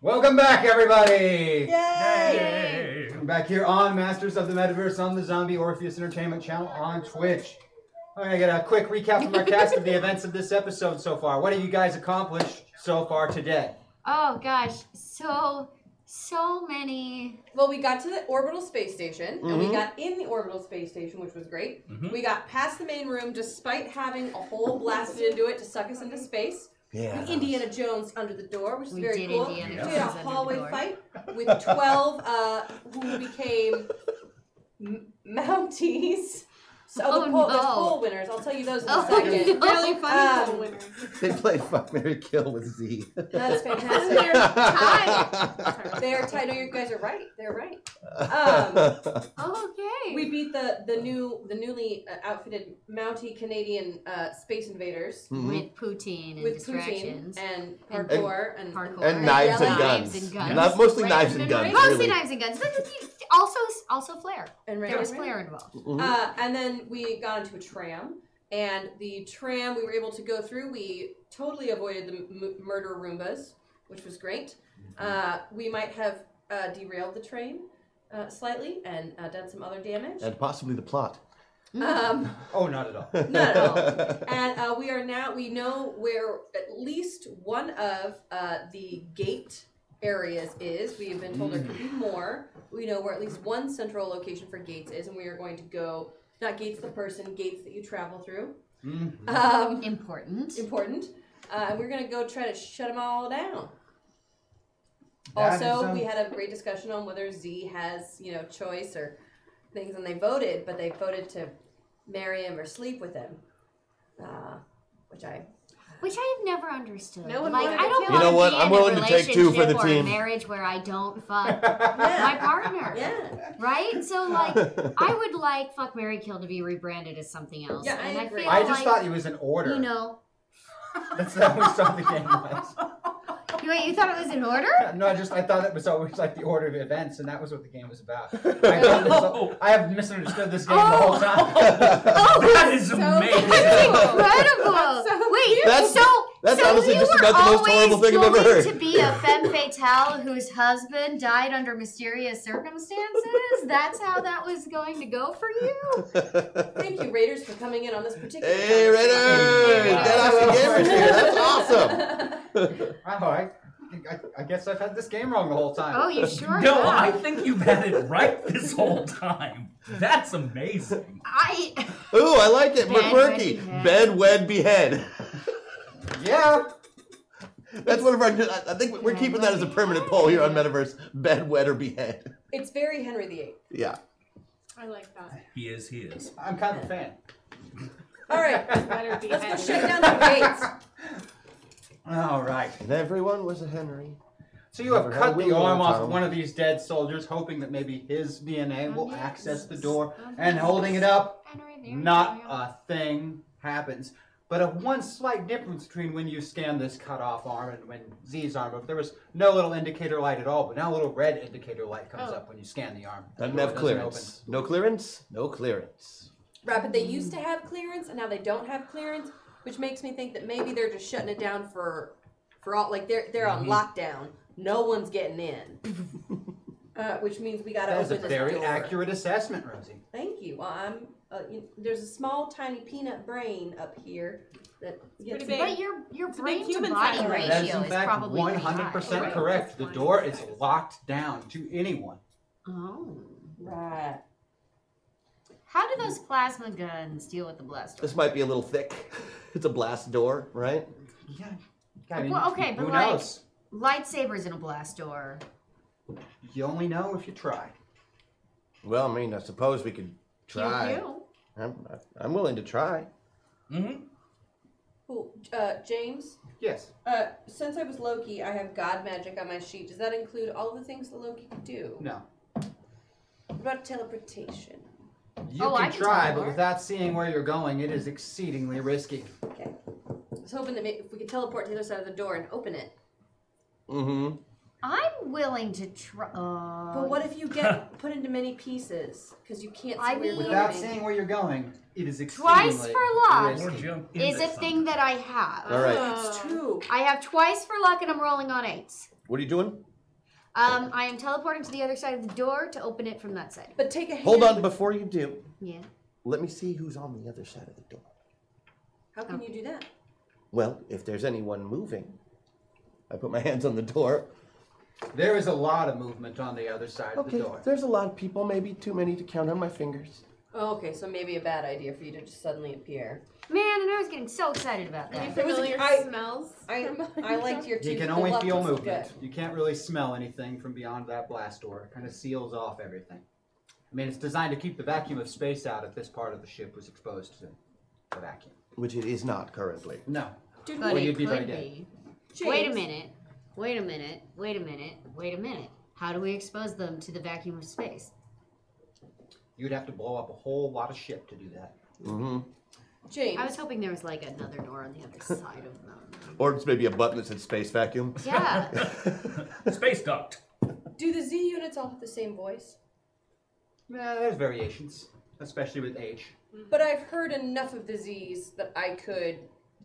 S2: Welcome back, everybody!
S14: Yay!
S2: We're back here on Masters of the Metaverse on the Zombie Orpheus Entertainment channel on Twitch. I'm gonna get a quick recap from our cast of the events of this episode so far. What have you guys accomplished so far today?
S7: Oh gosh, so so many.
S9: Well, we got to the orbital space station, and we
S7: Mhm.
S9: got in the orbital space station, which was great. We got past the main room, despite having a hole blasted into it to suck us into space.
S4: Yeah.
S9: And Indiana Jones under the door, which is
S7: We
S9: very
S7: did
S9: cool.
S7: Indiana
S9: We did a
S7: Jones under the
S9: hallway
S7: door.
S9: fight with twelve uh, who became M- Mounties. So
S7: Oh,
S9: the poll, the
S7: no.
S9: poll winners. I'll tell you those in a
S7: Oh,
S9: second.
S7: no. Really funny poll
S9: winners.
S4: They played Fuck Mary Kill with Z.
S9: That's fantastic. They're tied. They're tied. No, you guys are right. They're right. Um,
S7: okay.
S9: We beat the the new the newly uh, outfitted Mountie Canadian uh, space invaders
S4: Mhm. With
S7: poutine and
S9: with
S7: distractions.
S9: poutine and
S7: And-
S9: parkour and, parkour
S7: Or
S4: And knives and
S9: yellow-
S4: guns. Not- mostly
S7: Right.
S4: knives and guns.
S7: Mostly
S4: really.
S7: knives and guns. But you- also, also flare.
S9: And right,
S7: there was
S9: right.
S7: flare involved.
S4: Mhm.
S9: Uh, and then we got into a tram, and the tram we were able to go through. We totally avoided the m- murder Roombas, which was great.
S4: Mm-hmm.
S9: Uh, we might have uh, derailed the train uh, slightly and uh, done some other damage.
S4: And possibly the plot.
S9: Um,
S2: Oh, not at all.
S9: Not at all. and uh, we are now, we know where at least one of uh, the gate areas is. We have been told there could be more. We know where at least one central location for gates is, and we are going to go, not gates the person, gates that you travel through. Um,
S7: important.
S9: Important. Uh, and we're going to go try to shut them all down.
S14: That is,
S9: also,
S14: um,
S9: we had a great discussion on whether Z has, you know, choice or things, and they voted, but they voted to marry him or sleep with him, uh, which I
S7: Which I have never understood.
S9: No one
S7: like
S9: wanted
S7: I
S9: to
S7: don't
S9: kill
S7: want
S9: You know
S7: to
S9: what?
S7: be
S9: I'm
S7: in
S9: willing
S7: a
S9: to take two for
S7: relationship
S9: the
S7: or a
S9: team.
S7: marriage where I don't fuck my partner. Right? So like I would like fuck Mary Kill to be rebranded as something else.
S9: Yeah, I
S7: and I,
S9: agree.
S7: feel
S2: I just
S7: like,
S2: thought it was an order.
S7: You know.
S2: That's how we saw the game was.
S7: You- Wait, you thought it was an order?
S2: No, I just I thought it was always like the order of events, and that was what the game was about. I, thought this whole- I have misunderstood this game the whole time.
S7: that
S5: is
S2: amazing.
S7: That's incredible. Wait,
S2: That's-
S7: so
S2: that's
S7: so
S2: honestly
S7: you
S2: just
S7: were
S2: about the most horrible
S7: always
S2: thing I've ever heard.
S7: going To be a femme fatale whose husband died under mysterious circumstances, that's how that was going to go for you.
S9: thank you Raiders for coming in on this particular.
S4: Hey, Raider! Dead Off Gamer here. That's awesome.
S2: I'm all right. I, I guess I've had this game wrong the whole time.
S7: Oh, you sure
S5: No,
S7: have.
S5: I think you've had it right this whole time. That's amazing.
S7: I
S4: Ooh, I like it.
S5: Bed, wed,
S4: McQuirky.
S5: behead.
S4: Bed, wed, behead.
S2: Yeah.
S4: That's one of our. I- I think we're keeping that as a permanent poll here on Metaverse. Bed, wed, or behead.
S9: It's very Henry VIII.
S4: Yeah.
S9: I like that.
S5: He is, he is.
S2: I'm kind of a fan.
S9: All right, let's
S3: be
S9: go
S3: Henry.
S9: shut down the gates.
S2: All right.
S4: And everyone was a Henry.
S2: So you have
S4: Never had
S2: cut
S4: a
S2: the
S4: wheel
S2: arm
S4: one
S2: off
S4: time.
S2: one of these dead soldiers, hoping that maybe his DNA will access the door, and holding it up, not a thing happens. But a one slight difference between when you scan this cut off arm and when Z's arm, if there was no little indicator light at all, but now a little red indicator light comes
S9: Oh.
S2: up when you scan the arm.
S4: Doesn't
S2: The
S4: have
S2: door
S4: clearance. No clearance. No clearance.
S9: Right, but they used to have clearance, and now they don't have clearance, which makes me think that maybe they're just shutting it down for, for all like they're they're
S2: Mhm.
S9: on lockdown. No one's getting in, uh, which means we got to
S2: That is a
S9: open this
S2: very
S9: door.
S2: accurate assessment, Rosie.
S9: Thank you. Well, I'm. Uh, you, there's a small, tiny peanut brain up here that gets
S3: pretty big.
S7: But your your
S3: It's a big
S7: brain to
S3: human
S7: body
S3: factor.
S7: ratio
S2: That is in
S7: is
S2: fact
S7: probably
S2: one
S7: pretty
S2: hundred
S7: high.
S2: percent correct. The door is locked down to anyone.
S7: Oh.
S9: Right.
S7: How do those plasma guns deal with the blast?
S4: This might be a little thick. It's a blast door, right?
S2: Yeah.
S7: well, okay, but
S4: who
S7: like
S4: knows?
S7: lightsabers in a blast door.
S2: You only know if you try.
S4: Well, I mean, I suppose we could try.
S7: pew.
S4: I'm, I'm willing to try.
S5: Mm-hmm.
S9: Cool. Uh, James.
S2: Yes.
S9: Uh, since I was Loki, I have God magic on my sheet. Does that include all the things that Loki can do?
S2: No.
S9: What about teleportation?
S2: You
S9: Oh, I
S2: can
S9: can
S2: try, but
S9: teleport.
S2: without seeing where you're going, it is exceedingly risky.
S9: I was hoping that maybe if we could teleport to the other side of the door and open it.
S4: Mm-hmm.
S7: I'm willing to try. Uh,
S9: But what if you get put into many pieces because you can't see
S7: I
S9: where you're
S7: mean-
S2: Without
S9: going?
S2: seeing where you're going, it is exceedingly
S7: Twice for luck
S2: risky.
S7: is a thing that I have.
S4: All right.
S9: It's true.
S7: I have twice for luck, and I'm rolling on eights.
S4: What are you doing?
S7: Um, I am teleporting to the other side of the door to open it from that side.
S9: But take a
S8: Hold on, before you do,
S7: Yeah.
S8: let me see who's on the other side of the door.
S9: How can you do that?
S8: Well, if there's anyone moving, I put my hands on the door.
S2: There is a lot of movement on the other side of
S8: Okay,
S2: the door.
S8: there's a lot of people, maybe too many to count on my fingers.
S9: Oh, okay, so maybe a bad idea for you to just suddenly appear.
S7: Man, and I was getting so excited about that.
S9: It was- familiar I- smells I- remind I liked you? your
S2: You
S9: teeth,
S2: can
S9: the
S2: only
S9: left
S2: feel
S9: was
S2: movement.
S9: good.
S2: You can't really smell anything from beyond that blast door. It kind of seals off everything. I mean, it's designed to keep the vacuum of space out if this part of the ship was exposed to the vacuum.
S8: Which it is not currently.
S2: No.
S7: Dude,
S2: Well,
S7: but it
S2: you'd be very
S7: could
S2: dead.
S7: be. Wait a
S9: James.
S7: minute. Wait a minute. Wait a minute. Wait a minute. How do we expose them to the vacuum of space?
S2: You'd have to blow up a whole lot of ship to do that.
S8: Mm-hmm.
S9: James.
S7: I was hoping there was like another door on the other side of them.
S8: Or it's maybe a button that said space vacuum.
S7: Yeah.
S5: Space duct.
S9: Do the Z units all have the same voice?
S2: Yeah, there's variations, especially with age.
S9: But I've heard enough of the Z's that I could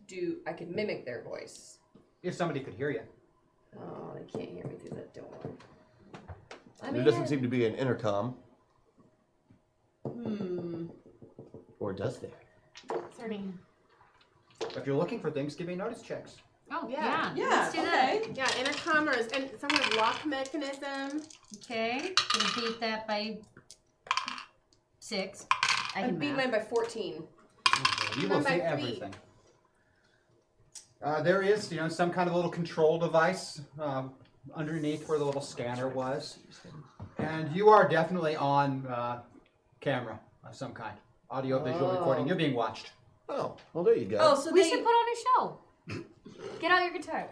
S9: do, I could mimic their voice.
S2: If somebody could hear you.
S9: Oh, they can't hear me through that door. I
S8: there
S9: mean,
S8: doesn't seem to be an intercom.
S9: hmm.
S8: Or does there?
S2: If you're looking for things, give me notice checks.
S7: Oh
S3: yeah.
S7: Yeah, let's do that.
S3: okay. Yeah, intercomers and some kind of lock mechanism.
S7: Okay. We beat that by six. I
S9: I
S7: can
S9: beat mine
S7: math.
S9: by 14.
S2: You
S9: Run
S2: will see
S9: by three.
S2: everything. Uh, there is, you know, some kind of little control device um, underneath where the little scanner was, and you are definitely on uh, camera of some kind, audio visual recording.
S8: Oh.
S2: You're being watched.
S8: Oh, well, there you go.
S7: we should put on a show. Get out your guitar.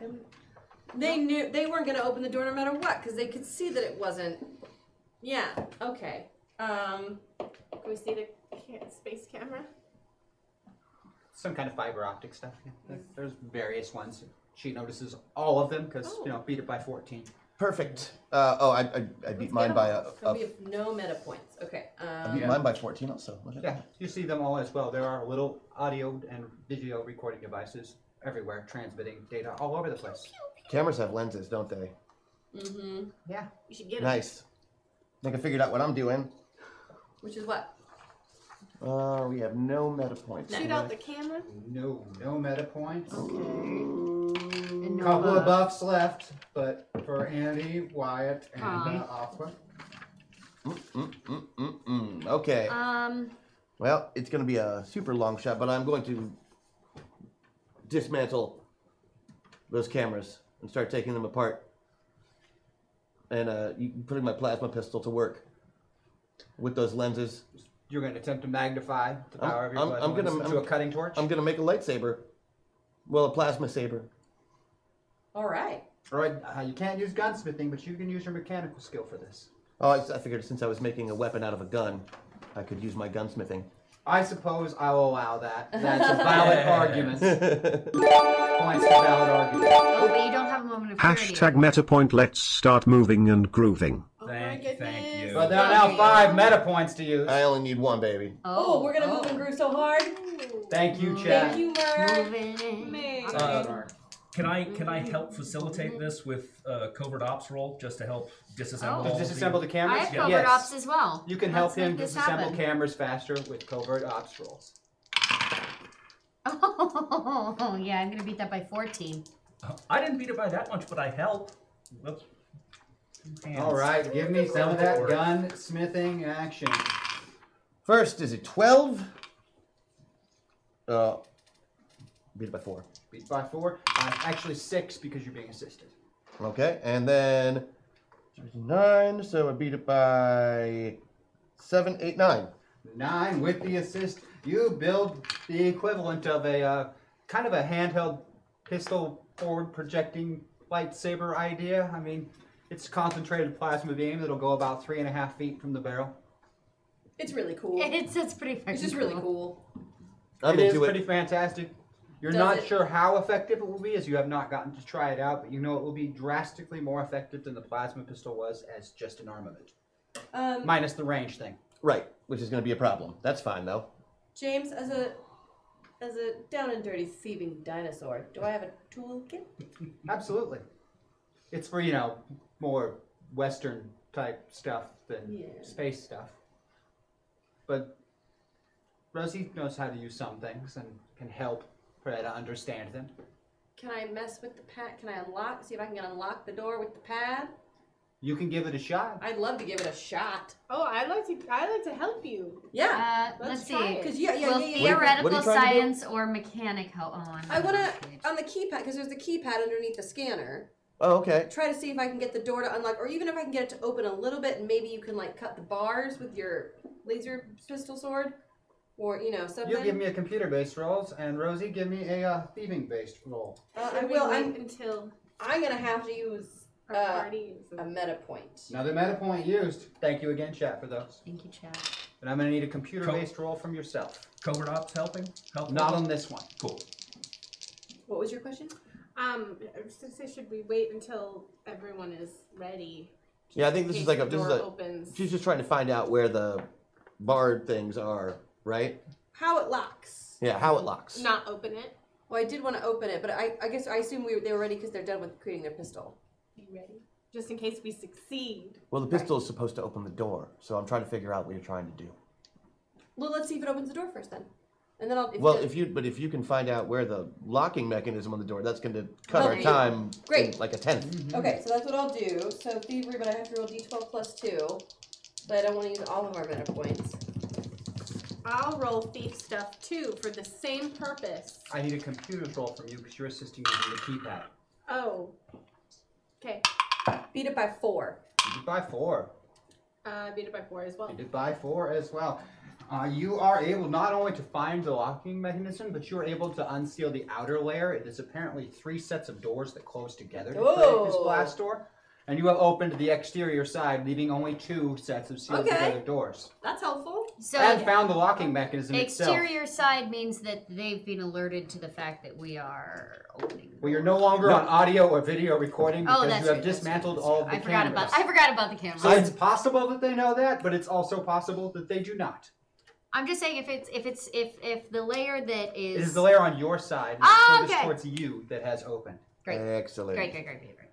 S9: They knew they weren't going to open the door no matter what because they could see that it wasn't. Yeah. Okay. Um.
S3: Can we see the ca- space camera?
S2: Some kind of fiber optic stuff. yeah. There- There's various ones. She notices all of them because you know beat it by 14.
S8: Perfect. Uh, oh, I, I, I beat mine by a,
S9: So
S8: a,
S9: we have no meta points. Okay.
S8: I
S9: Um,
S8: beat mine by 14 also. Look at
S2: Yeah, you see them all as well. There are little audio and video recording devices everywhere, transmitting data all over the place.
S8: that. Cameras have lenses, don't they?
S9: Mm-hmm.
S2: Yeah.
S3: You should get
S8: Nice. I think I figured out what I'm doing.
S9: Which is what?
S8: Uh, we have no meta points.
S3: Shoot out the camera.
S2: No, no meta points.
S8: Oh,
S7: And no
S2: Couple of
S7: love.
S2: buffs left, but for Andy, Wyatt, and
S7: Aw.
S2: uh, Aqua.
S8: Mm, mm, mm, mm. Okay.
S7: Um.
S8: Well, it's going to be a super long shot, but I'm going to dismantle those cameras and start taking them apart and uh, you- putting my plasma pistol to work with those lenses.
S2: You're going to attempt to magnify the power of
S8: I'm,
S2: your
S8: Oh, I'm,
S2: blood
S8: I'm gonna
S2: ones
S8: I'm,
S2: to a cutting torch.
S8: I'm gonna make a lightsaber. Well, a plasma saber.
S9: All right.
S2: All right, uh, you can't use gunsmithing, but you can use your mechanical skill for this.
S8: Oh, I, I figured since I was making a weapon out of a gun, I could use my gunsmithing.
S2: I suppose I'll allow that. That's a valid argument. Points for valid argument.
S7: Oh, but you don't have a moment of clarity.
S10: Hashtag MetaPoint. Let's start moving and grooving.
S3: Oh
S5: Thank, thank you.
S2: But there are now five meta points to use.
S8: I only need one, baby.
S9: Oh, we're gonna move and groove so hard.
S2: Thank you, Chad.
S9: Thank you, Mer.
S3: Man.
S5: Uh, can I can I help facilitate this with uh, covert ops roll just to help disassemble?
S2: To
S5: all
S2: disassemble the
S7: I
S2: cameras?
S7: have covered
S2: Yes.
S7: ops as well.
S2: You can
S7: Let's
S2: help him
S7: make this
S2: disassemble
S7: happen.
S2: cameras faster with covert ops rolls.
S7: Oh, yeah, I'm gonna beat that by 14.
S5: I didn't beat it by that much, but I help. Well, two hands.
S2: All right, give me some of that
S5: Or-
S2: gunsmithing action.
S8: First is a 12. Uh, beat it by four.
S2: Beat by four. Uh, actually, six because you're being assisted.
S8: Okay, and then nine. So I beat it by seven, eight, nine.
S2: Nine with the assist. You build the equivalent of a uh, kind of a handheld pistol forward projecting lightsaber idea. I mean, it's a concentrated plasma beam that'll go about three and a half feet from the barrel.
S9: It's really cool.
S7: It's, it's pretty
S9: It's just
S7: freaking
S9: really cool.
S8: I'm
S2: It is
S8: into it.
S2: pretty fantastic. You're
S9: Does
S2: not
S9: it-
S2: sure how effective it will be, as you have not gotten to try it out, but you know it will be drastically more effective than the plasma pistol was as just an armament,
S9: Um,
S2: minus the range thing.
S8: Right, which is going to be a problem. That's fine though.
S9: James, as a as a down and dirty thieving dinosaur, do I have a toolkit?
S2: Absolutely. It's for, you know, more Western type stuff than space stuff. But Rosie knows how to use some things and can help Freya to understand them.
S9: Can I mess with the pad? Can I unlock? See if I can unlock the door with the pad.
S2: You can give it a shot.
S9: I'd love to give it a shot.
S3: Oh, I'd like to. I'd like to help you.
S9: Yeah.
S3: Uh,
S7: Let's, see.
S3: try it.
S7: Will theoretical science or mechanic help? Oh, I'm
S9: I want to on the keypad because there's the keypad underneath the scanner.
S8: Oh, okay.
S9: Try to see if I can get the door to unlock, or even if I can get it to open a little bit, and maybe you can like cut the bars with your laser pistol sword, or you know something.
S2: You give me a computer-based rolls, and Rosie, give me a uh, thieving-based roll.
S9: Uh, I
S3: Should we
S9: will.
S3: wait
S9: I'm,
S3: until
S9: I'm gonna have to use
S3: our
S9: uh,
S3: party is
S9: a meta point.
S2: Another meta point used. Thank you again, chat, for those.
S7: Thank you, chat.
S2: And I'm going to need a computer-based roll from yourself.
S5: Covert ops helping? Help.
S2: Not on this one.
S5: Cool.
S9: What was your question?
S3: Um, since I should we wait until everyone is ready?
S8: Yeah, I think this
S3: In
S8: is like a
S3: case the
S8: this is
S3: door
S8: a.
S3: opens.
S8: She's just trying to find out where the barred things are, right?
S9: How it locks.
S8: Yeah, how it locks.
S9: Not open it. Well, I did want to open it, but I, I guess I assume we were, they were ready because they're done with creating their pistol.
S3: You ready? Just in case we succeed.
S8: Well, the pistol is supposed to open the door, so I'm trying to figure out what you're trying to do.
S9: Well, let's see if it opens the door first then, and then I'll.
S8: well,
S9: the-
S8: if you but if you can find out where the locking mechanism on the door, that's going to cut our
S9: Okay.
S8: time
S9: Great.
S8: in like a tenth.
S9: Okay, so that's what I'll do. So thievery, but I have to roll d12 plus two, but I don't want to use all of our meta points.
S3: I'll roll thief stuff too for the same purpose.
S2: I need a computer roll from you because you're assisting me with the keypad.
S3: Oh. Okay.
S9: Beat it by four.
S2: You did by four.
S3: Uh, beat it by four as well.
S2: You did by four as well. Uh, you are able not only to find the locking mechanism, but you are able to unseal the outer layer. It is apparently three sets of doors that close together to create this
S9: Oh.
S2: blast door. And you have opened the exterior side, leaving only two sets of sealed
S7: Okay.
S2: together doors.
S9: That's helpful.
S7: So
S2: and found the locking mechanism itself.
S7: exterior side means that they've been alerted to the fact that we are opening.
S2: Well, you're no longer on audio or video recording
S7: Oh,
S2: because
S7: that's
S2: you have
S7: right, that's
S2: dismantled all of the
S7: I forgot
S2: cameras.
S7: about I forgot about the cameras.
S2: So it's possible that they know that, but it's also possible that they do not.
S7: I'm just saying if it's if it's if if the layer that
S2: It
S7: is
S2: is the layer on your side, and
S7: Ah,
S2: it's
S7: okay.
S2: towards you, that has opened.
S7: Great.
S8: Excellent.
S7: Great, great, great, great, great.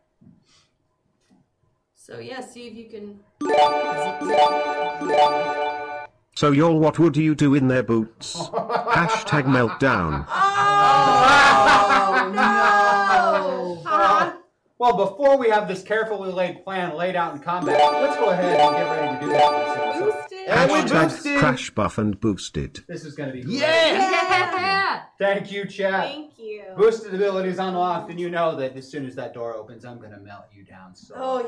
S9: So yeah, see if you can.
S10: So y'all, what would you do in their boots? Hashtag meltdown.
S2: Oh
S3: Oh,
S2: no!
S7: Uh-huh.
S2: well, before we have this carefully laid plan laid out in combat, let's go ahead and get ready to do that. This episode.
S10: Hashtag crash buff and boosted.
S2: This is going to be
S7: Yeah.
S2: Thank you, chat.
S3: Thank you.
S2: Boosted abilities unlocked, and you know that as soon as that door opens, I'm going to melt you down. So.
S9: Oh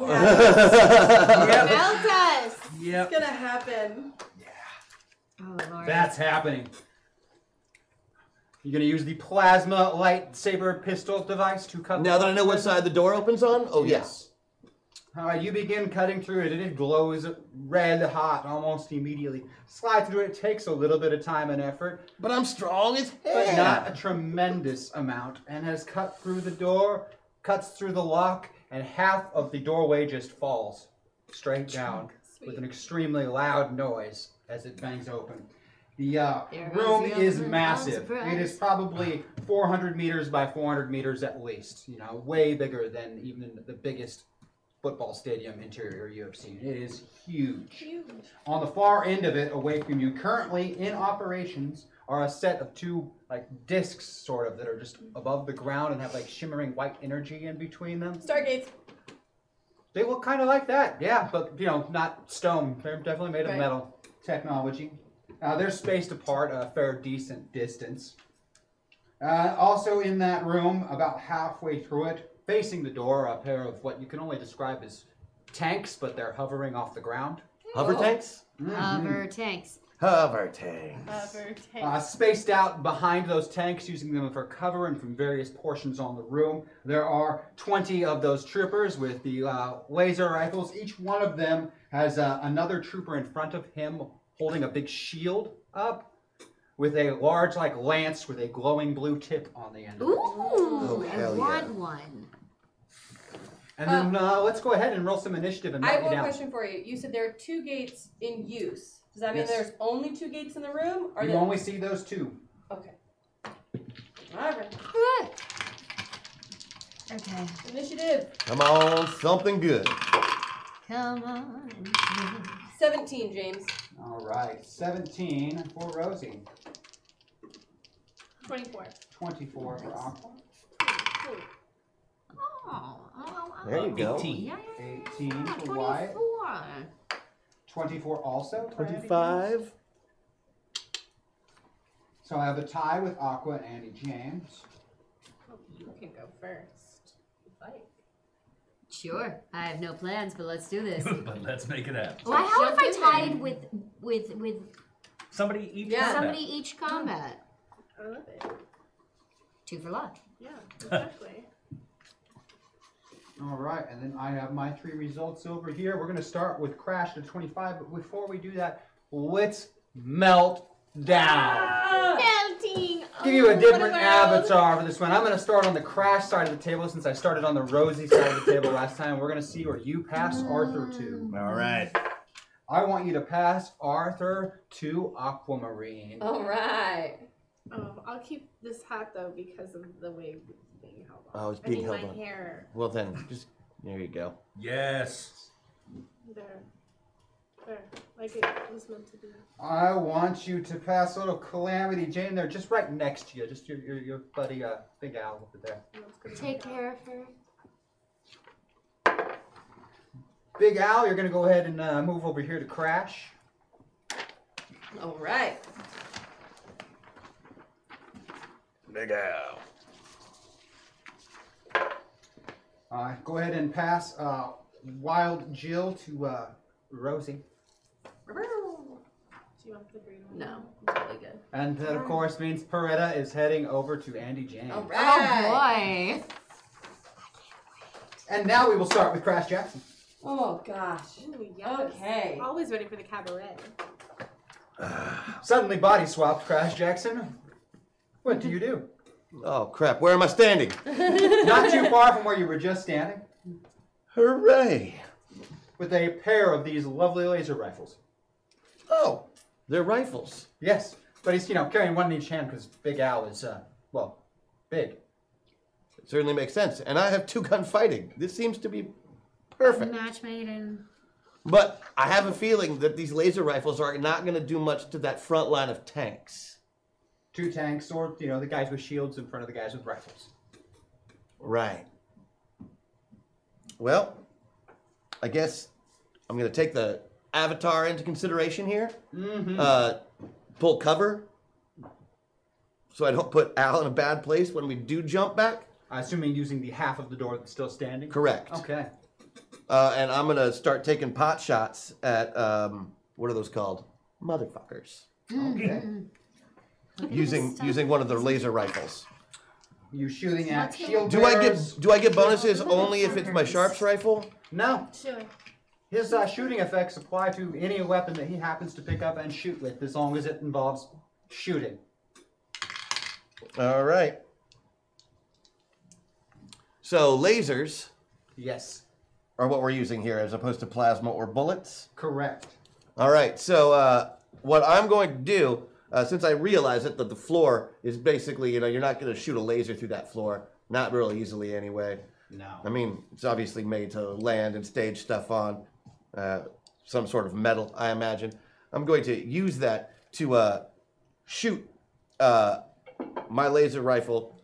S2: Yep.
S3: Melt us.
S2: Yep.
S9: It's gonna happen.
S7: Oh lord.
S2: That's happening. You're gonna use the plasma lightsaber pistol device to cut.
S8: Now that I know what side the door opens on, oh yes.
S2: All right, you begin cutting through it, and it glows red hot almost immediately. Slide through it takes a little bit of time and effort,
S8: but I'm strong as
S2: but not a tremendous amount, and has cut through the door, cuts through the lock, and half of the doorway just falls straight down with an extremely loud noise as it bangs open. The uh,
S8: There goes
S2: room
S8: the
S2: is
S8: oven.
S2: massive.
S8: I'm
S2: It is probably 400 meters by 400 meters at least. You know, way bigger than even the biggest football stadium interior you have seen. It is huge. On the far end of it, away from you, currently in operations are a set of two like discs, sort of, that are just above the ground and have like shimmering white energy in between them.
S9: Stargates.
S2: They look kind of like that, yeah, but you know, not stone. They're definitely made of
S9: Right.
S2: metal technology. Uh, they're spaced apart a fair decent distance. Uh, also in that room, about halfway through it, facing the door, a pair of what you can only describe as tanks, but they're hovering off the ground.
S8: Hover Oh. tanks?
S2: Mm-hmm.
S7: Hover tanks.
S8: Hover tanks.
S3: Hover
S2: Uh, spaced out behind those tanks, using them for cover and from various portions on the room. There are 20 of those troopers with the uh, laser rifles. Each one of them has uh, another trooper in front of him holding a big shield up with a large, like, lance with a glowing blue tip on the end. of it.
S7: Ooh, I
S2: hell yeah.
S7: want one.
S2: And then uh, let's go ahead and roll some initiative and
S9: I
S2: knock
S9: have
S2: you
S9: one
S2: down.
S9: question for you. You said there are two gates in use. Does that mean
S2: Yes.
S9: there's only two gates in the room? Or
S2: You
S9: there-
S2: only see those two.
S9: Okay. All right.
S7: Okay.
S9: Initiative.
S8: Come on, something good.
S7: Come on.
S9: 17, James.
S2: All right, 17 for Rosie,
S9: 24.
S2: 24 for Aqua.
S7: Oh,
S8: There you go.
S2: 18. 18 for Wyatt,
S7: 24.
S2: 24 also. for Andy.
S8: 25.
S2: So I have a tie with Aqua and Andy James.
S3: You can go first. Like.
S7: Sure. I have no plans, but let's do this.
S5: but let's make it happen.
S7: Why? How have I
S3: Jump in
S7: tied with with with
S5: Somebody each.
S3: Yeah.
S5: combat.
S7: somebody each combat?
S3: I love it.
S7: Two for luck.
S3: Yeah, exactly.
S2: All right, and then I have my three results over here. We're going to start with Crash to 25, but before we do that, let's melt down.
S3: Ah! Melting.
S2: Give you a
S3: Oh,
S2: different
S3: what
S2: avatar for this one. I'm going to start on the Crash side of the table since I started on the Rosie side of the table last time. We're going to see where you pass Arthur to.
S4: All right.
S2: I want you to pass Arthur to Aquamarine.
S9: All right.
S3: Oh, I'll keep this hot though because of the way it's being held on.
S8: Oh, it's
S3: I
S8: being
S3: mean,
S8: held
S3: my
S8: on.
S3: hair.
S8: Well then, just there you go.
S5: Yes.
S3: There. There. Like it was meant to be.
S2: I want you to pass a little Calamity Jane there, just right next to you, just your, your, your buddy, uh, Big Al over there.
S3: And it's gonna
S7: Take care of her.
S2: Big Al, you're gonna go ahead and uh, move over here to Crash.
S9: All right.
S4: Big Al.
S2: Uh, go ahead and pass uh, Wild Jill to uh, Rosie.
S3: Do you want the green one?
S9: No, it's really good.
S2: And that, of course, means Peretta is heading over to Andy James.
S9: All right.
S7: Oh boy.
S2: And now we will start with Crash Jackson.
S9: Oh, gosh.
S3: Ooh, yes.
S9: Okay.
S3: Always ready for the cabaret.
S2: Suddenly body swapped, Crash Jackson. What do you do?
S8: Oh crap! Where am I standing?
S2: Not too far from where you were just standing,
S8: Hooray!
S2: with a pair of these lovely laser rifles.
S8: Oh, they're rifles.
S2: Yes, but he's you know carrying one in each hand because Big Al is uh, well, big.
S8: It certainly makes sense. And I have two gun fighting. This seems to be perfect.
S7: Match made in.
S8: But I have a feeling that these laser rifles are not going to do much to that front line of tanks.
S2: Two tanks, or you know the guys with shields in front of the guys with rifles.
S8: Right. Well, I guess I'm going to take the avatar into consideration here.
S2: Mm-hmm.
S8: Uh, pull cover, so I don't put Al in a bad place when we do jump back.
S2: Assuming using the half of the door that's still standing.
S8: Correct.
S2: Okay.
S8: Uh, and I'm gonna start taking pot shots at um, what are those called? Motherfuckers.
S2: Okay.
S8: Using using one of their laser rifles.
S2: You shooting at
S7: Let's go.
S2: shield
S8: Do I get
S2: bearers.
S8: do I get bonuses only if it's my sharps rifle?
S2: No.
S3: Sure.
S2: His uh, shooting effects apply to any weapon that he happens to pick up and shoot with, as long as it involves shooting.
S8: All right. So lasers
S2: Yes.
S8: are what we're using here, as opposed to plasma or bullets.
S2: Correct.
S8: All right. So uh, what I'm going to do, uh, since I realize that that the floor is basically, you know, you're not going to shoot a laser through that floor, not really easily anyway.
S2: No.
S8: I mean, it's obviously made to land and stage stuff on uh, some sort of metal, I imagine. I'm going to use that to uh, shoot uh, my laser rifle,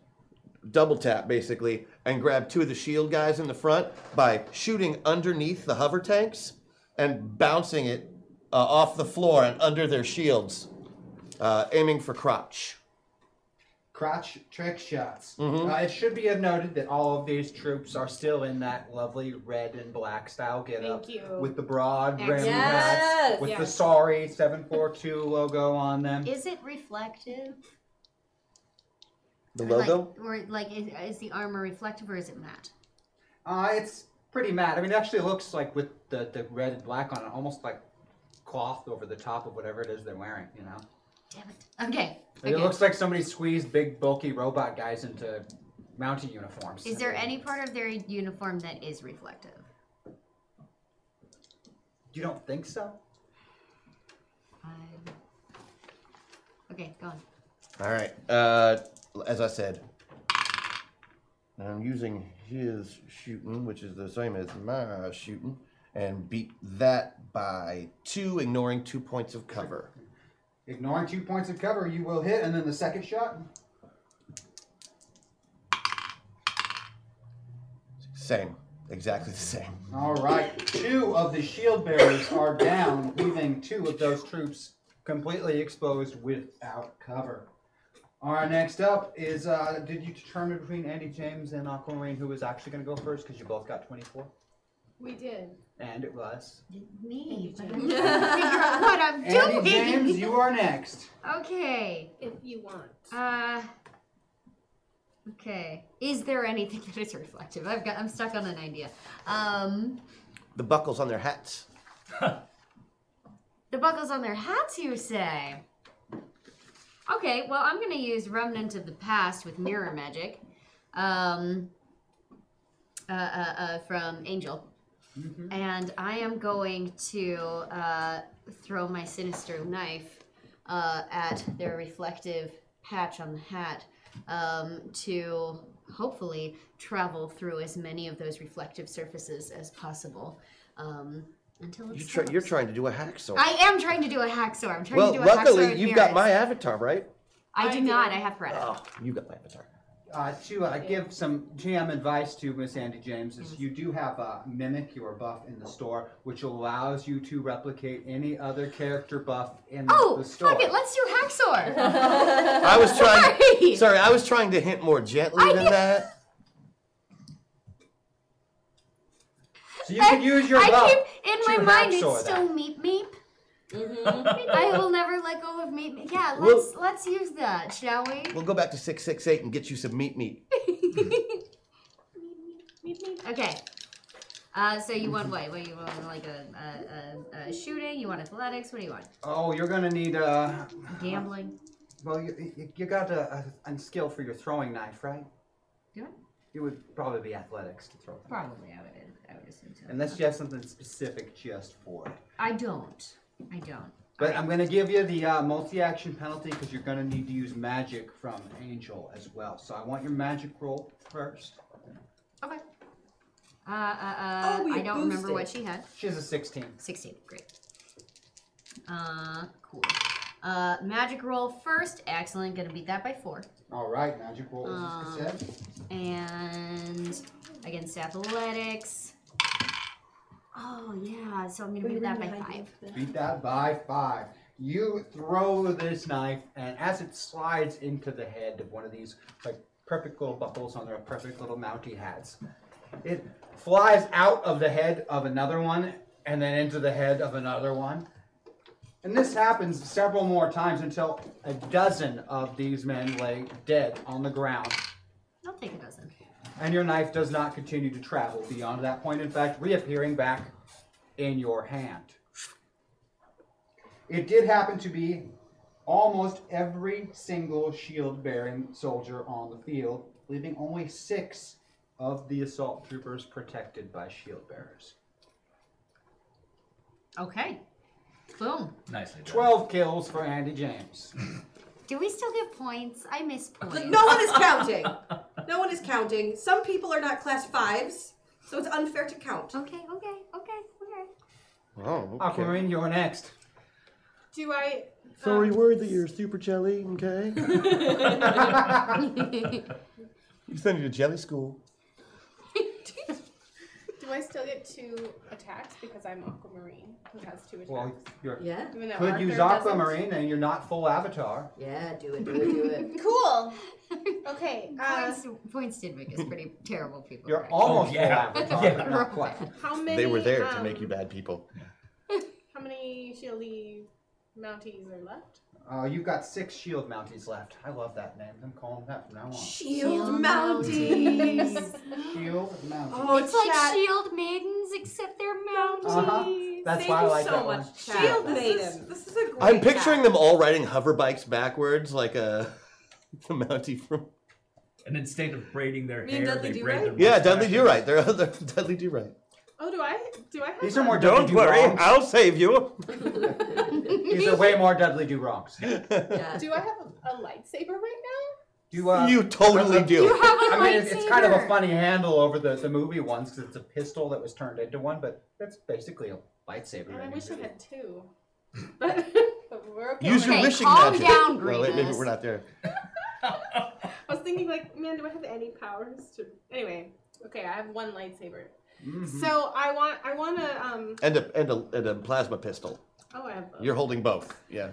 S8: double tap basically, and grab two of the shield guys in the front by shooting underneath the hover tanks and bouncing it uh, off the floor and under their shields, uh, aiming for crotch.
S2: Crotch trick shots. Uh, it should be noted that all of these troops are still in that lovely red and black style getup
S3: Thank you.
S2: with the broad brim
S7: Excellent.
S2: hats,
S9: Yes,
S2: with the
S3: yes.
S2: sorry 742 logo on them.
S7: Is it reflective?
S8: The
S7: Or
S8: logo?
S7: Like, or like, is, is the armor reflective or is it matte?
S2: Uh, it's pretty matte. I mean, it actually looks like with the, the red and black on it, almost like cloth over the top of whatever it is they're wearing, you know?
S7: Damn it. Okay.
S2: It
S7: okay.
S2: looks like somebody squeezed big, bulky robot guys into mountain uniforms.
S7: Is there any part of their uniform that is reflective?
S2: You don't think so?
S7: Um, okay, go on.
S8: All right. Uh, as I said, I'm using his shooting, which is the same as my shooting, and beat that by two, ignoring two points of cover.
S2: Ignoring two points of cover, you will hit, and then the second shot.
S8: Same, exactly the same.
S2: All right, two of the shield bearers are down, leaving two of those troops completely exposed without cover. All right, next up is uh, did you determine between Andy James and Aquamarine who was actually going to go first? Because you both got 24.
S3: We did.
S2: And it was.
S7: Me. but I'm
S3: Andy
S7: trying to figure out what I'm doing.
S2: Andy James, you are next.
S7: Okay.
S3: If you want.
S7: Uh. Okay. Is there anything that is reflective? I've got. I'm stuck on an idea. Um.
S8: The buckles on their hats.
S7: The buckles on their hats, you say? Okay, well, I'm going to use Remnant of the Past with Mirror Magic um, uh, uh, uh, from Angel.
S8: Mm-hmm.
S7: And I am going to uh, throw my sinister knife uh, at their reflective patch on the hat um, to hopefully travel through as many of those reflective surfaces as possible um, until it's
S8: You try, you're trying to do a hacksaw.
S7: I am trying to do a hacksaw. I'm trying
S8: well,
S7: to do a hacksaw.
S8: luckily
S7: with
S8: you've got
S7: mirrors.
S8: my avatar, right?
S7: I do not. I have Reddit.
S8: Oh, you got my avatar.
S2: Uh, to uh, give some GM advice to Miss Andy James is you do have a mimic your buff in the store, which allows you to replicate any other character buff in
S7: Oh,
S2: the store.
S7: fuck it. Let's do hacksaw.
S8: I was trying.
S7: Sorry.
S8: Sorry. I was trying to hint more gently than that.
S2: So you can use your
S7: I
S2: buff.
S7: keep in my
S2: to
S7: mind. It's
S2: hacksaw
S7: still meep meep.
S14: Mm-hmm.
S7: I will never let go of meep. meep. Yeah,
S8: Well-
S7: let's let's use that, shall we?
S8: We'll go back to six six eight and get you some meat meat.
S7: Okay. Uh, so you want what? What do you want? Like a, a, a, a shooting? You want athletics? What do you want?
S2: Oh, you're gonna need uh,
S7: Gambling.
S2: Well, you, you- you got a, a, a skill for your throwing knife, right?
S7: Do I?
S2: It would probably be athletics to throw. That.
S7: Probably, I would. I would assume so.
S2: Unless you have something specific just for it.
S7: I don't. I don't.
S2: But I'm going to give you the uh, multi-action penalty because you're going to need to use magic from Angel as well. So I want your magic roll first.
S7: Okay. Uh, uh, uh,
S14: Oh, we
S7: I don't remember what
S14: boosted.
S7: she had.
S2: She has a 16.
S7: 16, great. Uh, cool. Uh, magic roll first. Excellent. Gonna beat that by four.
S2: All right, magic roll is
S7: Um,
S2: this cassette.
S7: and against athletics. Oh yeah, so I'm gonna
S14: We
S7: beat that by
S14: really
S7: five.
S2: Beat that by five. You throw this knife, and as it slides into the head of one of these like perfect little buckles on their perfect little mounty hats, it flies out of the head of another one, and then into the head of another one. And this happens several more times until a dozen of these men lay dead on the ground,
S7: I'll take a dozen.
S2: and your knife does not continue to travel beyond that point. In fact, reappearing back in your hand. It did happen to be almost every single shield bearing soldier on the field, leaving only six of the assault troopers protected by shield bearers.
S7: Okay. Boom.
S5: Nicely.
S2: 12 kills for Andy James.
S7: Do we still get points? I miss
S9: Uh,
S7: points.
S14: No one is counting. No one is counting. Some people are not class fives, so it's unfair to count.
S7: Okay, okay, okay, okay.
S8: Oh,
S2: Aquamarine, you're next.
S3: Do I? um,
S8: Sorry, word that you're super jelly. Okay. you send you to jelly school.
S3: Do I still get two attacks because I'm Aquamarine, who has two attacks?
S2: Well, you're
S14: Yeah.
S3: Even though
S2: could
S3: Arthur
S2: use
S3: doesn't?
S2: Aquamarine, and you're not full Avatar.
S14: Yeah, do it, do it, do it.
S3: Cool. Okay. Uh,
S7: Points, points did make us pretty terrible people.
S2: You're
S7: right?
S2: almost
S5: Oh, yeah.
S2: full Avatar,
S5: Yeah.
S2: but not quite.
S3: how many?
S8: They were there to
S3: um,
S8: make you bad people.
S3: How many shieldy mounties are left?
S2: Uh, you've got six shield mounties left. I love that name. I'm calling that from now on.
S14: Shield
S7: Shield
S14: Mounties.
S2: Shield mounties.
S14: Oh,
S7: It's like
S14: chat.
S7: shield maidens, except they're mounties.
S2: Uh-huh. That's
S14: Thank
S2: why I
S14: you
S2: like
S14: so
S2: that
S14: much,
S2: one.
S14: Chad.
S2: Shield
S14: This
S2: maiden.
S14: is- This is a great.
S8: I'm picturing
S14: app.
S8: them all riding hover bikes backwards like a the Mountie from.
S5: And instead of braiding their
S14: Me and
S5: hair,
S14: Dudley
S5: they
S14: Do
S5: braid
S14: Right?
S5: their
S8: Yeah, Dudley
S5: mustaches.
S8: Do Right. They're other Dudley Do Right.
S3: Oh, do I? Do I have?
S2: These are more
S3: left?
S2: Dudley Do Wrongs.
S8: save you.
S2: These are way more Dudley Do Wrongs.
S14: Yeah.
S3: Do I have a, a lightsaber right now?
S2: Do uh,
S8: You totally do. You have
S2: I
S8: a
S2: mean, it's, it's kind of a
S8: lightsaber.
S2: funny handle over the, the movie ones because it's a pistol that was turned into one, but that's basically a lightsaber.
S3: And I
S2: in
S3: wish I
S2: it.
S3: had two. But, but we're okay.
S8: Use your
S3: Okay,
S8: wishing
S3: calm
S8: magic.
S3: down,
S8: well, wait, maybe
S3: Grievous.
S8: we're not there.
S3: I was thinking, like, man, do I have any powers to? Anyway, okay, I have one lightsaber. So I want, I want to, um,
S8: and a, and a and a plasma pistol.
S3: oh, I have. both.
S8: You're holding both. Yeah.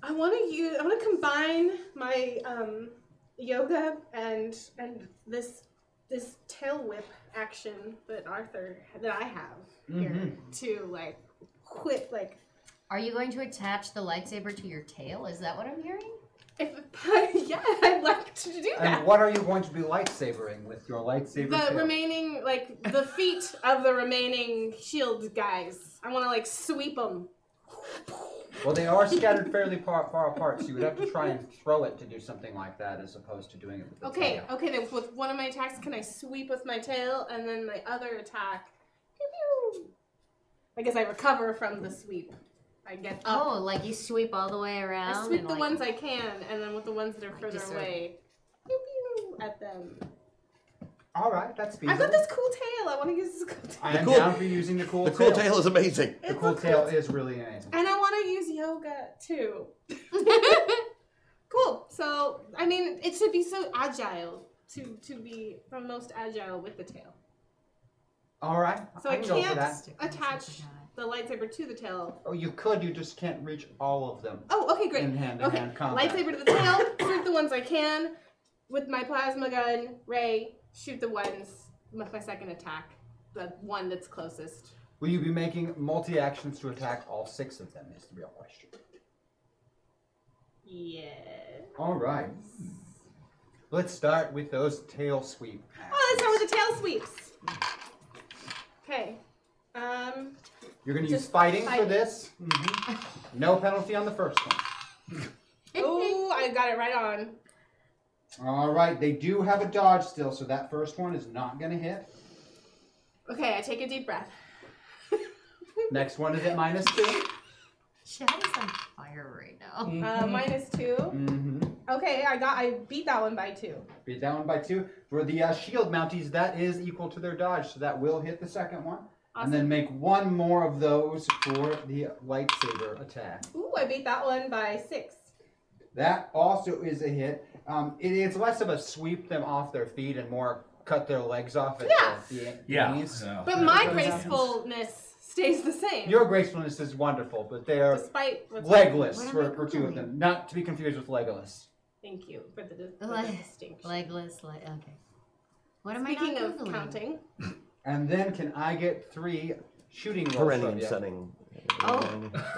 S3: I want to use. I want to combine my um, yoga and and this this tail whip action that Arthur that I have here
S7: Mhm.
S3: to like whip like
S7: Are you going to attach the lightsaber to your tail? Is that what I'm hearing?
S3: if yeah I'd like to do that.
S2: And what are you going to be lightsabering with your lightsaber?
S3: the
S2: tail?
S3: remaining like the feet of the remaining shield guys. I want to like sweep them.
S2: Well, they are scattered fairly far, far apart, so you would have to try and throw it to do something like that, as opposed to doing it with the
S3: Okay,
S2: tail.
S3: okay. Then with one of my attacks, can I sweep with my tail, and then my other attack? pew, pew. I guess I recover from the sweep. I get up.
S7: Oh, like you sweep all the way around.
S3: I Uh, sweep
S7: and
S3: the
S7: like,
S3: ones I can, and then with the ones that are further
S7: deserve-
S3: away, pew pew at them.
S2: All right, that's
S3: I've
S2: feasible.
S3: got this cool tail. I want to use this cool tail.
S2: I am
S8: cool-
S2: down for using the cool.
S8: The cool tail is amazing.
S2: The cool tail is really amazing.
S3: And I want to use yoga too. cool. So I mean, it should be so agile to to be the most agile with the tail.
S2: All right,
S3: So
S2: I
S3: I,
S2: can go for
S3: can't
S2: that.
S3: attach the lightsaber to the tail.
S2: Oh, you could. You just can't reach all of them.
S3: Oh, okay, great.
S2: In hand-to-hand
S3: okay,
S2: combat.
S3: lightsaber to the tail. shoot the ones I can with my plasma gun. Ray, shoot the ones with my second attack. The one that's closest.
S2: Will you be making multi actions to attack all six of them? Is the real question.
S3: Yeah.
S2: All right. Let's start with those tail sweep.
S3: Oh, that's how with the tail sweeps. Okay. Um.
S2: You're going to use
S3: Just
S2: fighting,
S3: fighting.
S2: for this. Mm-hmm. No penalty on the first one.
S3: Ooh, I got it right on.
S2: All right, they do have a dodge still, so that first one is not going to hit.
S3: Okay, I take a deep breath.
S2: Next one is at minus two.
S7: Chad is on fire right now.
S9: Mm.
S5: Um,
S3: Uh, minus two.
S2: Mm-hmm.
S3: Okay, I got. I beat that one by two.
S2: Beat that one by two. For the uh, shield mounties, that is equal to their dodge, so that will hit the second one. And then make one more of those for the lightsaber attack.
S3: Ooh, I beat that one by six.
S2: That also is a hit. Um, it, it's less of a sweep them off their feet and more cut their legs off at
S3: Yeah.
S2: the, the
S5: Yeah,
S2: knees.
S5: yeah.
S3: But my gracefulness stays the same.
S2: Your gracefulness is wonderful, but they are
S3: Despite what's
S2: legless
S3: What am
S2: for,
S3: I
S2: for two of them. Not to be confused with Legolas.
S3: Thank you for the, for the
S7: Leg-
S3: distinction.
S7: legless, like okay. What am
S3: Speaking
S7: I not
S3: of
S7: Googling?
S3: counting,
S2: And then can I get three shooting rolls?
S8: Perennium
S2: from you?
S8: setting.
S7: Oh,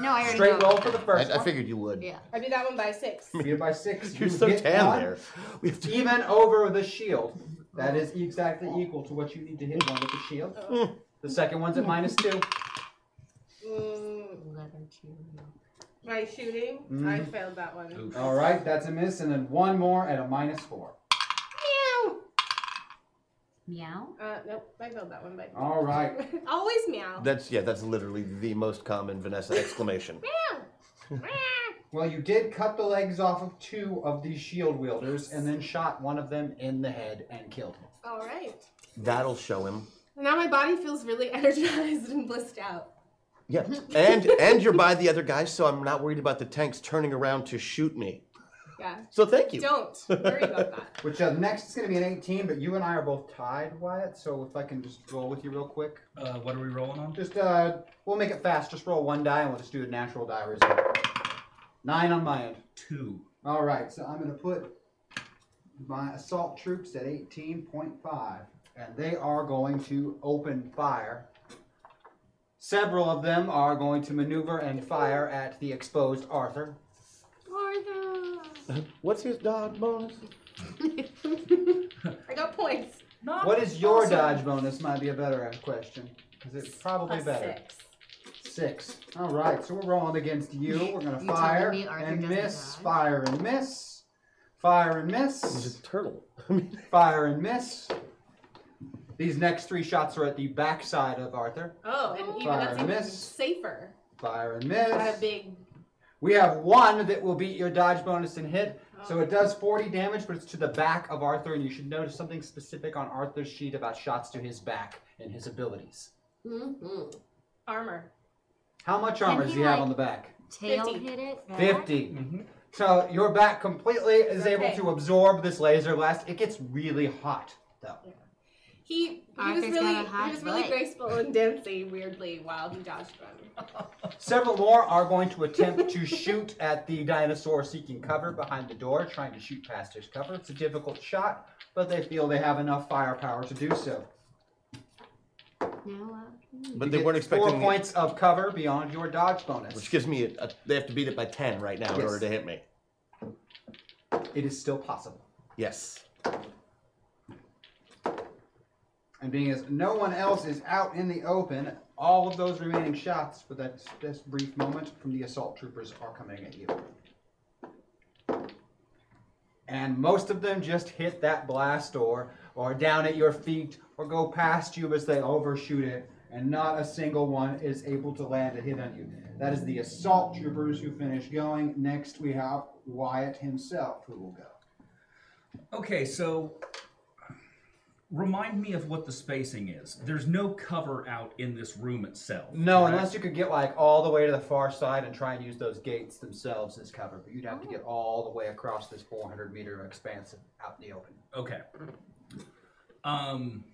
S7: no, I already
S2: Straight
S7: know.
S2: roll for the first
S8: I, I
S2: one.
S8: figured you would.
S7: Yeah.
S3: I beat that one by six.
S2: Beat it by six.
S8: You're
S2: You
S8: so
S2: hit
S8: tan
S2: one.
S8: there.
S2: Even over the shield. That is exactly equal to what you need to hit one with the shield. The second one's at minus two.
S3: Mm,
S7: Leather chew.
S3: my shooting, I
S7: Mm-hmm.
S2: Mhm.
S3: failed that one.
S2: All right, that's a miss, and then one more at a minus four.
S3: Meow.
S7: Meow.
S3: Uh, nope, I failed that one by.
S8: All right.
S7: Oh.
S3: Always meow.
S8: That's yeah. That's literally the most common Vanessa exclamation.
S3: meow.
S2: Well, you did cut the legs off of two of these shield wielders, and then shot one of them in the head and killed him.
S3: All right.
S8: That'll show him.
S3: Now my body feels really energized and blissed out.
S8: Yeah. And and you're by the other guy, so I'm not worried about the tanks turning around to shoot me.
S3: Yeah.
S8: So thank you.
S3: Don't worry about that.
S2: Which uh, next is going to be an 18, but you and I are both tied, Wyatt. So if I can just roll with you real quick.
S5: Uh, what are we rolling on?
S2: Just uh, we'll make it fast. Just roll one die, and we'll just do a natural die result. Nine on my end.
S5: Two.
S2: All right, so I'm going to put my assault troops at 18.5, and they are going to open fire. Several of them are going to maneuver and fire at the exposed Arthur.
S8: What's his dodge bonus?
S3: I got points.
S2: What is your dodge bonus? Might be a better question, because it's probably
S3: Plus
S2: better.
S3: six.
S2: Six. All right, so we're rolling against you. We're gonna
S7: telling
S2: fire
S7: me Arthur
S2: and
S7: doesn't
S2: miss, fire and miss, fire and
S8: He's
S2: miss,
S8: a turtle.
S2: fire and miss. These next three shots are at the backside of Arthur.
S3: Oh, and even
S2: Fire
S3: that's
S2: and
S3: even
S2: miss.
S3: safer.
S2: Fire and
S3: Got a
S2: miss.
S3: big. um,
S2: We have one that will beat your dodge bonus and hit. So it does 40 damage, but it's to the back of Arthur, and you should notice something specific on Arthur's sheet about shots to his back and his abilities.
S9: Mm-hmm. Armor.
S2: How much
S9: Can
S2: armor does
S9: he,
S2: he have
S9: like,
S2: on the back?
S7: Tail
S9: 50.
S7: hit it. back.
S2: 50. So your back completely is able
S9: Okay.
S2: to absorb this laser blast. It gets really hot, though.
S9: He he
S3: Arthur's
S9: was
S3: got
S9: really
S3: a hot
S9: he was really
S3: butt.
S9: graceful and dancing weirdly while he dodged from.
S2: Several more are going to attempt to shoot at the dinosaur seeking cover behind the door, trying to shoot past his cover. It's a difficult shot, but they feel they have enough firepower to do so.
S7: Now, uh,
S8: But
S2: You
S8: they
S2: get
S8: weren't expecting
S2: four
S8: the-
S2: points of cover beyond your dodge bonus.
S8: Which gives me a, a- they have to beat it by ten right now in
S2: Yes.
S8: order to hit me.
S2: It is still possible.
S8: Yes.
S2: And being as no one else is out in the open, all of those remaining shots for that this brief moment from the assault troopers are coming at you. And most of them just hit that blast door or down at your feet or go past you as they overshoot it. And not a single one is able to land a hit on you. That is the assault troopers who finish going. Next, we have Wyatt himself who will go.
S5: Okay, so remind me of what the spacing is. There's no cover out in this room itself.
S2: No,
S5: correct?
S2: unless you could get like all the way to the far side and try and use those gates themselves as cover, but you'd have to get all the way across this 400 meter expanse of- out in the open.
S5: Okay. Um.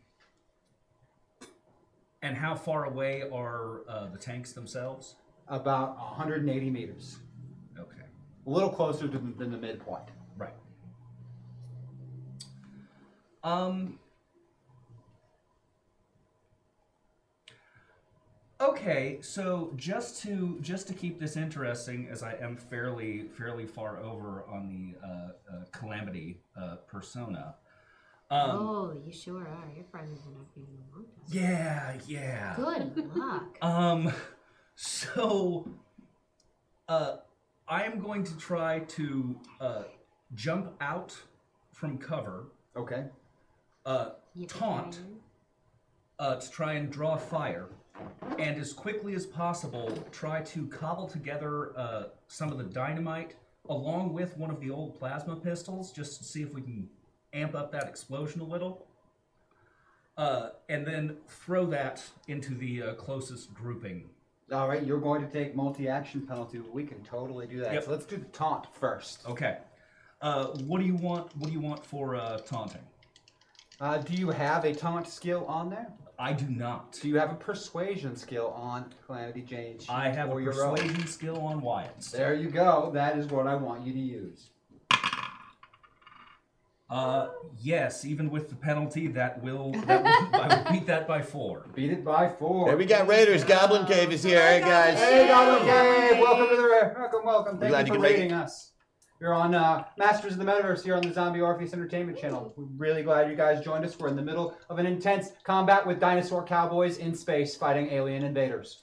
S5: And how far away are uh, the tanks themselves?
S2: About 180 meters,
S5: Okay.
S2: a little closer to, than the midpoint.
S5: Right. Um. Okay, so just to just to keep this interesting, as I am fairly fairly far over on the uh, uh, calamity uh, persona. Um,
S7: oh, you sure are. Your friend has been up here in a long time.
S5: Yeah, yeah.
S7: Good luck.
S5: Um, so, uh, I am going to try to uh, jump out from cover.
S2: Okay.
S5: Uh, taunt uh, to try and draw fire, and as quickly as possible, try to cobble together uh, some of the dynamite along with one of the old plasma pistols, just to see if we can amp up that explosion a little. Uh, and then throw that into the uh, closest grouping.
S2: All right, you're going to take multi action penalty. We can totally do that.
S5: Yep. Oh.
S2: So let's do the taunt first.
S5: Okay. Uh, what do you want? What do you want for uh, taunting?
S2: Uh, do you have a taunt skill on there?
S5: I do not.
S2: Do you have a persuasion skill on Calamity Jane's?
S5: I have a
S2: or your own?
S5: persuasion skill on Wyatt's.
S2: There you go. That is what I want you to use.
S5: Uh, yes, even with the penalty, that will, that will I will beat that by four.
S2: Beat it by four.
S8: There we got Raiders. Goblin Cave is here. Hey guys.
S2: Hey, Goblin Cave! Welcome to the welcome, welcome. Thank
S8: Glad
S2: you
S8: you
S2: for
S8: could make
S2: rating us. You're on uh, Masters of the Metaverse here on the Zombie Orpheus Entertainment Channel. We're really glad you guys joined us. We're in the middle of an intense combat with dinosaur cowboys in space fighting alien invaders.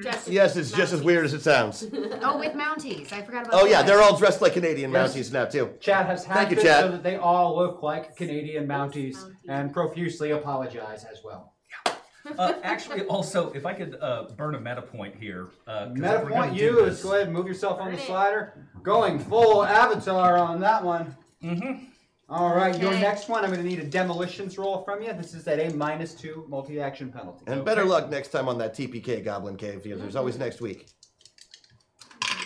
S7: Just-
S8: Yes, it's just as weird as it sounds.
S7: oh, with Mounties. I forgot about
S8: Oh yeah,
S7: that.
S8: they're all dressed like Canadian
S2: Yes.
S8: Mounties now too.
S2: Chad has hacked
S8: Thank you,
S2: it
S8: Chad.
S2: so that they all look like Canadian Mounties and profusely apologize as well.
S5: Uh, actually, also, if I could uh, burn a meta point here. Uh, 'cause if
S2: Meta
S5: we're
S2: point
S5: gonna do
S2: used.
S5: this-
S2: Go ahead and move yourself on the slider. Going full avatar on that one.
S5: Mm-hmm.
S2: All right, your
S5: Okay.
S2: next one, I'm going to need a demolitions roll from you. This is at a minus two multi-action penalty.
S8: And better luck next time on that TPK Goblin Cave because there's always next week.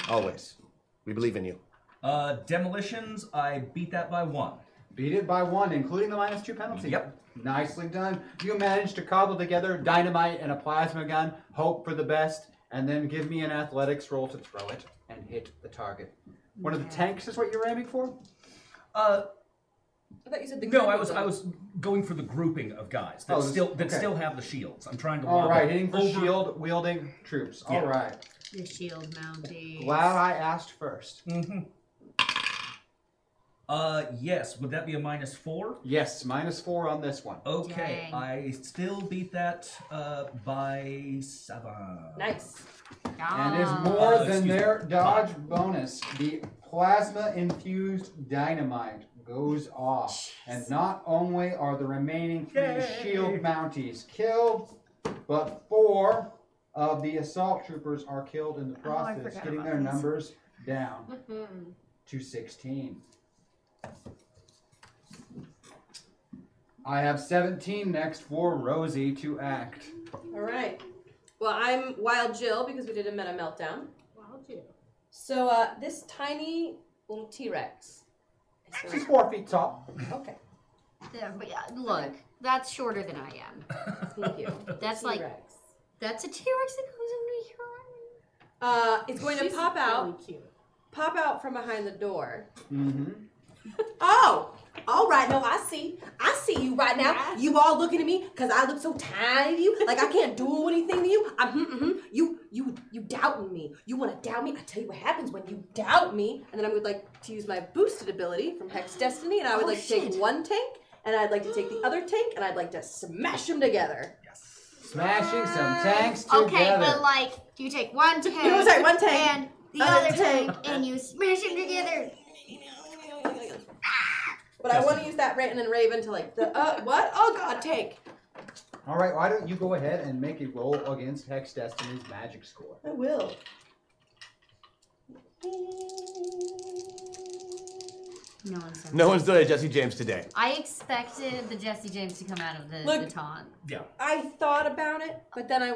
S8: Always. We believe in you.
S5: Uh, demolitions, I beat that by one.
S2: Beat it by one, including the minus two penalty.
S5: Yep.
S2: Nicely done. You managed to cobble together dynamite and a plasma gun. Hope for the best, and then give me an athletics roll to throw it and hit the target. One of the tanks is what you're aiming for.
S5: Uh,
S9: I thought you said the
S5: no,
S9: group
S5: I was
S9: them.
S5: I was going for the grouping of guys that
S2: Oh, this-
S5: still that
S2: okay.
S5: still have the shields. I'm trying to.
S2: All
S5: lob
S2: right,
S5: it
S2: hitting for
S5: over-
S2: shield wielding troops. All
S5: Yeah.
S2: right.
S7: The shield Mounties.
S2: Glad I asked 1st
S5: Mm-hmm. Uh, yes. Would that be a minus four?
S2: Yes, minus four on this one.
S5: Okay,
S7: Dang.
S5: I still beat that uh, by seven.
S9: Nice.
S2: And is
S7: Ah.
S2: more
S5: Uh,
S2: than
S5: excuse
S2: their
S5: me.
S2: dodge bonus. The plasma infused dynamite goes off. And not only are the remaining three
S5: Yay.
S2: shield mounties killed, but four of the assault troopers are killed in the
S3: Oh, I
S2: process,
S3: forgot
S2: getting
S3: about
S2: their
S3: these.
S2: numbers down. to 16. I have 17 next for Rosie to act.
S9: All right. Well, I'm Wild Jill because we did a meta meltdown. Wild Jill. So uh, this tiny little T Rex.
S2: She's four feet tall.
S9: Okay.
S7: Yeah, but yeah, look, that's shorter than I am.
S9: Thank you.
S7: That's like that's a T Rex that goes under here.
S9: Uh, it's going
S7: She's
S9: to pop out.
S3: really cute.
S9: Pop out from behind the door.
S2: Mm-hmm.
S9: Oh, all right. No, I see. I see you right now. You all looking at me because I look so tiny to you. Like I can't do anything to you. I'm, mm, mm, mm. You, you, you doubting me. You want to doubt me? I tell you what happens when you doubt me. And then I would like to use my boosted ability from Hex Destiny, and I would
S14: Oh,
S9: like to
S14: shit.
S9: take one tank, and I'd like to take the other tank, and I'd like to smash them together.
S2: Smashing some tanks together.
S7: Okay, but like you take one tank.
S9: You take one tank,
S7: and the
S9: other
S7: other tank,
S9: tank.
S7: and you smash them together.
S9: But I want to use that Ranton and Raven to like the uh what? Oh God, tank.
S2: All right, why don't you go ahead and make a roll against Hex Destiny's magic score?
S9: I will.
S7: No one's. done
S8: No
S7: that.
S8: one's doing a Jesse James today.
S7: I expected the Jesse James to come out of the,
S9: Look.
S7: the taunt.
S8: Yeah.
S9: I thought about it, but then I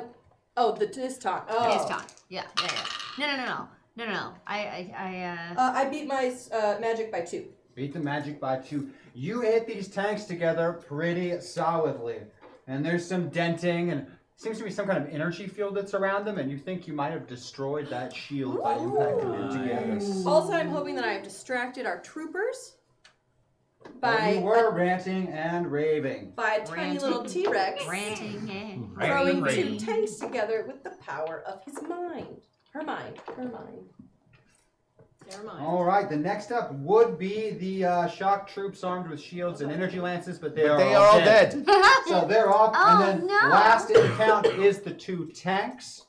S9: oh the this taunt. Oh.
S7: His taunt. Yeah, yeah, yeah. No, no, no, no, no, no, no. I, I, I. Uh,
S9: Uh, I beat my uh, magic by two.
S2: Beat the magic by two. You hit these tanks together pretty solidly. And there's some denting and seems to be some kind of energy field that's around them, and you think you might have destroyed that shield by impacting them together.
S9: Also, I'm hoping that I have distracted our troopers
S2: Well, Oh, you
S9: by
S2: were ranting and raving.
S9: by a tiny little T Rex
S7: ranting and
S8: Mm-hmm.
S9: throwing two
S2: Ranting.
S9: tanks together with the power of his mind. Her mind. Her mind. Their mind.
S2: All right, the next up would be the uh, shock troops armed with shields and energy lances, but they
S8: But
S2: are
S8: they
S2: all,
S8: are all
S2: dead.
S8: dead.
S2: so they're off.
S7: Oh,
S2: and then
S7: no.
S2: last in count is the two tanks.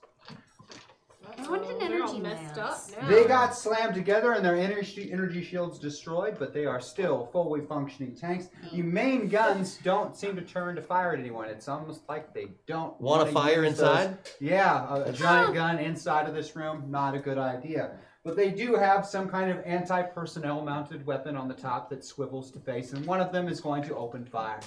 S7: I wanted an
S3: Oh, They're all
S7: energy
S3: messed
S7: lance.
S3: up now.
S2: They got slammed together and their energy energy shields destroyed, but they are still fully functioning tanks. The
S7: Hmm.
S2: main guns don't seem to turn to fire at anyone. It's almost like they don't
S8: Wanna
S2: wanna
S8: fire
S2: use those-
S8: inside?
S2: Yeah, a, a giant gun inside of this room, not a good idea. But they do have some kind of anti-personnel mounted weapon on the top that swivels to face, and one of them is going to open fire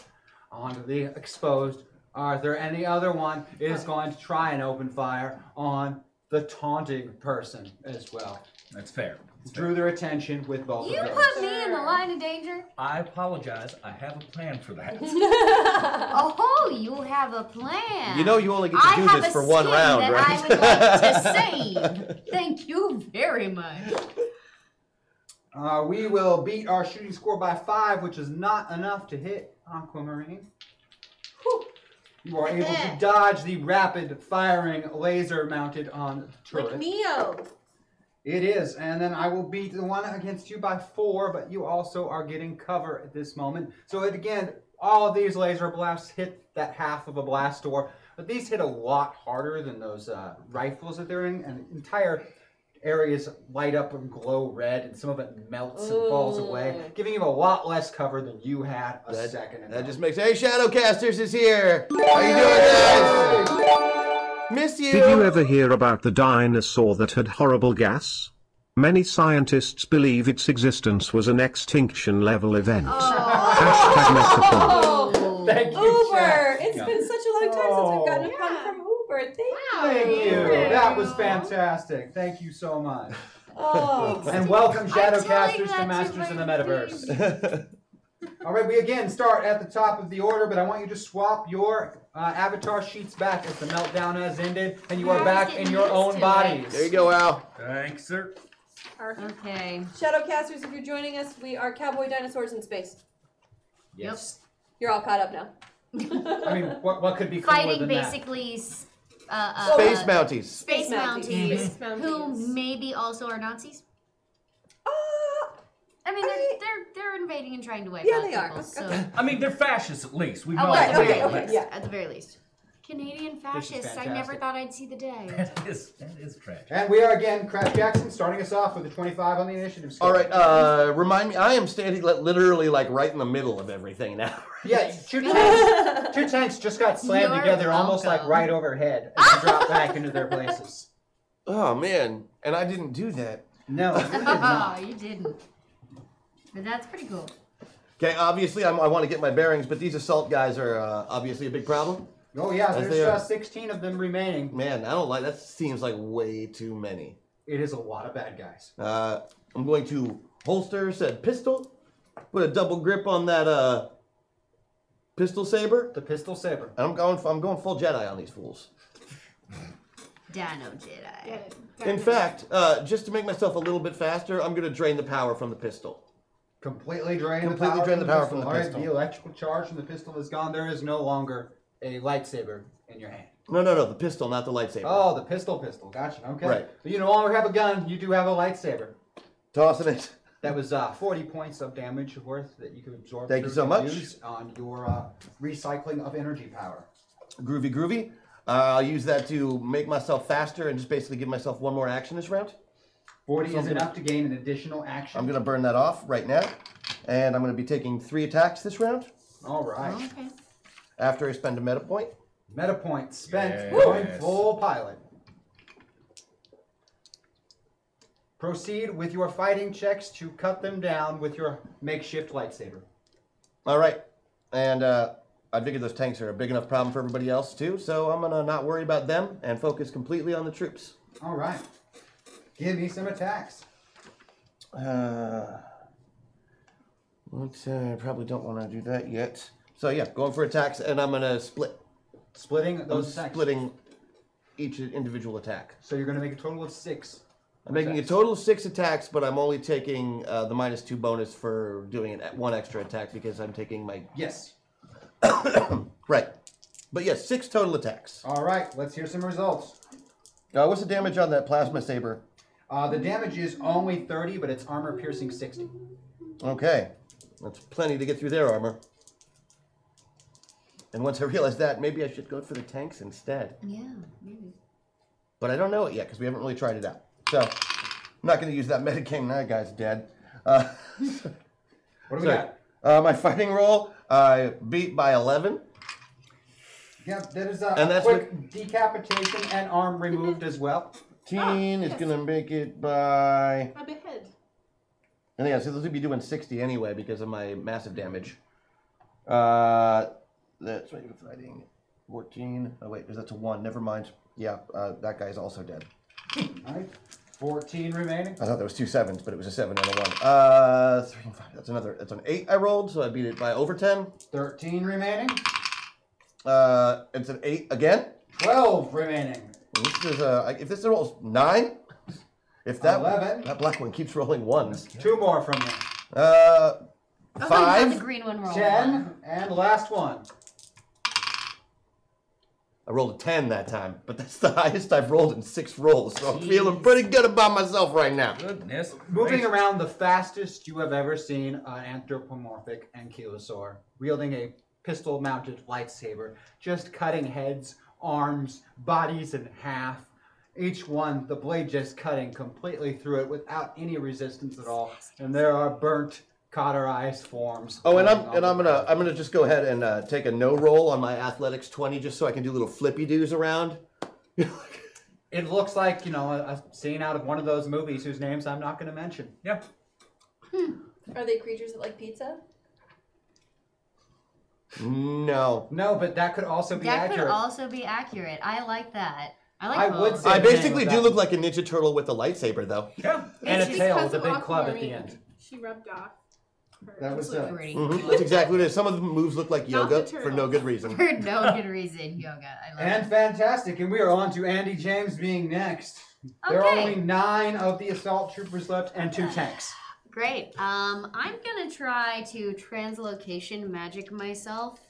S2: onto the exposed Arthur, and the other one is going to try and open fire on the taunting person as well.
S5: That's fair.
S2: Drew their attention with both
S7: You
S2: of them.
S7: put me in the line of danger.
S5: I apologize. I have a plan for that.
S7: Oh, you have a plan.
S8: You know you only get to
S7: I
S8: do
S7: have
S8: this
S7: a
S8: for one
S7: scheme
S8: round,
S7: that
S8: right?
S7: I would like to save. Thank you very much.
S2: Uh, we will beat our shooting score by five, which is not enough to hit Aquamarine. You are able to dodge the rapid firing laser mounted on the turret.
S9: Like Neo.
S2: It is, and then I will beat the one against you by four, but you also are getting cover at this moment. So it, again, all of these laser blasts hit that half of a blast door, but these hit a lot harder than those uh, rifles that they're in, and entire areas light up and glow red, and some of it melts and falls away, giving you a lot less cover than you had a second ago.
S8: That just makes. Hey, Shadowcasters is here. How you doing, guys? Miss you.
S10: Did you ever hear about the dinosaur that had horrible gas? Many scientists believe its existence was an extinction level event. Hashtag metaphor.
S9: Oh,
S2: Thank
S9: you, Uber.
S2: Chad.
S9: It's
S2: Yeah.
S9: been such a long time since we've gotten a pun from Uber. Thank
S2: Thank
S9: you.
S2: you. That was fantastic. Thank you so much.
S9: Oh.
S2: and welcome,
S9: telling
S2: Shadowcasters,
S9: that
S2: to
S9: to
S2: Masters in the
S9: my
S2: Metaverse. All right, we again start at the top of the order, but I want you to swap your uh, avatar sheets back as the meltdown has ended, and you are
S9: Yeah,
S2: back
S9: getting
S2: in your
S9: used to
S2: own
S9: it.
S2: bodies.
S9: There you
S8: go, Al.
S5: Thanks, sir.
S7: Okay.
S9: Shadowcasters, if you're joining us, we are cowboy dinosaurs in space.
S2: Yes.
S9: You're all caught up now.
S2: I mean, what, what could be cooler
S7: Fighting
S2: than
S7: basically s- uh,
S2: Oh,
S7: uh,
S8: Space
S7: uh,
S8: Mounties.
S7: Space,
S9: Space Mounties.
S7: Mounties,
S9: Space
S7: who maybe also are Nazis.
S9: Ah!
S7: I mean, they're, they're they're invading and trying to wipe
S9: Yeah,
S7: out
S9: they
S7: people.
S9: are.
S7: So.
S5: I mean, they're fascists at least. We
S7: Oh,
S5: know
S7: well, at
S5: that.
S7: the very least.
S9: yeah.
S7: At the very least. Canadian
S5: This is
S7: fascists. I never
S5: fantastic.
S7: thought I'd see the day.
S5: That is that is tragic.
S2: that? And we are again, Crash Jackson, starting us off with a 25 on the initiative score.
S8: All right. Uh, remind me. I am standing li- literally like right in the middle of everything now.
S2: Yeah, two tanks, two tanks just got slammed
S7: You're
S2: together almost like
S7: welcome.
S2: right overhead as they drop back into their places.
S8: Oh man, and I didn't do that.
S2: No.
S7: oh, you didn't. But that's pretty cool.
S8: Okay, obviously I'm, I want to get my bearings, but these assault guys are uh, obviously a big problem.
S2: Oh yeah,
S8: As
S2: there's
S8: they are-
S2: uh, 16 of them remaining.
S8: Man, I don't like that. Seems like way too many.
S2: It is a lot of bad guys.
S8: Uh, I'm going to holster said pistol, put a double grip on that uh, pistol saber.
S2: The pistol saber.
S8: I'm going. I'm going full Jedi on these fools.
S7: Dino Jedi.
S8: In fact, uh, just to make myself a little bit faster, I'm going to drain the power from the pistol.
S2: Completely drained.
S8: Completely
S2: the power
S8: drained the power from the
S2: All right,
S8: pistol.
S2: the electrical charge from the pistol is gone. There is no longer a lightsaber in your hand.
S8: No, no, no, the pistol, not the lightsaber.
S2: Oh, the pistol, pistol. Gotcha. Okay.
S8: Right.
S2: So you no longer have a gun. You do have a lightsaber.
S8: Tossing it.
S2: That was uh, 40 points of damage worth that you can absorb.
S8: Thank you
S2: through
S8: so
S2: your
S8: much.
S2: use On your uh, recycling of energy power.
S8: Groovy, groovy. Uh, I'll use that to make myself faster and just basically give myself one more action this round.
S2: 40 is
S8: So I'm gonna-
S2: enough to gain an additional action.
S8: I'm going to burn that off right now, and I'm going to be taking three attacks this round
S2: All right.
S7: Okay.
S8: after I spend a meta point.
S2: Meta point spent.
S8: Yes.
S2: Going full pilot. Proceed with your fighting checks to cut them down with your makeshift lightsaber.
S8: All right, and uh, I figure those tanks are a big enough problem for everybody else too, so I'm going to not worry about them and focus completely on the troops.
S2: All right. Give me some attacks.
S8: Uh, let's, uh, I probably don't want to do that yet. So yeah, going for attacks, and I'm gonna split.
S2: Splitting
S8: I'm
S2: those attacks.
S8: splitting each individual attack.
S2: So you're going to make a total of six.
S8: I'm making a total of six attacks, but I'm only taking uh, the minus two bonus for doing an, one extra attack because I'm taking my
S2: Yes.
S8: right. But yes, six total attacks.
S2: All right. Let's hear some results.
S8: Uh, what's the damage on that plasma saber?
S2: Uh, the damage is only 30, but it's armor piercing 60.
S8: Okay, that's plenty to get through their armor. And once I realize that, maybe I should go for the tanks instead.
S7: Yeah, maybe.
S8: but I don't know it yet because we haven't really tried it out. So I'm not going to use that meta game. That guy's dead. Uh,
S2: what
S8: do we got? Uh, my fighting roll, I beat by 11.
S2: Yeah, that is a
S8: And that's
S2: quick decapitation and arm removed as well.
S8: Teen is going to make it by.
S9: My behead.
S8: And yeah, so this would be doing 60 anyway because of my massive damage. Uh, that's what you're fighting. 14. Oh, wait, because that's a 1. Never mind. Yeah, uh, that guy's also dead.
S2: All right. 14 remaining.
S8: I thought there was two sevens, but it was a seven and a one. Uh, three and five. That's another. That's an eight I rolled, so I beat it by over ten.
S2: Thirteen remaining.
S8: Uh, it's an eight again.
S2: Twelve remaining.
S8: This is a. If this rolls nine, if that
S2: Eleven.
S8: that black one keeps rolling ones.
S2: Two more from me.
S8: Uh,
S7: Oh,
S8: five.
S7: The green one roll.
S2: 10, and last one.
S8: I rolled a ten that time, but that's the highest I've rolled in six rolls, so I'm feeling pretty good about myself right now.
S5: Goodness.
S2: Moving
S5: gracious.
S2: around the fastest you have ever seen an anthropomorphic ankylosaur, wielding a pistol mounted lightsaber, just cutting heads, arms, bodies in half. Each one, the blade just cutting completely through it without any resistance at all. And there are burnt, cauterized forms.
S8: Oh, and I'm
S2: floating
S8: and
S2: all
S8: I'm gonna I'm gonna just go ahead and uh, take a no roll on my athletics twenty, just so I can do little flippy doos around.
S2: It looks like, you know, a, a scene out of one of those movies whose names I'm not going to mention.
S5: Yeah.
S9: Are they creatures that like pizza?
S8: No.
S2: No, but that could also be
S7: That
S2: accurate.
S7: could also be accurate. I like that. I like
S2: I
S7: both.
S2: would say-
S8: I
S2: the name
S8: basically
S2: of
S8: do
S2: that.
S8: look like a Ninja Turtle with a lightsaber, though.
S5: Yeah.
S2: and a
S9: It's
S2: tail
S9: because
S2: with a
S9: of
S2: big club at the
S9: Aquamarine.
S2: end.
S9: She rubbed off. her-
S2: That was uh,
S7: Pretty
S8: Mhm,
S7: cool.
S8: That's exactly what it is. Some of the moves look like
S9: Not
S8: yoga
S9: the
S8: for no good reason.
S7: For no good reason, yoga. I love
S2: And
S7: it.
S2: fantastic. And we are on to Andy James being next. There are
S7: Okay.
S2: only nine of the assault troopers left and two tanks.
S7: Great. Um, I'm gonna try to translocation magic myself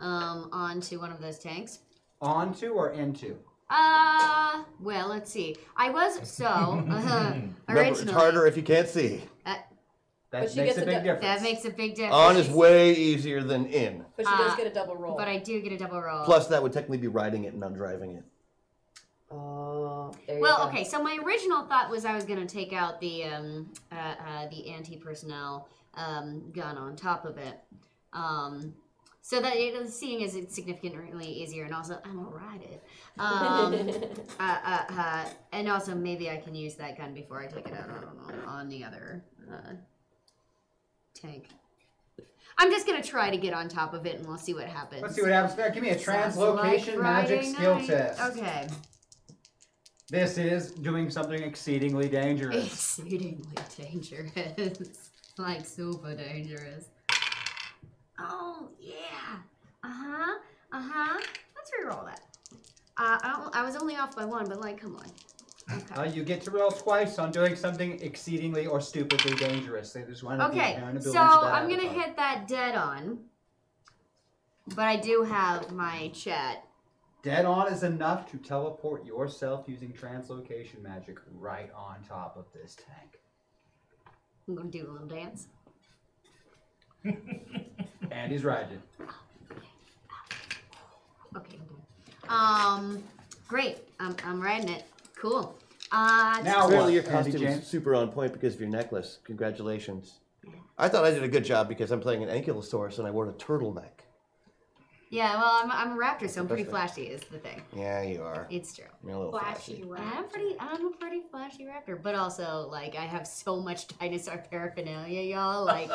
S7: um, onto one of those tanks.
S2: On to or into?
S7: Uh, well, let's see. I was so uh,
S8: Remember, it's
S7: originally. uh,
S8: harder if you can't see.
S2: That
S9: But she
S2: makes
S9: gets
S2: a
S9: a
S2: big
S9: du-
S2: difference.
S7: That makes a big difference.
S8: On is way easier than in.
S9: But she does
S7: Uh,
S9: get a double roll.
S7: But I do get a double roll.
S8: Plus, that would technically be riding it and not driving it.
S14: Oh, there you
S7: Well,
S14: go.
S7: okay. So my original thought was I was going to take out the um, uh, uh, the anti personnel um, gun on top of it. Um, So that it, seeing is significantly easier, and also I'm gonna ride it. Um, uh, uh, uh, and also maybe I can use that gun before I take it out. I don't know on the other uh, tank. I'm just gonna try to get on top of it, and we'll see what happens.
S2: Let's see what happens there. Give me a
S7: Sounds like
S2: translocation magic
S7: Friday
S2: skill
S7: night.
S2: test.
S7: Okay.
S2: This is doing something exceedingly dangerous.
S7: Exceedingly dangerous. like super dangerous. Oh yeah. Uh huh. Uh huh. Let's reroll that. Uh, I, don't- I was only off by one, but like, come on.
S2: Uh, you get to roll twice on doing something exceedingly or stupidly dangerous. They just want to
S7: Okay,
S2: be known
S7: so I'm gonna hit that dead on. But I do have my chat.
S2: Dead on is enough to teleport yourself using translocation magic right on top of this tank.
S7: I'm gonna do a little dance.
S2: And he's riding.
S7: Okay. Um, great. I'm, I'm riding it. Cool. Uh,
S8: clearly your costume is super on point because of your necklace. Congratulations. I thought I did a good job because I'm playing an ankylosaurus and I wore a turtleneck.
S7: Yeah, well, I'm, I'm a raptor, so I'm pretty
S8: Perfect.
S7: flashy. Is the thing.
S8: Yeah, you are.
S7: It's true.
S8: You're a little flashy.
S7: I'm pretty. I'm a pretty flashy raptor, but also like I have so much dinosaur paraphernalia, y'all. Like,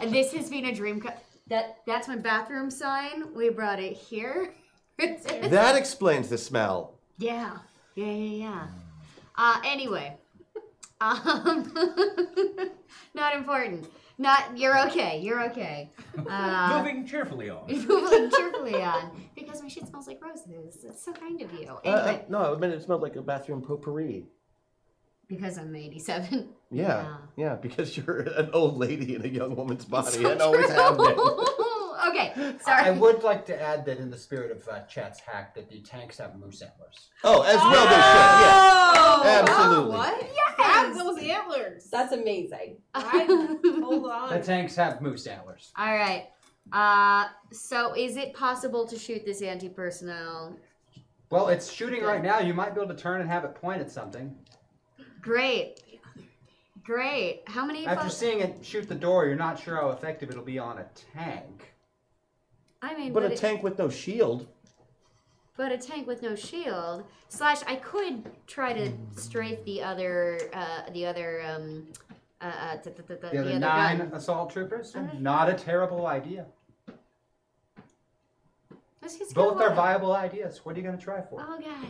S7: and this has been a dream. Co- that that's my bathroom sign. We brought it here.
S8: That explains the smell.
S7: Yeah, yeah, yeah, yeah. Uh, anyway, um, not important. Not you're okay. You're okay. Uh,
S5: Moving cheerfully on.
S7: moving cheerfully on because my shit smells like roses. That's so kind of you.
S8: Uh,
S7: Anyway,
S8: uh, no, I meant it smelled like a bathroom potpourri.
S7: because I'm 87.
S8: Yeah, yeah, because you're an old lady in a young woman's body
S7: so
S8: and always have been.
S7: okay,
S2: I
S7: sorry.
S2: would like to add that in the spirit of uh, chat's hack that the tanks have moose antlers.
S8: Oh, as well they should.
S2: Oh!
S8: Yeah, absolutely.
S9: What?
S7: Yes!
S16: Ah,
S9: Have those antlers. That's amazing. I, hold
S2: The
S3: Oh,
S9: on.
S2: tanks have moose antlers.
S7: All right. Uh, so is it possible to shoot this anti-personnel?
S2: Well, it's shooting right now. You might be able to turn and have it point at something.
S7: Great. Great. How many?
S2: After
S7: fo-
S2: seeing it shoot the door, you're not sure how effective it'll be on a tank.
S7: I mean,
S8: But a
S7: it-
S8: tank with no shield.
S7: But a tank with no shield. Slash, I could try to
S2: Hmm.
S7: strafe the other, uh, the other, um, uh, uh, t- t- t-
S2: The other nine assault troopers? Not a terrible idea.
S7: Let's just go
S2: Both are
S7: on.
S2: viable ideas. What are you going to try for?
S7: Oh god.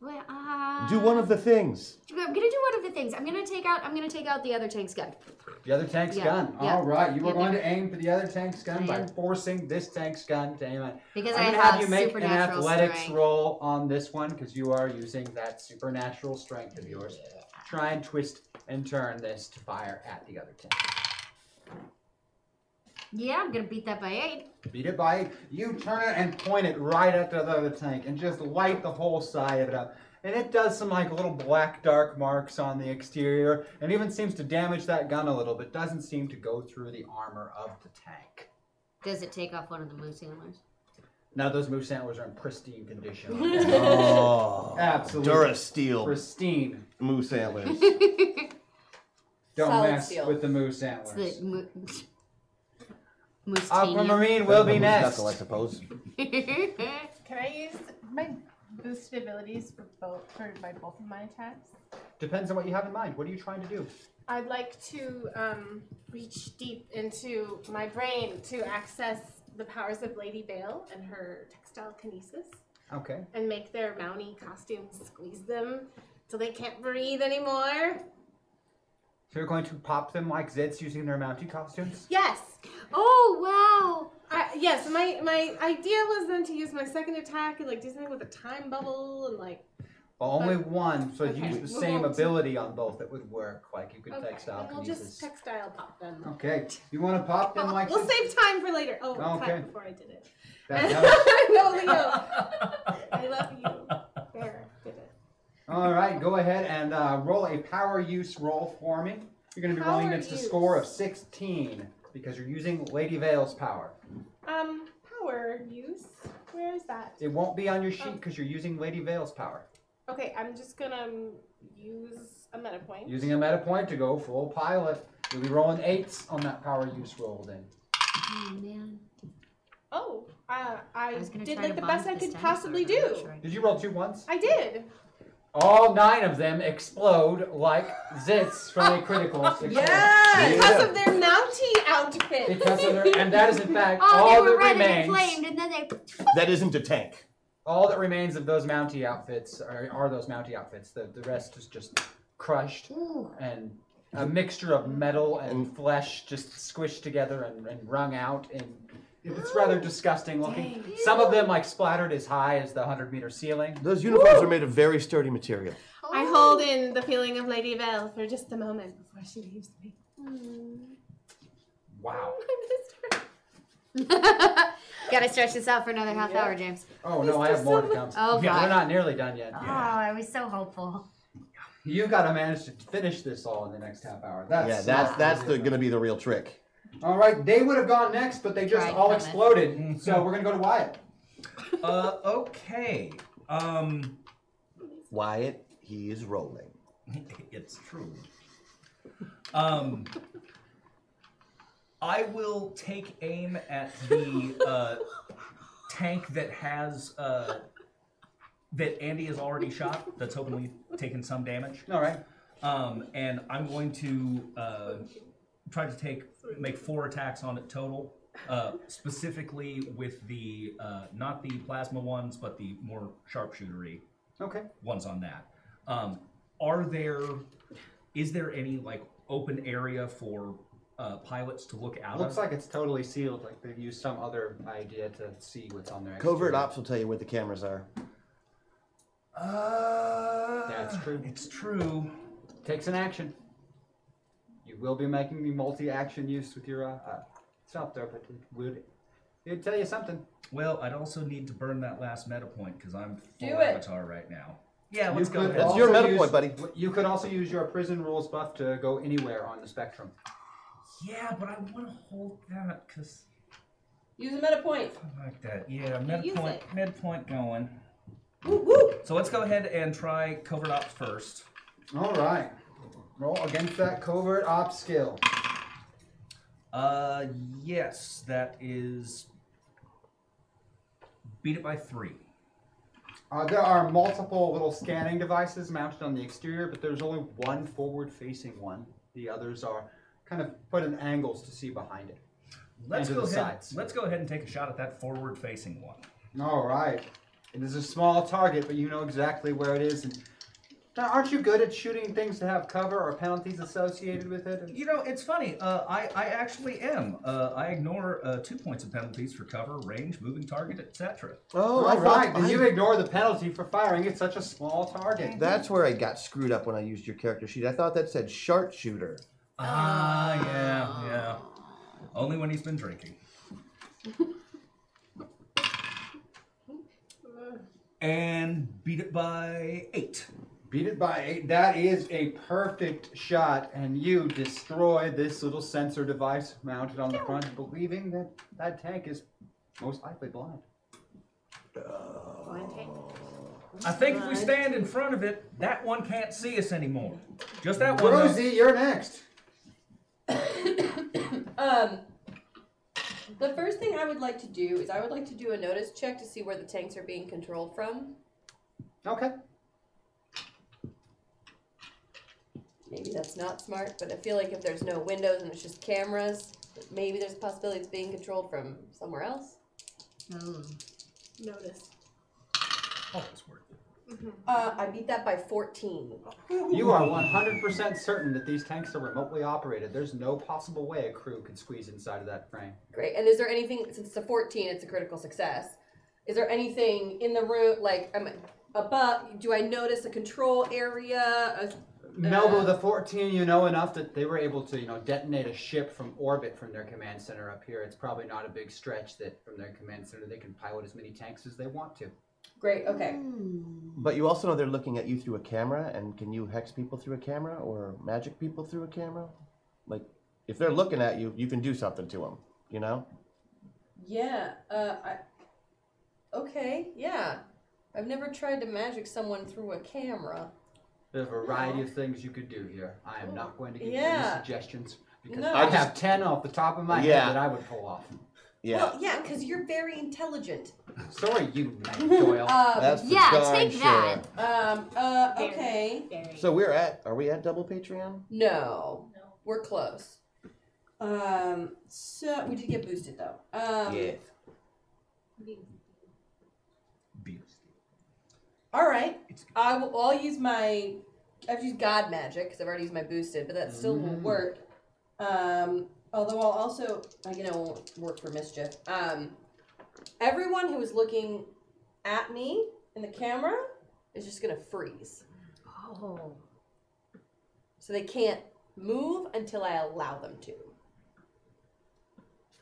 S7: Well, uh,
S8: Do one of the things.
S7: I'm gonna do one of the things. I'm gonna take out. I'm gonna take out the other tank's gun.
S2: The other tank's
S7: Yeah,
S2: gun.
S7: yeah,
S2: All right, you were
S7: yeah,
S2: going
S7: yeah.
S2: to aim for the other tank's gun
S7: I
S2: by
S7: am.
S2: forcing this tank's gun to aim at.
S7: Because
S2: I'm
S7: I
S2: gonna
S7: have
S2: you make an
S7: supernatural
S2: athletics
S7: strength.
S2: roll on this one because you are using that supernatural strength of yours. Try and twist and turn this to fire at the other tank.
S7: Yeah, I'm gonna beat that by eight.
S2: Beat it by eight. You turn it and point it right at the other tank and just light the whole side of it up. And it does some like little black dark marks on the exterior and even seems to damage that gun a little, but doesn't seem to go through the armor of the tank.
S7: Does it take off one of the moose antlers?
S2: Now those moose antlers are in pristine condition.
S8: Oh,
S2: Absolutely.
S8: Durasteel.
S2: Pristine.
S8: Moose antlers.
S2: Don't
S7: Solid
S2: mess
S7: steel.
S2: with the moose antlers.
S7: It's the mo- moose
S2: Uh, Aquamarine will be
S8: Moose
S2: next.
S8: knuckle, I suppose.
S16: Can I use my boosted abilities for both for my both of my attacks?
S2: Depends on what you have in mind. What are you trying to do?
S16: I'd like to um, reach deep into my brain to access the powers of Lady Vale and her textile kinesis
S2: Okay.
S16: and make their Mountie costumes squeeze them till they can't breathe anymore.
S2: So you're going to pop them like zits using their mountie costumes?
S16: Yes.
S7: Oh
S16: wow. I, yes, my my idea was then to use my second attack and like do something with a time bubble and like
S2: Well, only one, so
S16: Okay,
S2: use the
S16: we
S2: same
S16: won't.
S2: ability on both. It would work. Like you could
S16: okay,
S2: textile
S16: then we'll
S2: kinesis.
S16: just textile pop them.
S2: Okay, you want to pop them like
S16: we'll
S2: this?
S16: save time for later. Oh,
S2: Oh,
S16: clap
S2: okay.
S16: before I did it.
S2: That-
S16: no, Leo. I love you. There, did it.
S2: All right, go ahead and uh, roll a power use roll for me. You're going to be rolling
S16: Power
S2: against a
S16: use.
S2: score of 16 because you're using Lady Vale's power.
S16: Um, power use. Where is that?
S2: It won't be on your sheet because you're using Lady Vale's power.
S16: Okay, I'm just gonna um, use a meta point.
S2: Using a meta point to go full pilot. You'll be rolling eights on that power use roll then.
S7: Oh man.
S16: Oh, uh, I,
S7: was gonna
S16: did
S7: try
S16: like the
S7: to bond
S16: best I
S7: this
S16: could
S7: dinosaur,
S16: possibly do.
S2: Did you roll two ones?
S16: I did.
S2: All nine of them explode like zits from a critical success.
S16: Because of their Mountie outfit.
S2: Because of their- and that is in fact
S7: Oh,
S2: all
S7: they
S2: that
S7: were red
S2: remains.
S7: and inflamed, and then they.
S8: That isn't a tank.
S2: All that remains of those Mountie outfits are, are those Mountie outfits. The, the rest is just crushed and a mixture of metal
S8: Mm.
S2: and flesh just squished together and, and wrung out. And it's rather disgusting looking.
S8: Dang.
S2: Some of them like splattered as high as the 100 meter ceiling.
S8: Those uniforms are made of very sturdy material.
S16: I hold in the feeling of Lady Belle for just a moment before she leaves me.
S2: Wow.
S7: Gotta stretch this out for another half hour, James.
S2: Oh no, I have more to come.
S7: Oh,
S2: yeah,
S7: God.
S2: we're not nearly done yet.
S7: Oh, I was so hopeful.
S2: You gotta manage to finish this all in the next half hour. That's
S8: yeah, that's that's the, gonna be the real trick.
S2: All right, they would have gone next, but they just
S5: Tried
S2: all
S5: coming.
S2: exploded. So we're gonna go to Wyatt.
S5: Uh, okay. Um,
S8: Wyatt, he is rolling.
S5: it's true. Um, I will take aim at the uh, tank that has uh, that Andy has already shot. That's hopefully taken some damage.
S2: All right.
S5: Um, and I'm going to uh, try to take make four attacks on it total. Uh, specifically with the uh, not the plasma ones, but the more sharpshootery
S2: Okay.
S5: ones on that. Um, are there is there any like open area for uh, pilots to look out?
S2: Looks
S5: of?
S2: like it's totally sealed. Like they've used some other idea to see what's on there.
S8: Covert ops will tell you where the cameras are.
S5: Uh,
S2: That's true.
S5: It's true.
S2: Takes an action. You will be making the multi-action use with your uh, uh, stop there, but it would it'd tell you something.
S5: Well, I'd also need to burn that last meta point because I'm full
S2: Do it.
S5: avatar right now. Yeah, let's
S2: You
S5: go.
S2: could
S5: ahead.
S2: also use- You could also use your prison rules buff to go anywhere on the spectrum.
S5: Yeah, but I want to hold that because
S9: Use a meta point.
S5: I like that. Yeah, med
S9: Use
S5: point, med point going. So let's go ahead and try covert ops first.
S2: All right. Roll against that covert op skill.
S5: Uh, yes, that is beat it by three.
S2: Uh, there are multiple little scanning devices mounted on the exterior, but there's only one forward-facing one. The others are kind of put in angles to see behind it.
S5: Let's
S2: and to
S5: go ahead.
S2: the sides.
S5: Let's go ahead and take a shot at that forward-facing one.
S2: All right. It is a small target, but you know exactly where it is. And now, aren't you good at shooting things that have cover or penalties associated with it?
S5: You know, it's funny. Uh, I I actually am. Uh, I ignore uh, two points of penalties for cover, range, moving target, etc.
S8: Oh, I
S2: All
S8: thought-
S2: right. Then you ignore the penalty for firing. It's such a small target.
S8: That's where I got screwed up when I used your character sheet. I thought that said sharpshooter.
S5: Ah, yeah, yeah. Only when he's been drinking. and beat it by eight.
S2: Beat it by eight. That is a perfect shot, and you destroy this little sensor device mounted on the front, believing that that tank is most likely blind.
S5: I think if we stand in front of it, that one can't see us anymore. Just that one. though.
S2: Rosie, you're next.
S9: Um, the first thing I would like to do is I would like to do a notice check to see where the tanks are being controlled from.
S2: Okay.
S9: Maybe that's not smart, but I feel like if there's no windows and it's just cameras, maybe there's a possibility it's being controlled from somewhere else.
S16: Notice.
S5: Oh,
S9: Uh, I beat that by 14.
S2: You are 100% certain that these tanks are remotely operated. There's no possible way a crew could squeeze inside of that frame.
S9: Great. And is there anything, since it's a 14, it's a critical success. Is there anything in the room, like, um, above, do I notice a control area? Uh,
S2: Melbo, the 14, you know enough that they were able to, you know, detonate a ship from orbit from their command center up here. It's probably not a big stretch that from their command center they can pilot as many tanks as they want to.
S9: Great, okay.
S7: Hmm.
S8: But you also know they're looking at you through a camera, and can you hex people through a camera or magic people through a camera? Like, if they're looking at you, you can do something to them, you know?
S9: Yeah. Uh, I, okay. Yeah. I've never tried to magic someone through a camera.
S2: There's a variety of things you could do here. I am not going to give you
S9: Yeah.
S2: any suggestions because
S9: No.
S2: I
S9: I just-
S2: have 10 off the top of my
S8: Yeah.
S2: head that I would pull off.
S8: Yeah.
S9: Well, yeah, because you're very intelligent.
S2: So are you, Doyle.
S9: Um,
S8: Uh, That's for yeah, darn take sure. that.
S9: Um, uh, okay.
S8: So we're at. Are we at double Patreon?
S9: No, we're close. Um, so we did get boosted though. Um,
S8: Yeah.
S9: All right, I will. I'll use my. I've used God magic because I've already used my boosted, but that still will
S14: Mm.
S9: work. Um, although I'll also, I you know, won't work for mischief. Um, everyone who is looking at me in the camera is just gonna freeze.
S7: Oh.
S9: So they can't move until I allow them to.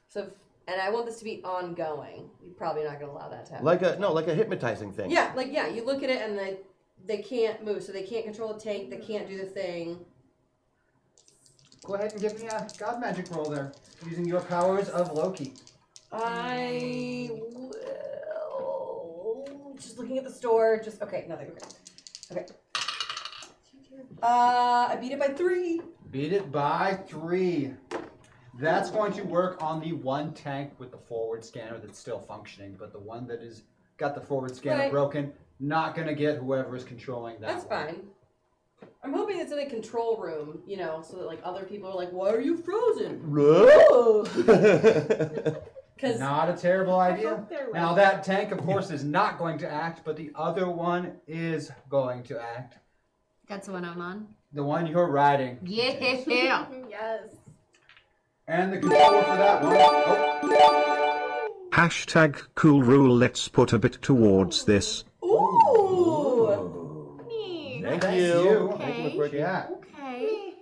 S9: So, if, and I want this to be ongoing. You're probably not gonna allow that to happen.
S8: Like a no, like a hypnotizing thing.
S9: Yeah, like yeah, you look at it and they they can't move, so they can't control the tank, they can't do the thing.
S2: Go ahead and give me a god magic roll there, using your powers of Loki.
S9: I will just looking at the store, just okay, nothing. Okay. Okay. Uh I beat it by three.
S2: Beat it by three. That's going to work on the one tank with the forward scanner that's still functioning, but the one that is got the forward scanner
S9: Right.
S2: broken, not gonna get whoever is controlling that.
S9: That's fine. I'm hoping it's in a control room, you know, so that like other people are like, Why are you frozen? Because
S2: not a terrible idea.
S9: they're
S2: Now
S9: right.
S2: that tank, of course, is not going to act, but the other one is going to act.
S7: That's the one I'm on.
S2: The one you're riding.
S7: Yeah.
S16: yes.
S2: And the controller for that one. Oh.
S10: Hashtag cool rule. Let's put a bit towards this.
S9: Ooh.
S2: Thank
S8: Thank
S2: you.
S8: you.
S2: Thank you, Yeah.
S7: Okay.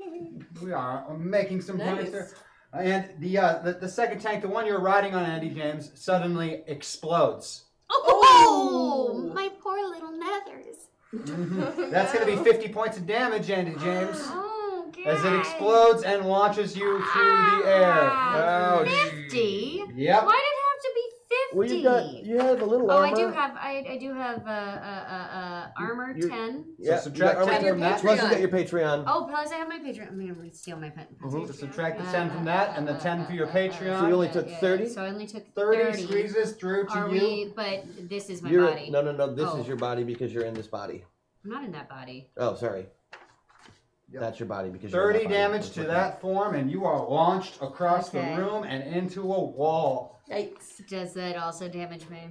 S2: We are making some points there. And the, uh, the the second tank, the one you're riding on, Andy James, suddenly explodes.
S7: Oh, my poor little nethers.
S2: That's going to be 50 points of damage, Andy James,
S7: Oh,
S2: as it explodes and launches you through the air. Oh,
S7: God. 50?
S2: Yep.
S7: Ah, Why did it have to be 50?
S2: Well, you got-
S8: you had a little
S7: oh, I
S8: armor.
S7: do have, I, I do have, uh, uh, uh, uh armor
S8: you're-
S7: 10.
S8: Yeah.
S2: subtract
S8: yeah,
S2: 10 from that.
S8: Plus you got your Patreon.
S7: Oh, plus I have my Patreon. I'm going to steal my pen.
S2: So subtract the 10 from that and the 10 for your Patreon.
S8: Mm-hmm. So you only took thirty.
S7: So I only took
S2: 30
S7: 30.
S2: squeezes through to
S7: Are
S2: you.
S7: we, but this is my
S8: You're-
S7: body.
S8: No, no, no. This
S7: Oh.
S8: is your body because you're in this body.
S7: I'm not in that body.
S8: Oh, sorry. That's your body because you're in
S2: 30
S8: that body.
S2: damage to that form, and you are launched across
S7: Okay.
S2: the room and into a wall.
S7: Yikes. Does that also damage me?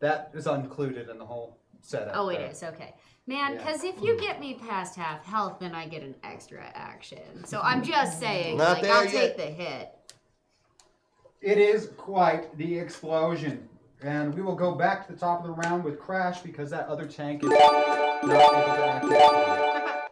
S2: That is included in the whole setup.
S7: Oh, it
S2: there.
S7: is. Okay. Man,
S2: Yeah.
S7: because
S8: Hmm.
S7: if you get me past half health, then I get an extra action. So I'm just saying,
S2: Not
S7: like, I'll
S2: there yet.
S7: take the hit.
S2: It is quite the explosion. And we will go back to the top of the round with Crash because that other tank is not able to activate.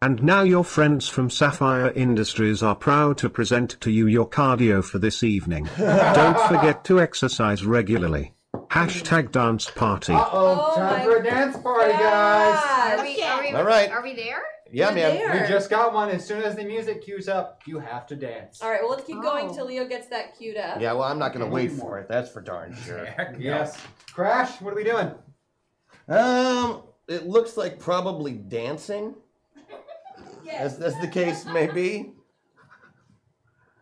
S10: And now your friends from Sapphire Industries are proud to present to you your cardio for this evening. Don't forget to exercise regularly. Hashtag dance party.
S7: Oh
S2: Uh-oh, time for a dance party, guys.
S7: Are we, are we,
S8: All right.
S7: Are we there?
S8: Yeah,
S9: We're
S8: man.
S9: there.
S2: We just got one. As soon as the music cues up, you have to dance.
S9: All right, well let's keep going
S7: Oh.
S9: till Leo gets that queued up.
S8: Yeah, well, I'm not going to
S2: Okay.
S8: wait for it. That's for darn sure.
S2: Yes. Crash, what are we doing?
S8: Um, it looks like probably dancing. As, as the case may be.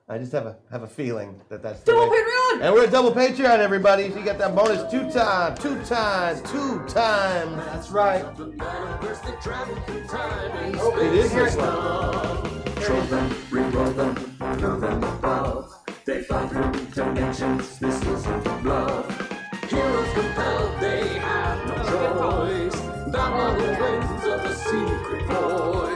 S8: I just have a have a feeling that that's the
S9: Double
S8: way.
S9: Patreon!
S8: And we're at double Patreon, everybody. So you get that bonus two times, two times, two times.
S2: That's right. Oh,
S8: It is this one.
S17: Control them, re-roll them, know them above. They fly through dimensions, this isn't bluff. Heroes compelled, they have no choice. Thou are the winds of the secret voice.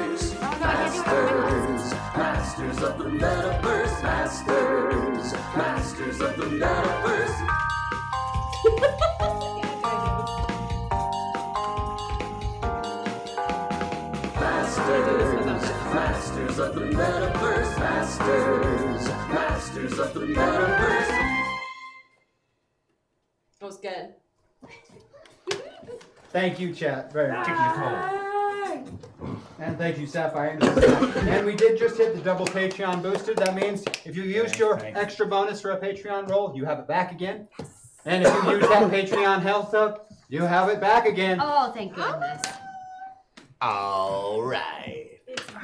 S17: Masters, masters of the metaverse, masters, masters of the metaverse. Masters, masters of the metaverse, masters, masters of the metaverse.
S9: That was good.
S2: Thank you, chat. Very much.
S9: Yay!
S2: And thank you, Sapphire. and we did just hit the double Patreon booster. That means if you used your extra bonus for a Patreon roll, you have it back again. And if you use that Patreon health up, you have it back again.
S7: Oh, thank goodness.
S8: All right.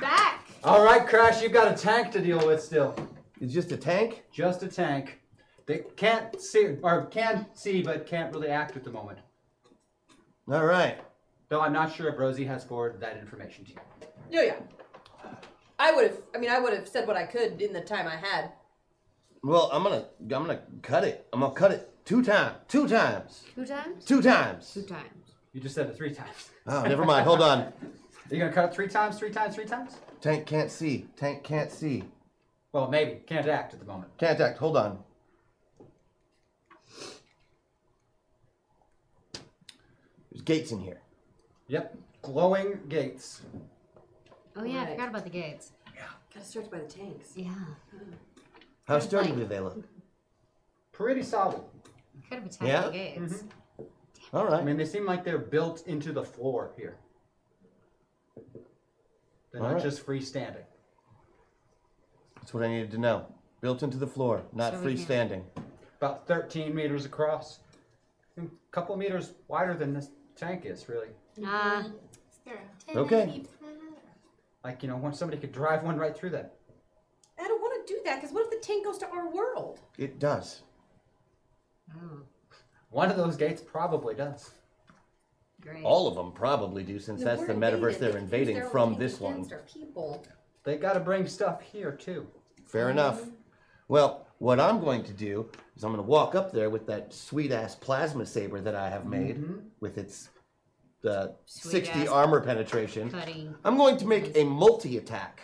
S7: Back.
S2: All right, Crash, you've got a tank to deal with still.
S8: It's just a tank?
S2: Just a tank. They can't see, or can see, but can't really act at the moment.
S8: All right.
S2: Though I'm not sure if Rosie has forwarded that information to you.
S9: Oh, Yeah, yeah. I would have. I mean, I would have said what I could in the time I had.
S8: Well, I'm gonna I'm gonna cut it. I'm gonna cut it two times. Two times.
S7: Two times?
S8: Two times.
S7: Two times.
S2: You just said it three times.
S8: Oh, never mind. Hold on.
S2: Are you gonna cut it three times, three times, three times?
S8: Tank can't see. Tank can't see.
S2: Well, maybe. Can't act at the moment.
S8: Can't act. Hold on. There's gates in here.
S2: Yep. Glowing gates.
S7: Oh yeah, I
S9: Right.
S7: forgot about the gates.
S9: Gotta start by the tanks.
S7: Yeah.
S8: How sturdy do they look?
S2: Pretty solid.
S7: Could have attacked
S2: Yeah?
S7: the gates.
S8: All right.
S2: I mean, they seem like they're built into the floor here. They're
S8: All
S2: not
S8: right.
S2: just freestanding.
S8: That's what I needed to know. Built into the floor, not
S2: So we can't-
S8: freestanding.
S2: About 13 meters across. A couple meters wider than this tank is, really.
S7: Uh,
S8: Okay.
S2: Like, you know, once somebody could drive one right through that.
S9: I don't want to do that because what if the tank goes to our world?
S8: It does.
S7: Mm-hmm. oh,
S2: One of those gates probably does.
S7: Great.
S8: All of them probably do, since
S9: No,
S8: that's
S9: we're
S8: the metaverse
S9: invaded. They
S8: they're
S9: can use
S8: invading
S9: their own
S8: from
S9: tank
S8: this one.
S9: against our people.
S2: They gotta bring stuff here, too.
S8: Fair enough. Well, what I'm going to do is I'm going to walk up there with that sweet ass plasma saber that I have made with its uh, 60
S7: ass
S8: armor penetration.
S7: cutting.
S8: I'm going to make a multi attack.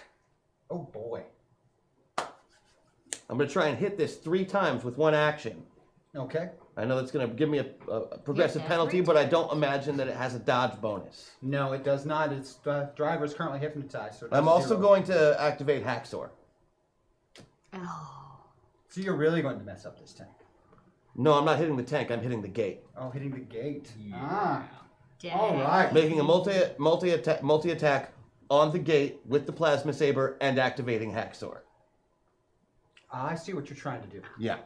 S2: Oh boy.
S8: I'm going to try and hit this three times with one action.
S2: Okay.
S8: I know that's going to give me a, a- a progressive
S2: Yeah,
S8: penalty,
S2: three
S8: but I don't imagine that it has a dodge bonus.
S2: No, it does not. Its uh, driver is currently hypnotized. So it
S8: I'm
S2: does
S8: also
S2: zero.
S8: going to activate Haxor.
S7: Oh,
S2: So you're really going to mess up this tank.
S8: No, I'm not hitting the tank. I'm hitting the gate.
S2: Oh, hitting the gate. Ah.
S7: Dang.
S2: All right.
S8: Making a multi multi attack multi attack on the gate with the plasma saber and activating Haxor.
S2: I see what you're trying to do.
S8: Yeah.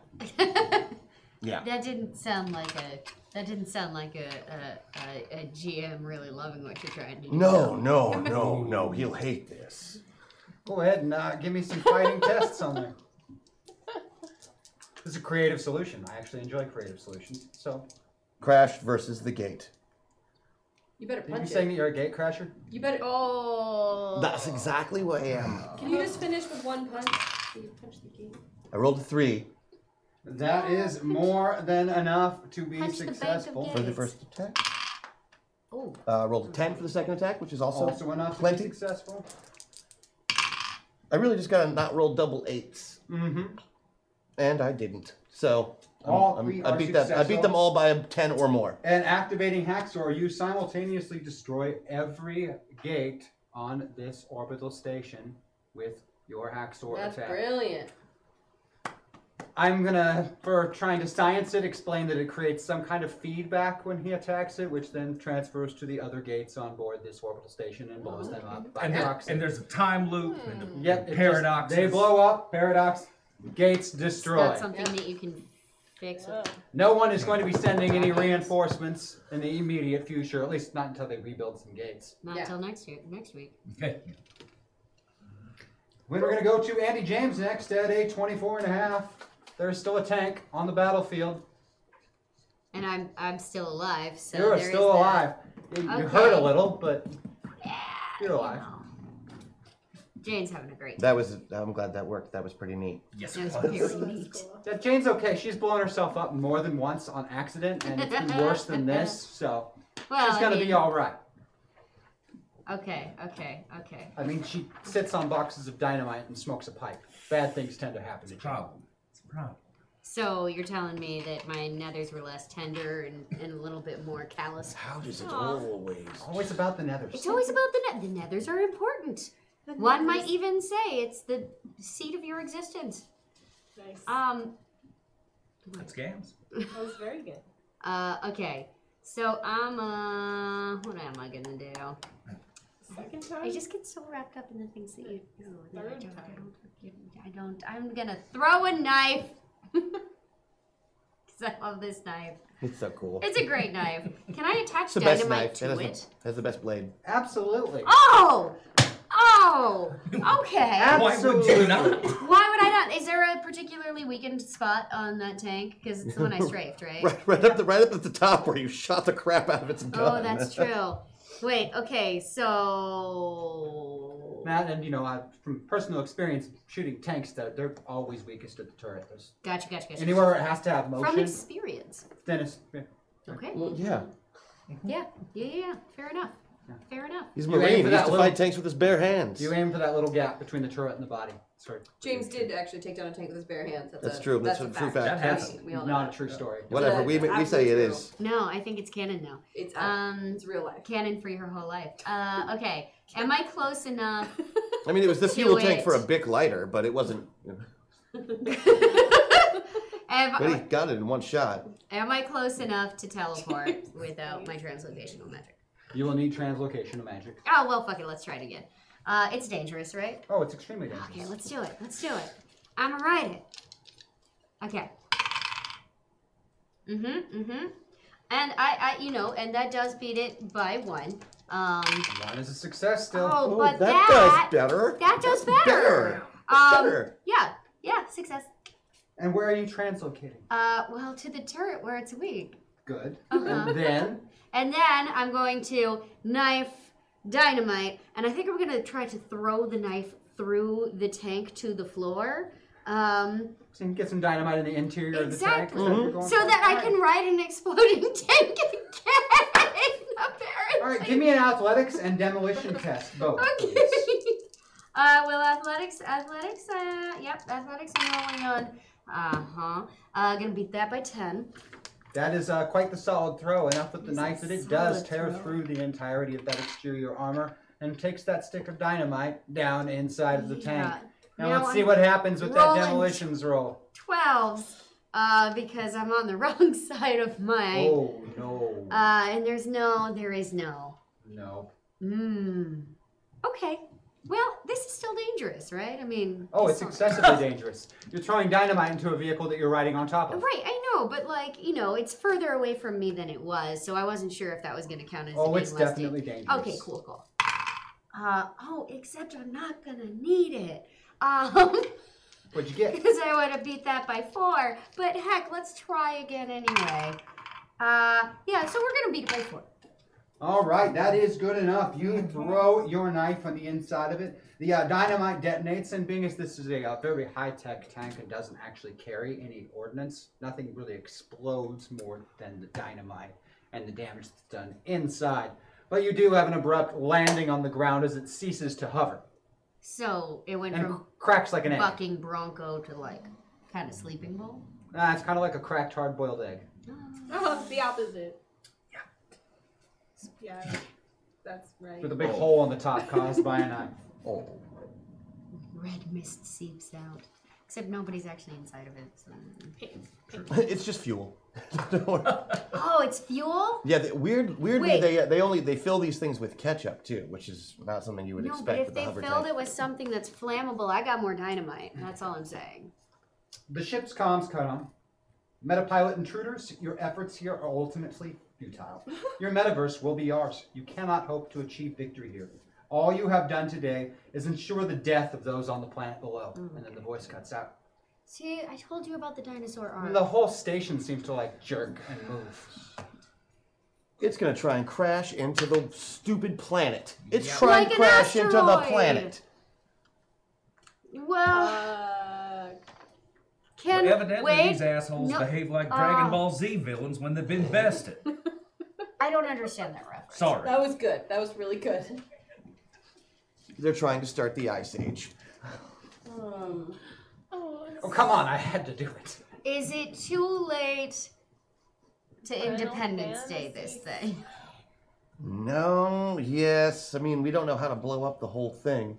S8: yeah.
S7: That didn't sound like a. That didn't sound like a a, a, a GM really loving what you're trying to do.
S8: No, no, no, no. He'll hate this.
S2: Go ahead and uh, give me some fighting tests on there. This is a creative solution. I actually enjoy creative solutions. So,
S8: Crash versus the gate.
S9: You better
S2: are you
S9: punch
S2: saying
S9: it.
S2: that you're a gate crasher?
S9: You better. Oh.
S8: That's exactly what I am.
S9: Can you just finish with one punch? You can punch the gate.
S8: I rolled a three
S2: That is more than enough to be
S9: Punch the bank of
S2: successful.
S8: for the first attack.
S7: Oh.
S8: Uh, rolled a ten for the second attack, which is also,
S2: Also enough to be
S8: plenty.
S2: successful.
S8: I really just gotta not roll double eights,
S2: Mm-hmm.
S8: and I didn't. So I'm-
S2: All
S8: I'm-
S2: three
S8: I
S2: are
S8: beat that. I beat them all by a ten or more.
S2: And activating Haxor, you simultaneously destroy every gate on this orbital station with your Haxor
S9: That's
S2: attack.
S9: brilliant.
S2: I'm gonna, for trying to science it, explain that it creates some kind of feedback when he attacks it, which then transfers to the other gates on board this orbital station and blows them up by
S5: And, there-
S2: proxy.
S5: and there's a time loop and a
S2: Hmm. Yep, it just-
S5: paradox.
S2: They blow up, paradox, gates destroyed.
S7: That's something that you can fix. With.
S2: No one is going to be sending any reinforcements in the immediate future, at least not until they rebuild some gates.
S7: Not until next year. Next week.
S2: When we're going to go to Andy James next at a 24 and a half. There's still a tank on the battlefield.
S7: And I'm I'm still alive. So
S2: You're
S7: there is
S2: still
S7: that.
S2: alive. You you hurt a
S7: Okay.
S2: little, but you're alive.
S7: Jane's having a great.
S8: That was. I'm glad that worked. That was pretty neat.
S5: Yes,
S7: That was very neat.
S2: Yeah, Jane's okay. She's blown herself up more than once on accident, and it's been worse than this, so
S7: Well,
S2: she's
S7: I
S2: going to be
S7: mean-
S2: all right.
S7: Okay. Okay. Okay.
S2: I mean, she sits on boxes of dynamite and smokes a pipe. Bad things tend to happen. It's a problem.
S5: It's a problem.
S7: So you're telling me that my nethers were less tender and, and a little bit more callous? How
S8: does
S2: it always- Always about the nethers.
S7: It's always about the net. The nethers are important. One might even say it's the seat of your existence.
S16: Nice.
S7: Um.
S5: That's games.
S16: That was very good.
S7: Uh. Okay. So I'm uh. What am I gonna do?
S16: Second time.
S7: I just get so wrapped up in the things that you do. that I
S16: Third
S7: don't- I don't. forget- I don't. I'm gonna throw a knife. Cause I love this knife.
S8: It's so cool.
S7: It's a great knife. Can I attach
S8: It's the best knife.
S7: dynamite
S8: it
S7: to
S8: has,
S7: it?
S8: The, has the best blade.
S2: Absolutely.
S7: Oh! Oh! Okay.
S5: Why would you not?
S7: Why would I not? Is there a particularly weakened spot on that tank? Because it's the one I strafed, right?
S8: Right, right up the right up at the top where you shot the crap out of its gun.
S7: Oh, that's true. Wait, okay, so.
S2: Matt, and you know, I, from personal experience shooting tanks, that they're always weakest at the turret. There's
S7: Gotcha, gotcha, gotcha.
S2: Anywhere it has to have motion.
S7: From experience.
S2: Dennis. Yeah.
S7: Okay.
S8: yeah.
S7: Yeah, yeah, yeah, yeah. Fair enough. Fair enough.
S8: He's a
S2: You aim
S8: marine. He
S2: for
S8: used
S2: that
S8: to
S2: little-
S8: fight tanks with his bare hands.
S2: You aim for that little gap between the turret and the body. Sorry.
S9: James did actually take down a tank with his bare hands. That's,
S8: That's
S9: a,
S8: true.
S9: That's, a
S8: That's a true fact.
S2: That's
S9: We- we all know
S2: not a
S9: that.
S2: true story.
S8: Whatever. We we say it is.
S7: No, I think it's canon now.
S9: It's uh,
S7: um,
S9: it's real life.
S7: Canon free her whole life. Uh, okay. Am I close enough?
S8: I mean, it was the
S7: Do
S8: fuel tank
S7: it.
S8: for a Bic lighter, but it wasn't. But he
S7: Am,
S8: got it in one shot.
S7: am I close enough to teleport without my translocational magic?
S2: You will need translocational magic.
S7: Oh well, fuck it. Let's try it again. Uh, it's dangerous, right?
S2: Oh, it's extremely dangerous.
S7: Okay, let's do it. Let's do it. I'ma ride it. Okay. Mhm, mhm. And I, I, you know, and that does beat it by one. Um,
S2: One is a success still.
S7: Oh, Oh, but that that-
S8: does better.
S7: that does better.
S2: That's
S7: Um,
S2: better.
S7: Yeah, yeah, success.
S2: And where are you translocating?
S7: Uh, well, to the turret where it's weak.
S2: Good.
S7: Uh-huh.
S2: And then
S7: And then I'm going to knife dynamite, and I think I'm going to try to throw the knife through the tank to the floor. Um,
S2: so you can get some dynamite in the interior
S7: exactly.
S2: of the tank. Is that what you're going
S7: So
S2: for?
S7: that I can ride an exploding tank again, apparently.
S2: All right, give me an athletics and demolition test both.
S7: Okay. Uh, well, athletics, athletics, uh, yep, athletics, I'm rolling on. Uh-huh. Uh, gonna beat that by 10.
S2: That is uh, quite the solid throw. Enough with the
S7: It's a
S2: knife that it does
S7: solid
S2: tear
S7: throw.
S2: through the entirety of that exterior armor and takes that stick of dynamite down inside of the tank. Now,
S7: Now
S2: let's see
S7: I'm
S2: what happens with
S7: rolling.
S2: that demolitions roll.
S7: 12s, uh, because I'm on the wrong side of my.
S2: Oh no,
S7: Uh, and there's no, there is no.
S2: no.
S7: Mmm. Okay. Well, this is still dangerous, right? I mean.
S2: Oh, it's excessively dangerous. You're throwing dynamite into a vehicle that you're riding on top of.
S7: Right, I know, but like, you know, it's further away from me than it was, so I wasn't sure if that was going to count as.
S2: Oh,
S7: being
S2: it's
S7: less
S2: definitely
S7: dan-
S2: dangerous.
S7: Okay, cool, cool. Uh, oh, except I'm not going to need it. Um,
S2: What'd you get?
S7: because I would have beat that by four. But heck, let's try again anyway. Uh, yeah, so we're going to beat it by four.
S2: All right, that is good enough. You throw your knife on the inside of it. The uh, dynamite detonates, and being as this is a uh, very high tech tank and doesn't actually carry any ordnance, nothing really explodes more than the dynamite and the damage that's done inside. But you do have an abrupt landing on the ground as it ceases to hover
S7: So it went
S2: and
S7: from
S2: cracks like an egg.
S7: bucking bronco to like kind of sleeping bowl.
S2: Ah, it's kind of like a cracked hard boiled egg.
S16: Oh, it's the opposite. Yeah. Yeah. That's right.
S2: With a big hole on the top caused by a knife.
S7: Red mist seeps out. Except nobody's actually inside of it. So.
S8: it's just fuel. Don't worry.
S7: Oh, it's fuel?
S8: Yeah, they, weird. Weirdly,
S7: Wait.
S8: they they only they fill these things with ketchup too, which is not something you would
S7: No, but
S8: expect
S7: if
S8: with the
S7: they
S8: hover
S7: filled
S8: tank.
S7: it with something that's flammable, I got more dynamite. That's all I'm saying.
S2: The ship's comms cut on. Metapilot intruders, your efforts here are ultimately futile. Your metaverse will be ours. You cannot hope to achieve victory here. All you have done today is ensure the death of those on the planet below.
S9: Oh
S2: And then the voice cuts out.
S7: See, I told you about the dinosaur arm.
S2: And the whole station seems to like jerk and move.
S8: It's gonna try and crash into the stupid planet. It's
S2: Yep.
S8: trying
S7: Like
S8: to
S7: an
S8: crash into the
S7: asteroid.
S8: planet.
S7: Well, can
S5: Evidently,
S7: wait.
S5: these assholes
S7: no-
S5: behave like Dragon
S7: uh,
S5: Ball Z villains when they've been bested.
S7: I don't understand that reference.
S5: Sorry.
S9: That was good. That was really good.
S8: They're trying to start the ice age.
S9: Um,
S2: Oh, come on, I had to do it.
S7: Is it too late to
S16: Final
S7: Independence Day this thing?
S8: No. Yes. I mean, we don't know how to blow up the whole thing,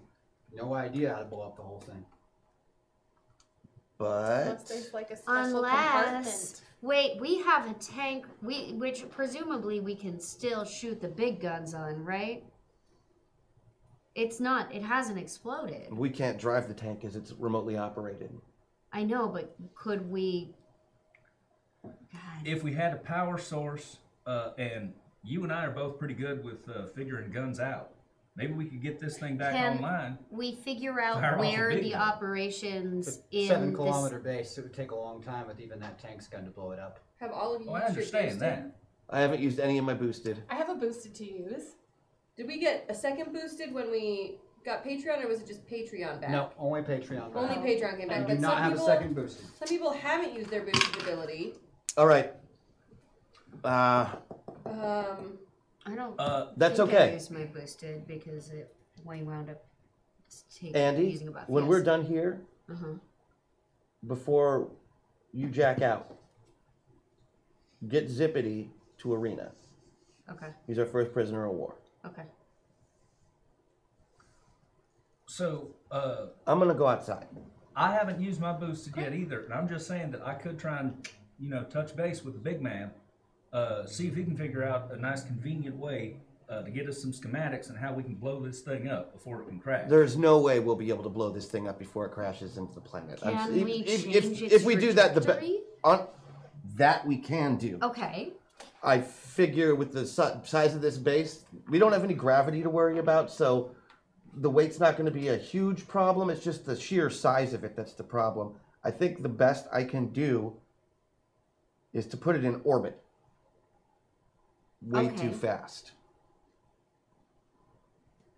S2: No idea how to blow up the whole thing.
S8: but
S16: Unless there's like a special compartment.
S7: Unless wait, we have a tank we which presumably we can still shoot the big guns on, right? It's not it hasn't exploded.
S8: we can't drive the tank because it's remotely operated.
S7: I know, but could we
S5: if we had a power source, uh, and you and I are both pretty good with uh, figuring guns out, Maybe we could get this thing back
S7: Can
S5: online.
S7: we figure
S5: Fire
S7: out
S5: off
S7: where
S5: a big
S7: the
S5: one.
S7: operations in
S2: seven
S7: this-
S2: kilometer base. It would take a long time with even that tank's gun to blow it up.
S9: Have all of you
S2: Oh, I
S9: used your
S2: understand
S9: juice?
S2: that.
S8: I haven't used any of my boosted.
S9: I have a boosted to use. Did we get a second boosted when we got Patreon, or was it just Patreon back?
S2: No, only Patreon.
S9: Only Patreon came back.
S2: You
S9: but
S2: do not
S9: some
S2: have
S9: people,
S2: a second boosted.
S9: Some people haven't used their boosted ability.
S8: All right. Uh,
S9: Um,
S7: I don't.
S8: Uh, That's
S7: think
S8: okay.
S7: I used my boosted because it Wayne wound up taking
S8: Andy,
S7: using about
S8: when we're done here,
S7: Uh-huh.
S8: before you jack out, get Zippity to Arena.
S7: Uh-huh. Okay.
S8: He's our first prisoner of war.
S7: Okay.
S5: So uh,
S8: I'm gonna go outside.
S5: I haven't used my boosted yet either, and I'm just saying that I could try and, you know, touch base with the big man, uh, see if he can figure out a nice, convenient way uh, to get us some schematics and how we can blow this thing up before it can crash.
S8: There's no way we'll be able to blow this thing up before it crashes into the planet. I'm-
S7: Can we change
S8: if,
S7: its
S8: we do that, the
S7: trajectory?
S8: be- on that we can do.
S7: Okay.
S8: I figure with the si- size of this base, we don't have any gravity to worry about, so the weight's not going to be a huge problem. It's just the sheer size of it that's the problem. I think the best I can do is to put it in orbit way
S9: Okay.
S8: too fast.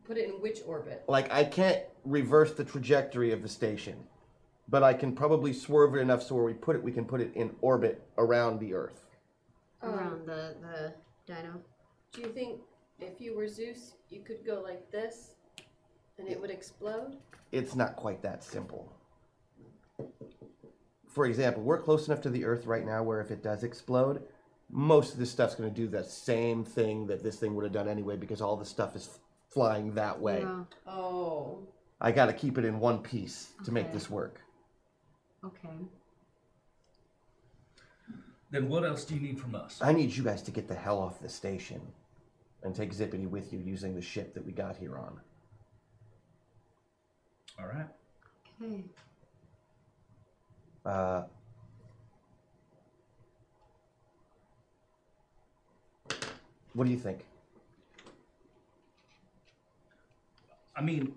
S9: put it in which orbit?
S8: Like, I can't reverse the trajectory of the station, but I can probably swerve it enough so where we put it, we can put it in orbit around the Earth.
S7: Around the the dino.
S9: Do you think if you were Zeus, you could go like this, and it would explode?
S8: it's not quite that simple. For example, we're close enough to the Earth right now where if it does explode, most of this stuff's going to do the same thing that this thing would have done anyway because all the stuff is flying that way.
S9: Oh.
S8: I got to keep it in one piece to make
S7: Okay.
S8: this work.
S7: Okay.
S5: Then what else do you need from us?
S8: I need you guys to get the hell off the station and take Zippity with you using the ship that we got here on.
S5: All right.
S7: Okay.
S8: Uh, what do you think?
S5: I mean,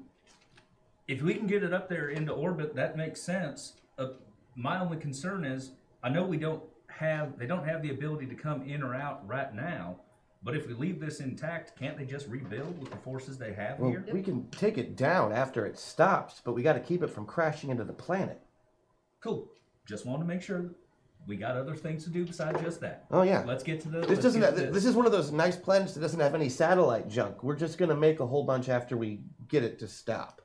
S5: if we can get it up there into orbit, that makes sense. Uh, my only concern is I know we don't have they don't have the ability to come in or out right now. But if we leave this intact, can't they just rebuild with the forces they have
S8: Well,
S5: here?
S8: we can take it down after it stops, but we got to keep it from crashing into the planet.
S5: Cool. Just want to make sure we got other things to do besides just that.
S8: Oh, yeah.
S5: Let's get to the.
S8: This
S5: let's
S8: doesn't.
S5: get
S8: Have,
S5: to
S8: this is one of those nice planets that doesn't have any satellite junk. We're just gonna make a whole bunch after we get it to stop.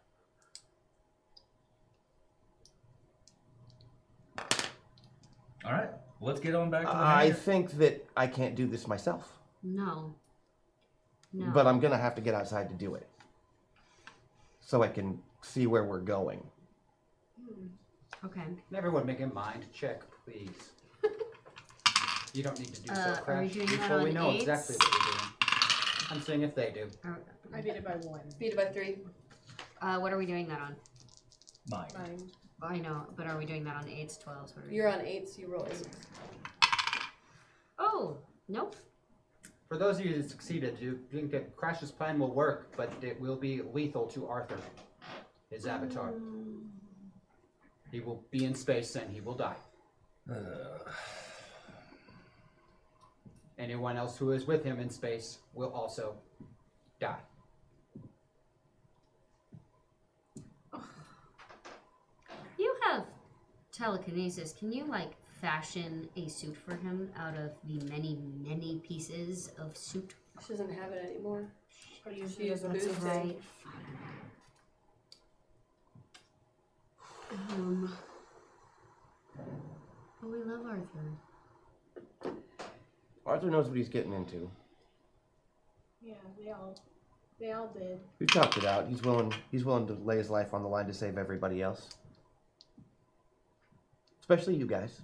S5: All right. Let's get on back to the.
S8: I
S5: hangar.
S8: think that I can't do this myself,
S7: No. No.
S8: but I'm gonna have to get outside to do it, so I can see where we're going.
S7: Okay.
S2: And everyone make a mind check, please. you don't need to do
S7: Uh,
S2: so,
S7: are we
S2: Crash,
S7: doing that
S2: before we
S7: on
S2: know
S7: eights?
S2: exactly what you're doing. I'm seeing if they do.
S16: I beat it by one.
S9: Beat it by three.
S7: Uh, what are we doing that on?
S5: Mine.
S16: Mine.
S7: I know, but are we doing that on eights, twelves? What are we
S9: You're
S7: doing?
S9: on eights. You roll eights.
S7: Oh nope.
S2: For those of you that succeeded, you think that Crash's plan will work, but it will be lethal to Arthur, his avatar.
S9: Mm.
S2: He will be in space and he will die.
S5: Uh,
S2: Anyone else who is with him in space will also die.
S7: You have telekinesis. Can you like fashion a suit for him out of the many, many pieces of suit?
S9: She doesn't have it anymore. She is
S7: That's
S9: boosted.
S7: right. Um. Oh, we love Arthur.
S8: Arthur knows what he's getting into.
S16: Yeah, they all, they all did.
S8: We talked it out. He's willing. He's willing to lay his life on the line to save everybody else, especially you guys.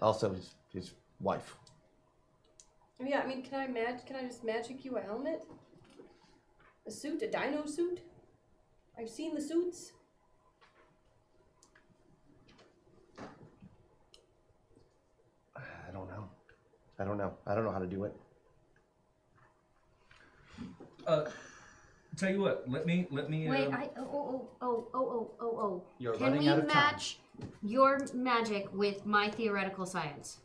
S8: Also, his his wife.
S9: Yeah, I mean, can I mag- Can I just magic you a helmet? A suit, a dino suit. I've seen the suits.
S8: I don't know. I don't know. I don't know how to do it.
S5: Uh, Tell you what, let me let me.
S7: Wait,
S5: um,
S7: I oh oh oh oh oh oh oh.
S5: You're
S7: Can
S5: running
S7: we
S5: out of time.
S7: match your magic with my theoretical science?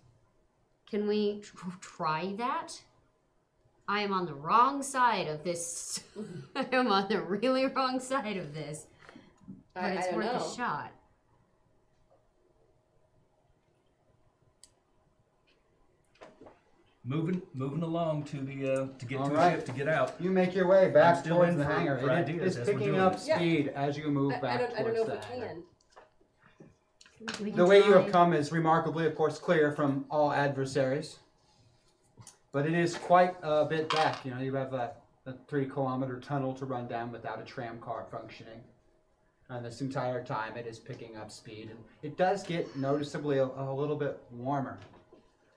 S7: Can we tr- try that? I am on the wrong side of this. I am on the really wrong side of this. But
S9: I- I
S7: it's
S9: don't
S7: worth
S9: know.
S7: a shot.
S5: moving moving along to the uh, to get
S2: All
S5: to the
S2: right.
S5: ship to get out.
S2: You make your way back
S5: I'm still
S2: towards
S5: in
S2: the
S5: for-
S2: hangar.
S5: for
S2: It
S5: ideas
S2: is
S5: as we're
S2: picking
S5: doing
S2: up
S5: this.
S2: speed as you move
S9: I, I
S2: back
S9: don't, I don't
S2: towards
S9: know if
S2: the
S9: we
S2: hangar.
S9: can.
S2: The way you have come is remarkably, of course, clear from all adversaries. But it is quite a bit back. You know, you have a, a three kilometer tunnel to run down without a tram car functioning. And this entire time it is picking up speed. And it does get noticeably a, a little bit warmer.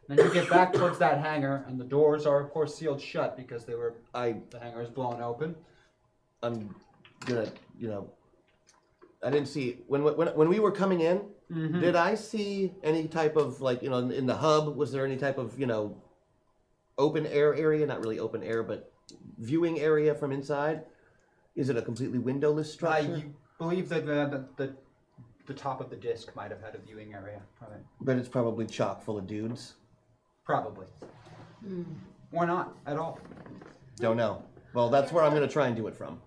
S2: Then you get back towards that hangar, and the doors are, of course, sealed shut because they were
S8: I
S2: the hangar is blown open.
S8: I'm gonna, you know, I didn't see when when when we were coming in.
S2: Mhm.
S8: Did I see any type of like you know in, in the hub? Was there any type of you know open air area? Not really open air, but viewing area from inside. Is it a completely windowless structure?
S2: believe that the, the the top of the disc might have had a viewing area from it.
S8: but it's probably chock full of dudes.
S2: Probably. Or not at all.
S8: Don't know. Well, that's where I'm gonna try and do it from.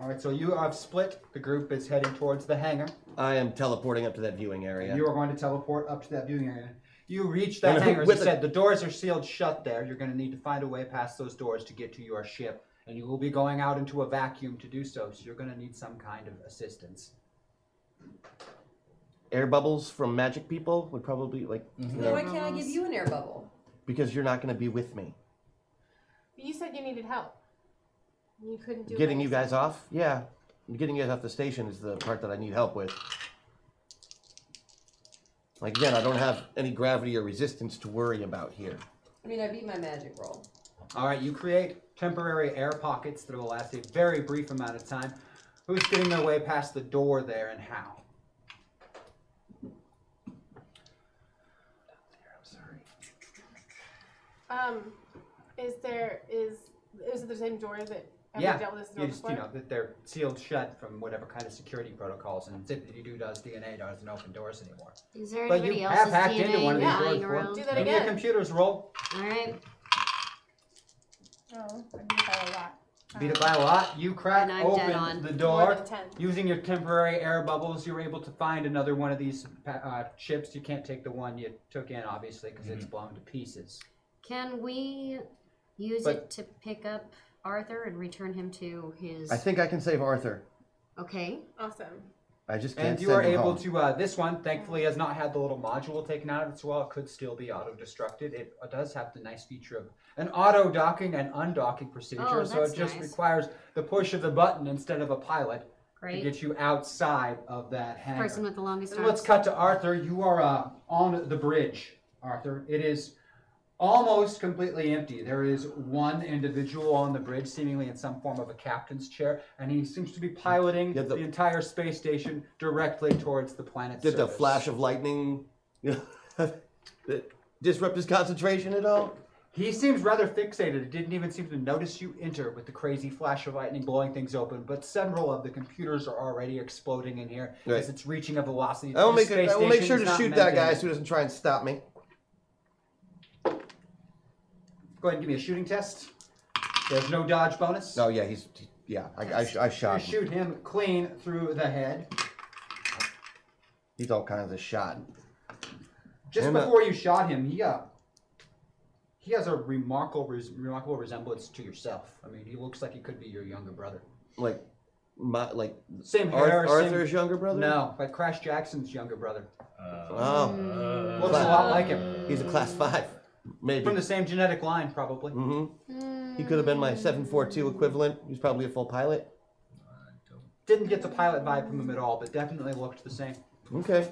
S2: All right, so you have split. The group is heading towards the hangar.
S8: I am teleporting up to that viewing area.
S2: You are going to teleport up to that viewing area. You reach that
S8: And
S2: hangar, as I
S8: with a-
S2: said. The doors are sealed shut there. You're going to need to find a way past those doors to get to your ship, and you will be going out into a vacuum to do so. So you're going to need some kind of assistance.
S8: air bubbles from magic people would probably like you know,
S9: Why can't I give you an air bubble?
S8: because you're not going to be with me
S16: You said you needed help. You couldn't do it.
S8: getting you guys off yeah getting you guys off the station is the part that i need help with like again i don't have any gravity or resistance to worry about here
S9: I mean, I beat my magic roll.
S2: All right, you create temporary air pockets that will last a very brief amount of time. Who's getting their way past the door there, and how?
S16: Um, is there is is it the same door that have we
S2: yeah,
S16: dealt with this door
S2: you just
S16: before?
S2: you know that they're sealed shut from whatever kind of security protocols, and ZipDoo does DNA doesn't open doors anymore.
S7: Is there
S2: But
S7: anybody
S2: you have
S7: else's
S2: hacked
S7: DNA
S2: into one of these
S7: lying
S2: doors before.
S7: around?
S16: Do that
S2: Give me a
S16: again.
S2: computer's roll.
S7: All right.
S16: Oh, I beat by a lot.
S2: Beat it by a lot. You crack
S7: And I'm dead
S2: open
S7: on.
S2: the
S16: More
S2: door
S16: than 10.
S2: using your temporary air bubbles. You're able to find another one of these pa- uh, chips. You can't take the one you took in, obviously, because it's blown to pieces.
S7: Can we use
S2: But-
S7: it to pick up Arthur and return him to his?
S8: i think i can save arthur
S7: Okay.
S16: Awesome.
S8: i just can't
S2: And you
S8: send
S2: are
S8: him
S2: able
S8: home.
S2: to. Uh, this one, thankfully, has not had the little module taken out of it, so while it could still be auto destructed, it uh, does have the nice feature of an auto docking and undocking procedure.
S7: Oh,
S2: so
S7: that's
S2: it just
S7: nice.
S2: requires the push of the button instead of a pilot
S7: Great.
S2: to get you outside of that hangar.
S7: Person with the longest
S2: And
S7: arms.
S2: let's cut to Arthur. You are uh, on the bridge, Arthur. It is almost completely empty. There is one individual on the bridge, seemingly in some form of a captain's chair, and he seems to be piloting the, entire space station directly towards the planet.
S8: did the
S2: surface.
S8: flash of lightning you know, disrupt his concentration at all
S2: He seems rather fixated. He didn't even seem to notice you enter with the crazy flash of lightning blowing things open. But several of the computers are already exploding in here
S8: Right.
S2: as it's reaching a velocity.
S8: i will
S2: the
S8: make, it,
S2: space
S8: I will make
S2: station
S8: sure
S2: is
S8: to
S2: not
S8: shoot
S2: meant
S8: that guy
S2: to-
S8: so he doesn't try and stop me
S2: Go ahead and give me a shooting test. There's no dodge bonus.
S8: oh yeah he's yeah i, I, I shot
S2: You
S8: him
S2: shoot him clean through the head.
S8: he's all kinds of shot
S2: Just
S8: And, uh,
S2: before you shot him, he uh, he has a remarkable res- remarkable resemblance to yourself. I mean, he looks like he could be your younger brother.
S8: like my like
S2: Same
S8: Arth-
S2: hair. same-
S8: Arthur's younger brother.
S2: No, Mm. but Crash Jackson's younger brother.
S8: Oh,
S2: Looks a lot like him.
S8: He's a class five, maybe
S2: From the same genetic line, probably.
S8: Mm-hmm. He could have been my seven four two equivalent. He's probably a full pilot.
S2: Didn't get the pilot vibe from him at all, but definitely looked the same.
S8: Okay.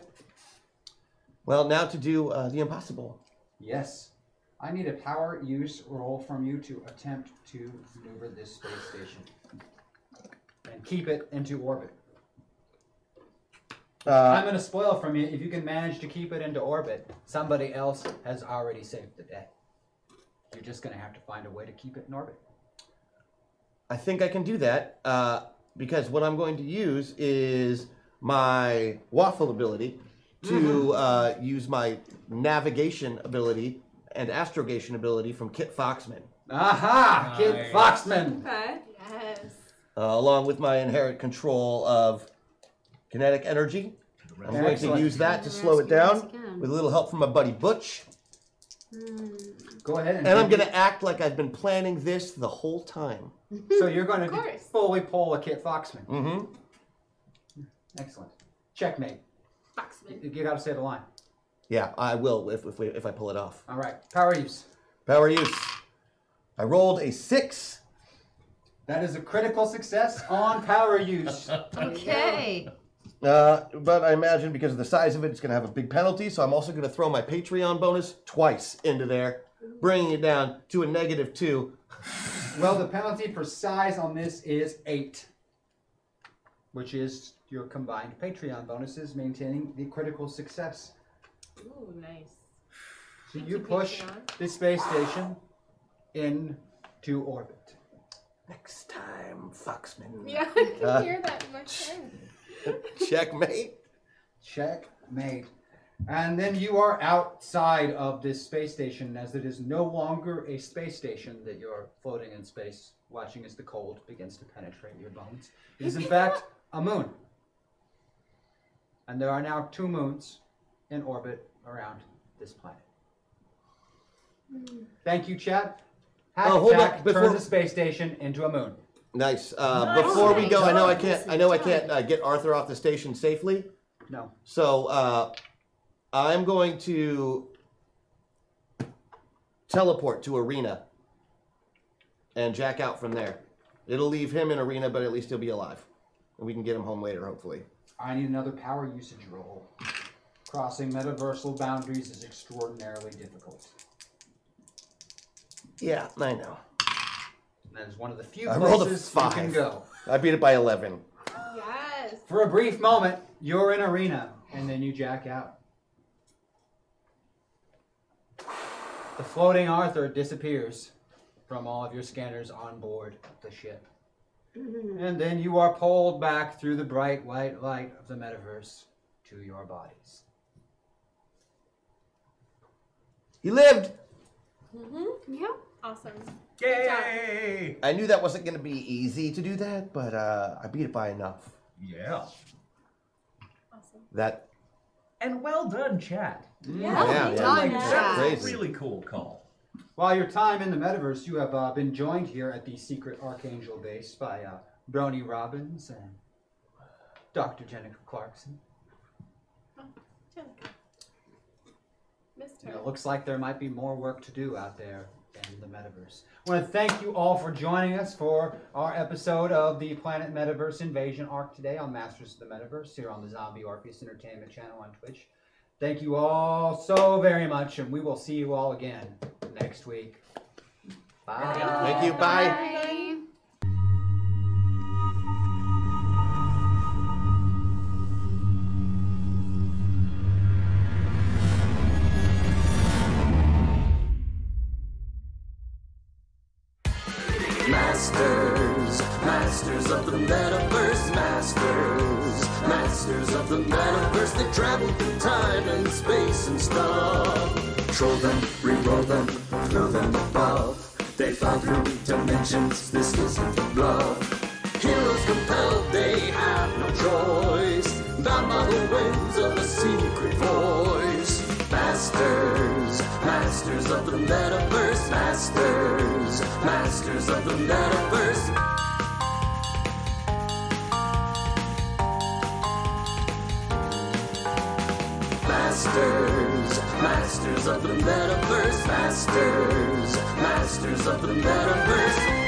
S8: Well, now to do uh, the impossible.
S2: Yes. I need a power use roll from you to attempt to maneuver this space station and keep it into orbit. I'm
S8: Uh,
S2: going to spoil from you. If you can manage to keep it into orbit, somebody else has already saved the day. You're just going to have to find a way to keep it in orbit.
S8: I think I can do that uh, because what I'm going to use is my waffle ability to uh, use my navigation ability and astrogation ability from Kit Foxman.
S2: Aha! Kid Foxman.
S9: Okay.
S16: Yes.
S8: uh, along with my inherent control of kinetic energy. I'm going
S2: Excellent.
S8: to use that to
S2: Yeah,
S8: slow it
S2: speed as
S8: down
S2: you can.
S8: with a little help from my buddy Butch.
S2: Go ahead and.
S8: And I'm going to act like I've been planning this the whole time.
S2: So you're going to fully pull a Kit Foxman.
S8: Mm-hmm.
S2: Excellent. Checkmate. Foxman. You, you got to say the line.
S8: Yeah, I will if, if, we, if I pull it off.
S2: All right. Power use.
S8: Power use. I rolled a six.
S2: That is a critical success on power use.
S7: Okay.
S8: Uh, but I imagine because of the size of it, it's going to have a big penalty. So I'm also going to throw my Patreon bonus twice into there, bringing it down to a negative two.
S2: Well, the penalty for size on this is eight, which is your combined Patreon bonuses maintaining the critical success.
S3: Ooh, nice.
S2: So you push the space station into orbit.
S8: Next time, Foxman.
S16: Yeah, I can
S8: Uh,
S16: hear that in my head.
S8: Checkmate.
S2: Checkmate. And then you are outside of this space station as it is no longer a space station that you're floating in space watching as the cold begins to penetrate your bones. It is in fact a moon. And there are now two moons in orbit around this planet. Thank you, Chad. Hack
S8: Oh, hold on,
S2: Jack
S8: before-
S2: turns the space station into a moon.
S8: Nice. Uh,
S2: Nice.
S8: Before we go, I know I
S2: Nice.
S8: can't. I know I can't uh, get Arthur off the station safely.
S2: No.
S8: So uh, I'm going to teleport to Arena and jack out from there. It'll leave him in Arena, but at least he'll be alive, and we can get him home later, hopefully.
S2: I need another power usage roll. Crossing metaversal boundaries is extraordinarily difficult.
S8: Yeah, I know.
S2: And that is one of the few
S8: I rolled a
S2: places you
S8: five.
S2: can go.
S8: I beat it by eleven.
S16: Yes.
S2: For a brief moment, you're in arena, and then you jack out. The floating Arthur disappears from all of your scanners on board the ship. And then you are pulled back through the bright white light of the metaverse to your bodies.
S8: He lived.
S16: Mm-hmm.
S7: Yep.
S16: Awesome.
S5: Yay!
S8: I knew that wasn't going to be easy to do that, but uh, I beat it by enough.
S5: Yeah.
S16: Awesome.
S8: That
S5: And well done, Chad.
S2: Yeah,
S8: Yeah, well yeah. done,
S5: That was a
S8: Chad.
S5: really cool call.
S2: While your time in the metaverse, you have uh, been joined here at the secret Archangel base by uh, Brony Robbins and Dr. Jennifer Clarkson.
S16: Jenica. Missed
S2: And
S16: her.
S2: It looks like there might be more work to do out there in the metaverse. I want to thank you all for joining us for our episode of the Planet Metaverse Invasion arc today on Masters of the Metaverse here on the Zombie Orpheus Entertainment channel on Twitch. Thank you all so very much, and we will see you all again next week. Bye.
S8: Thank you. Bye.
S17: Masters, masters of the metaverse, masters, masters of the metaverse. They travel through time and space and stuff. Troll them, re-roll them, throw them above. They fly through dimensions. This isn't bluff. Heroes compelled, they have no choice. Bound by the winds of a secret voice. Masters, masters of the metaverse, masters, masters of the metaverse. Masters, masters of the metaverse, masters, masters of the metaverse.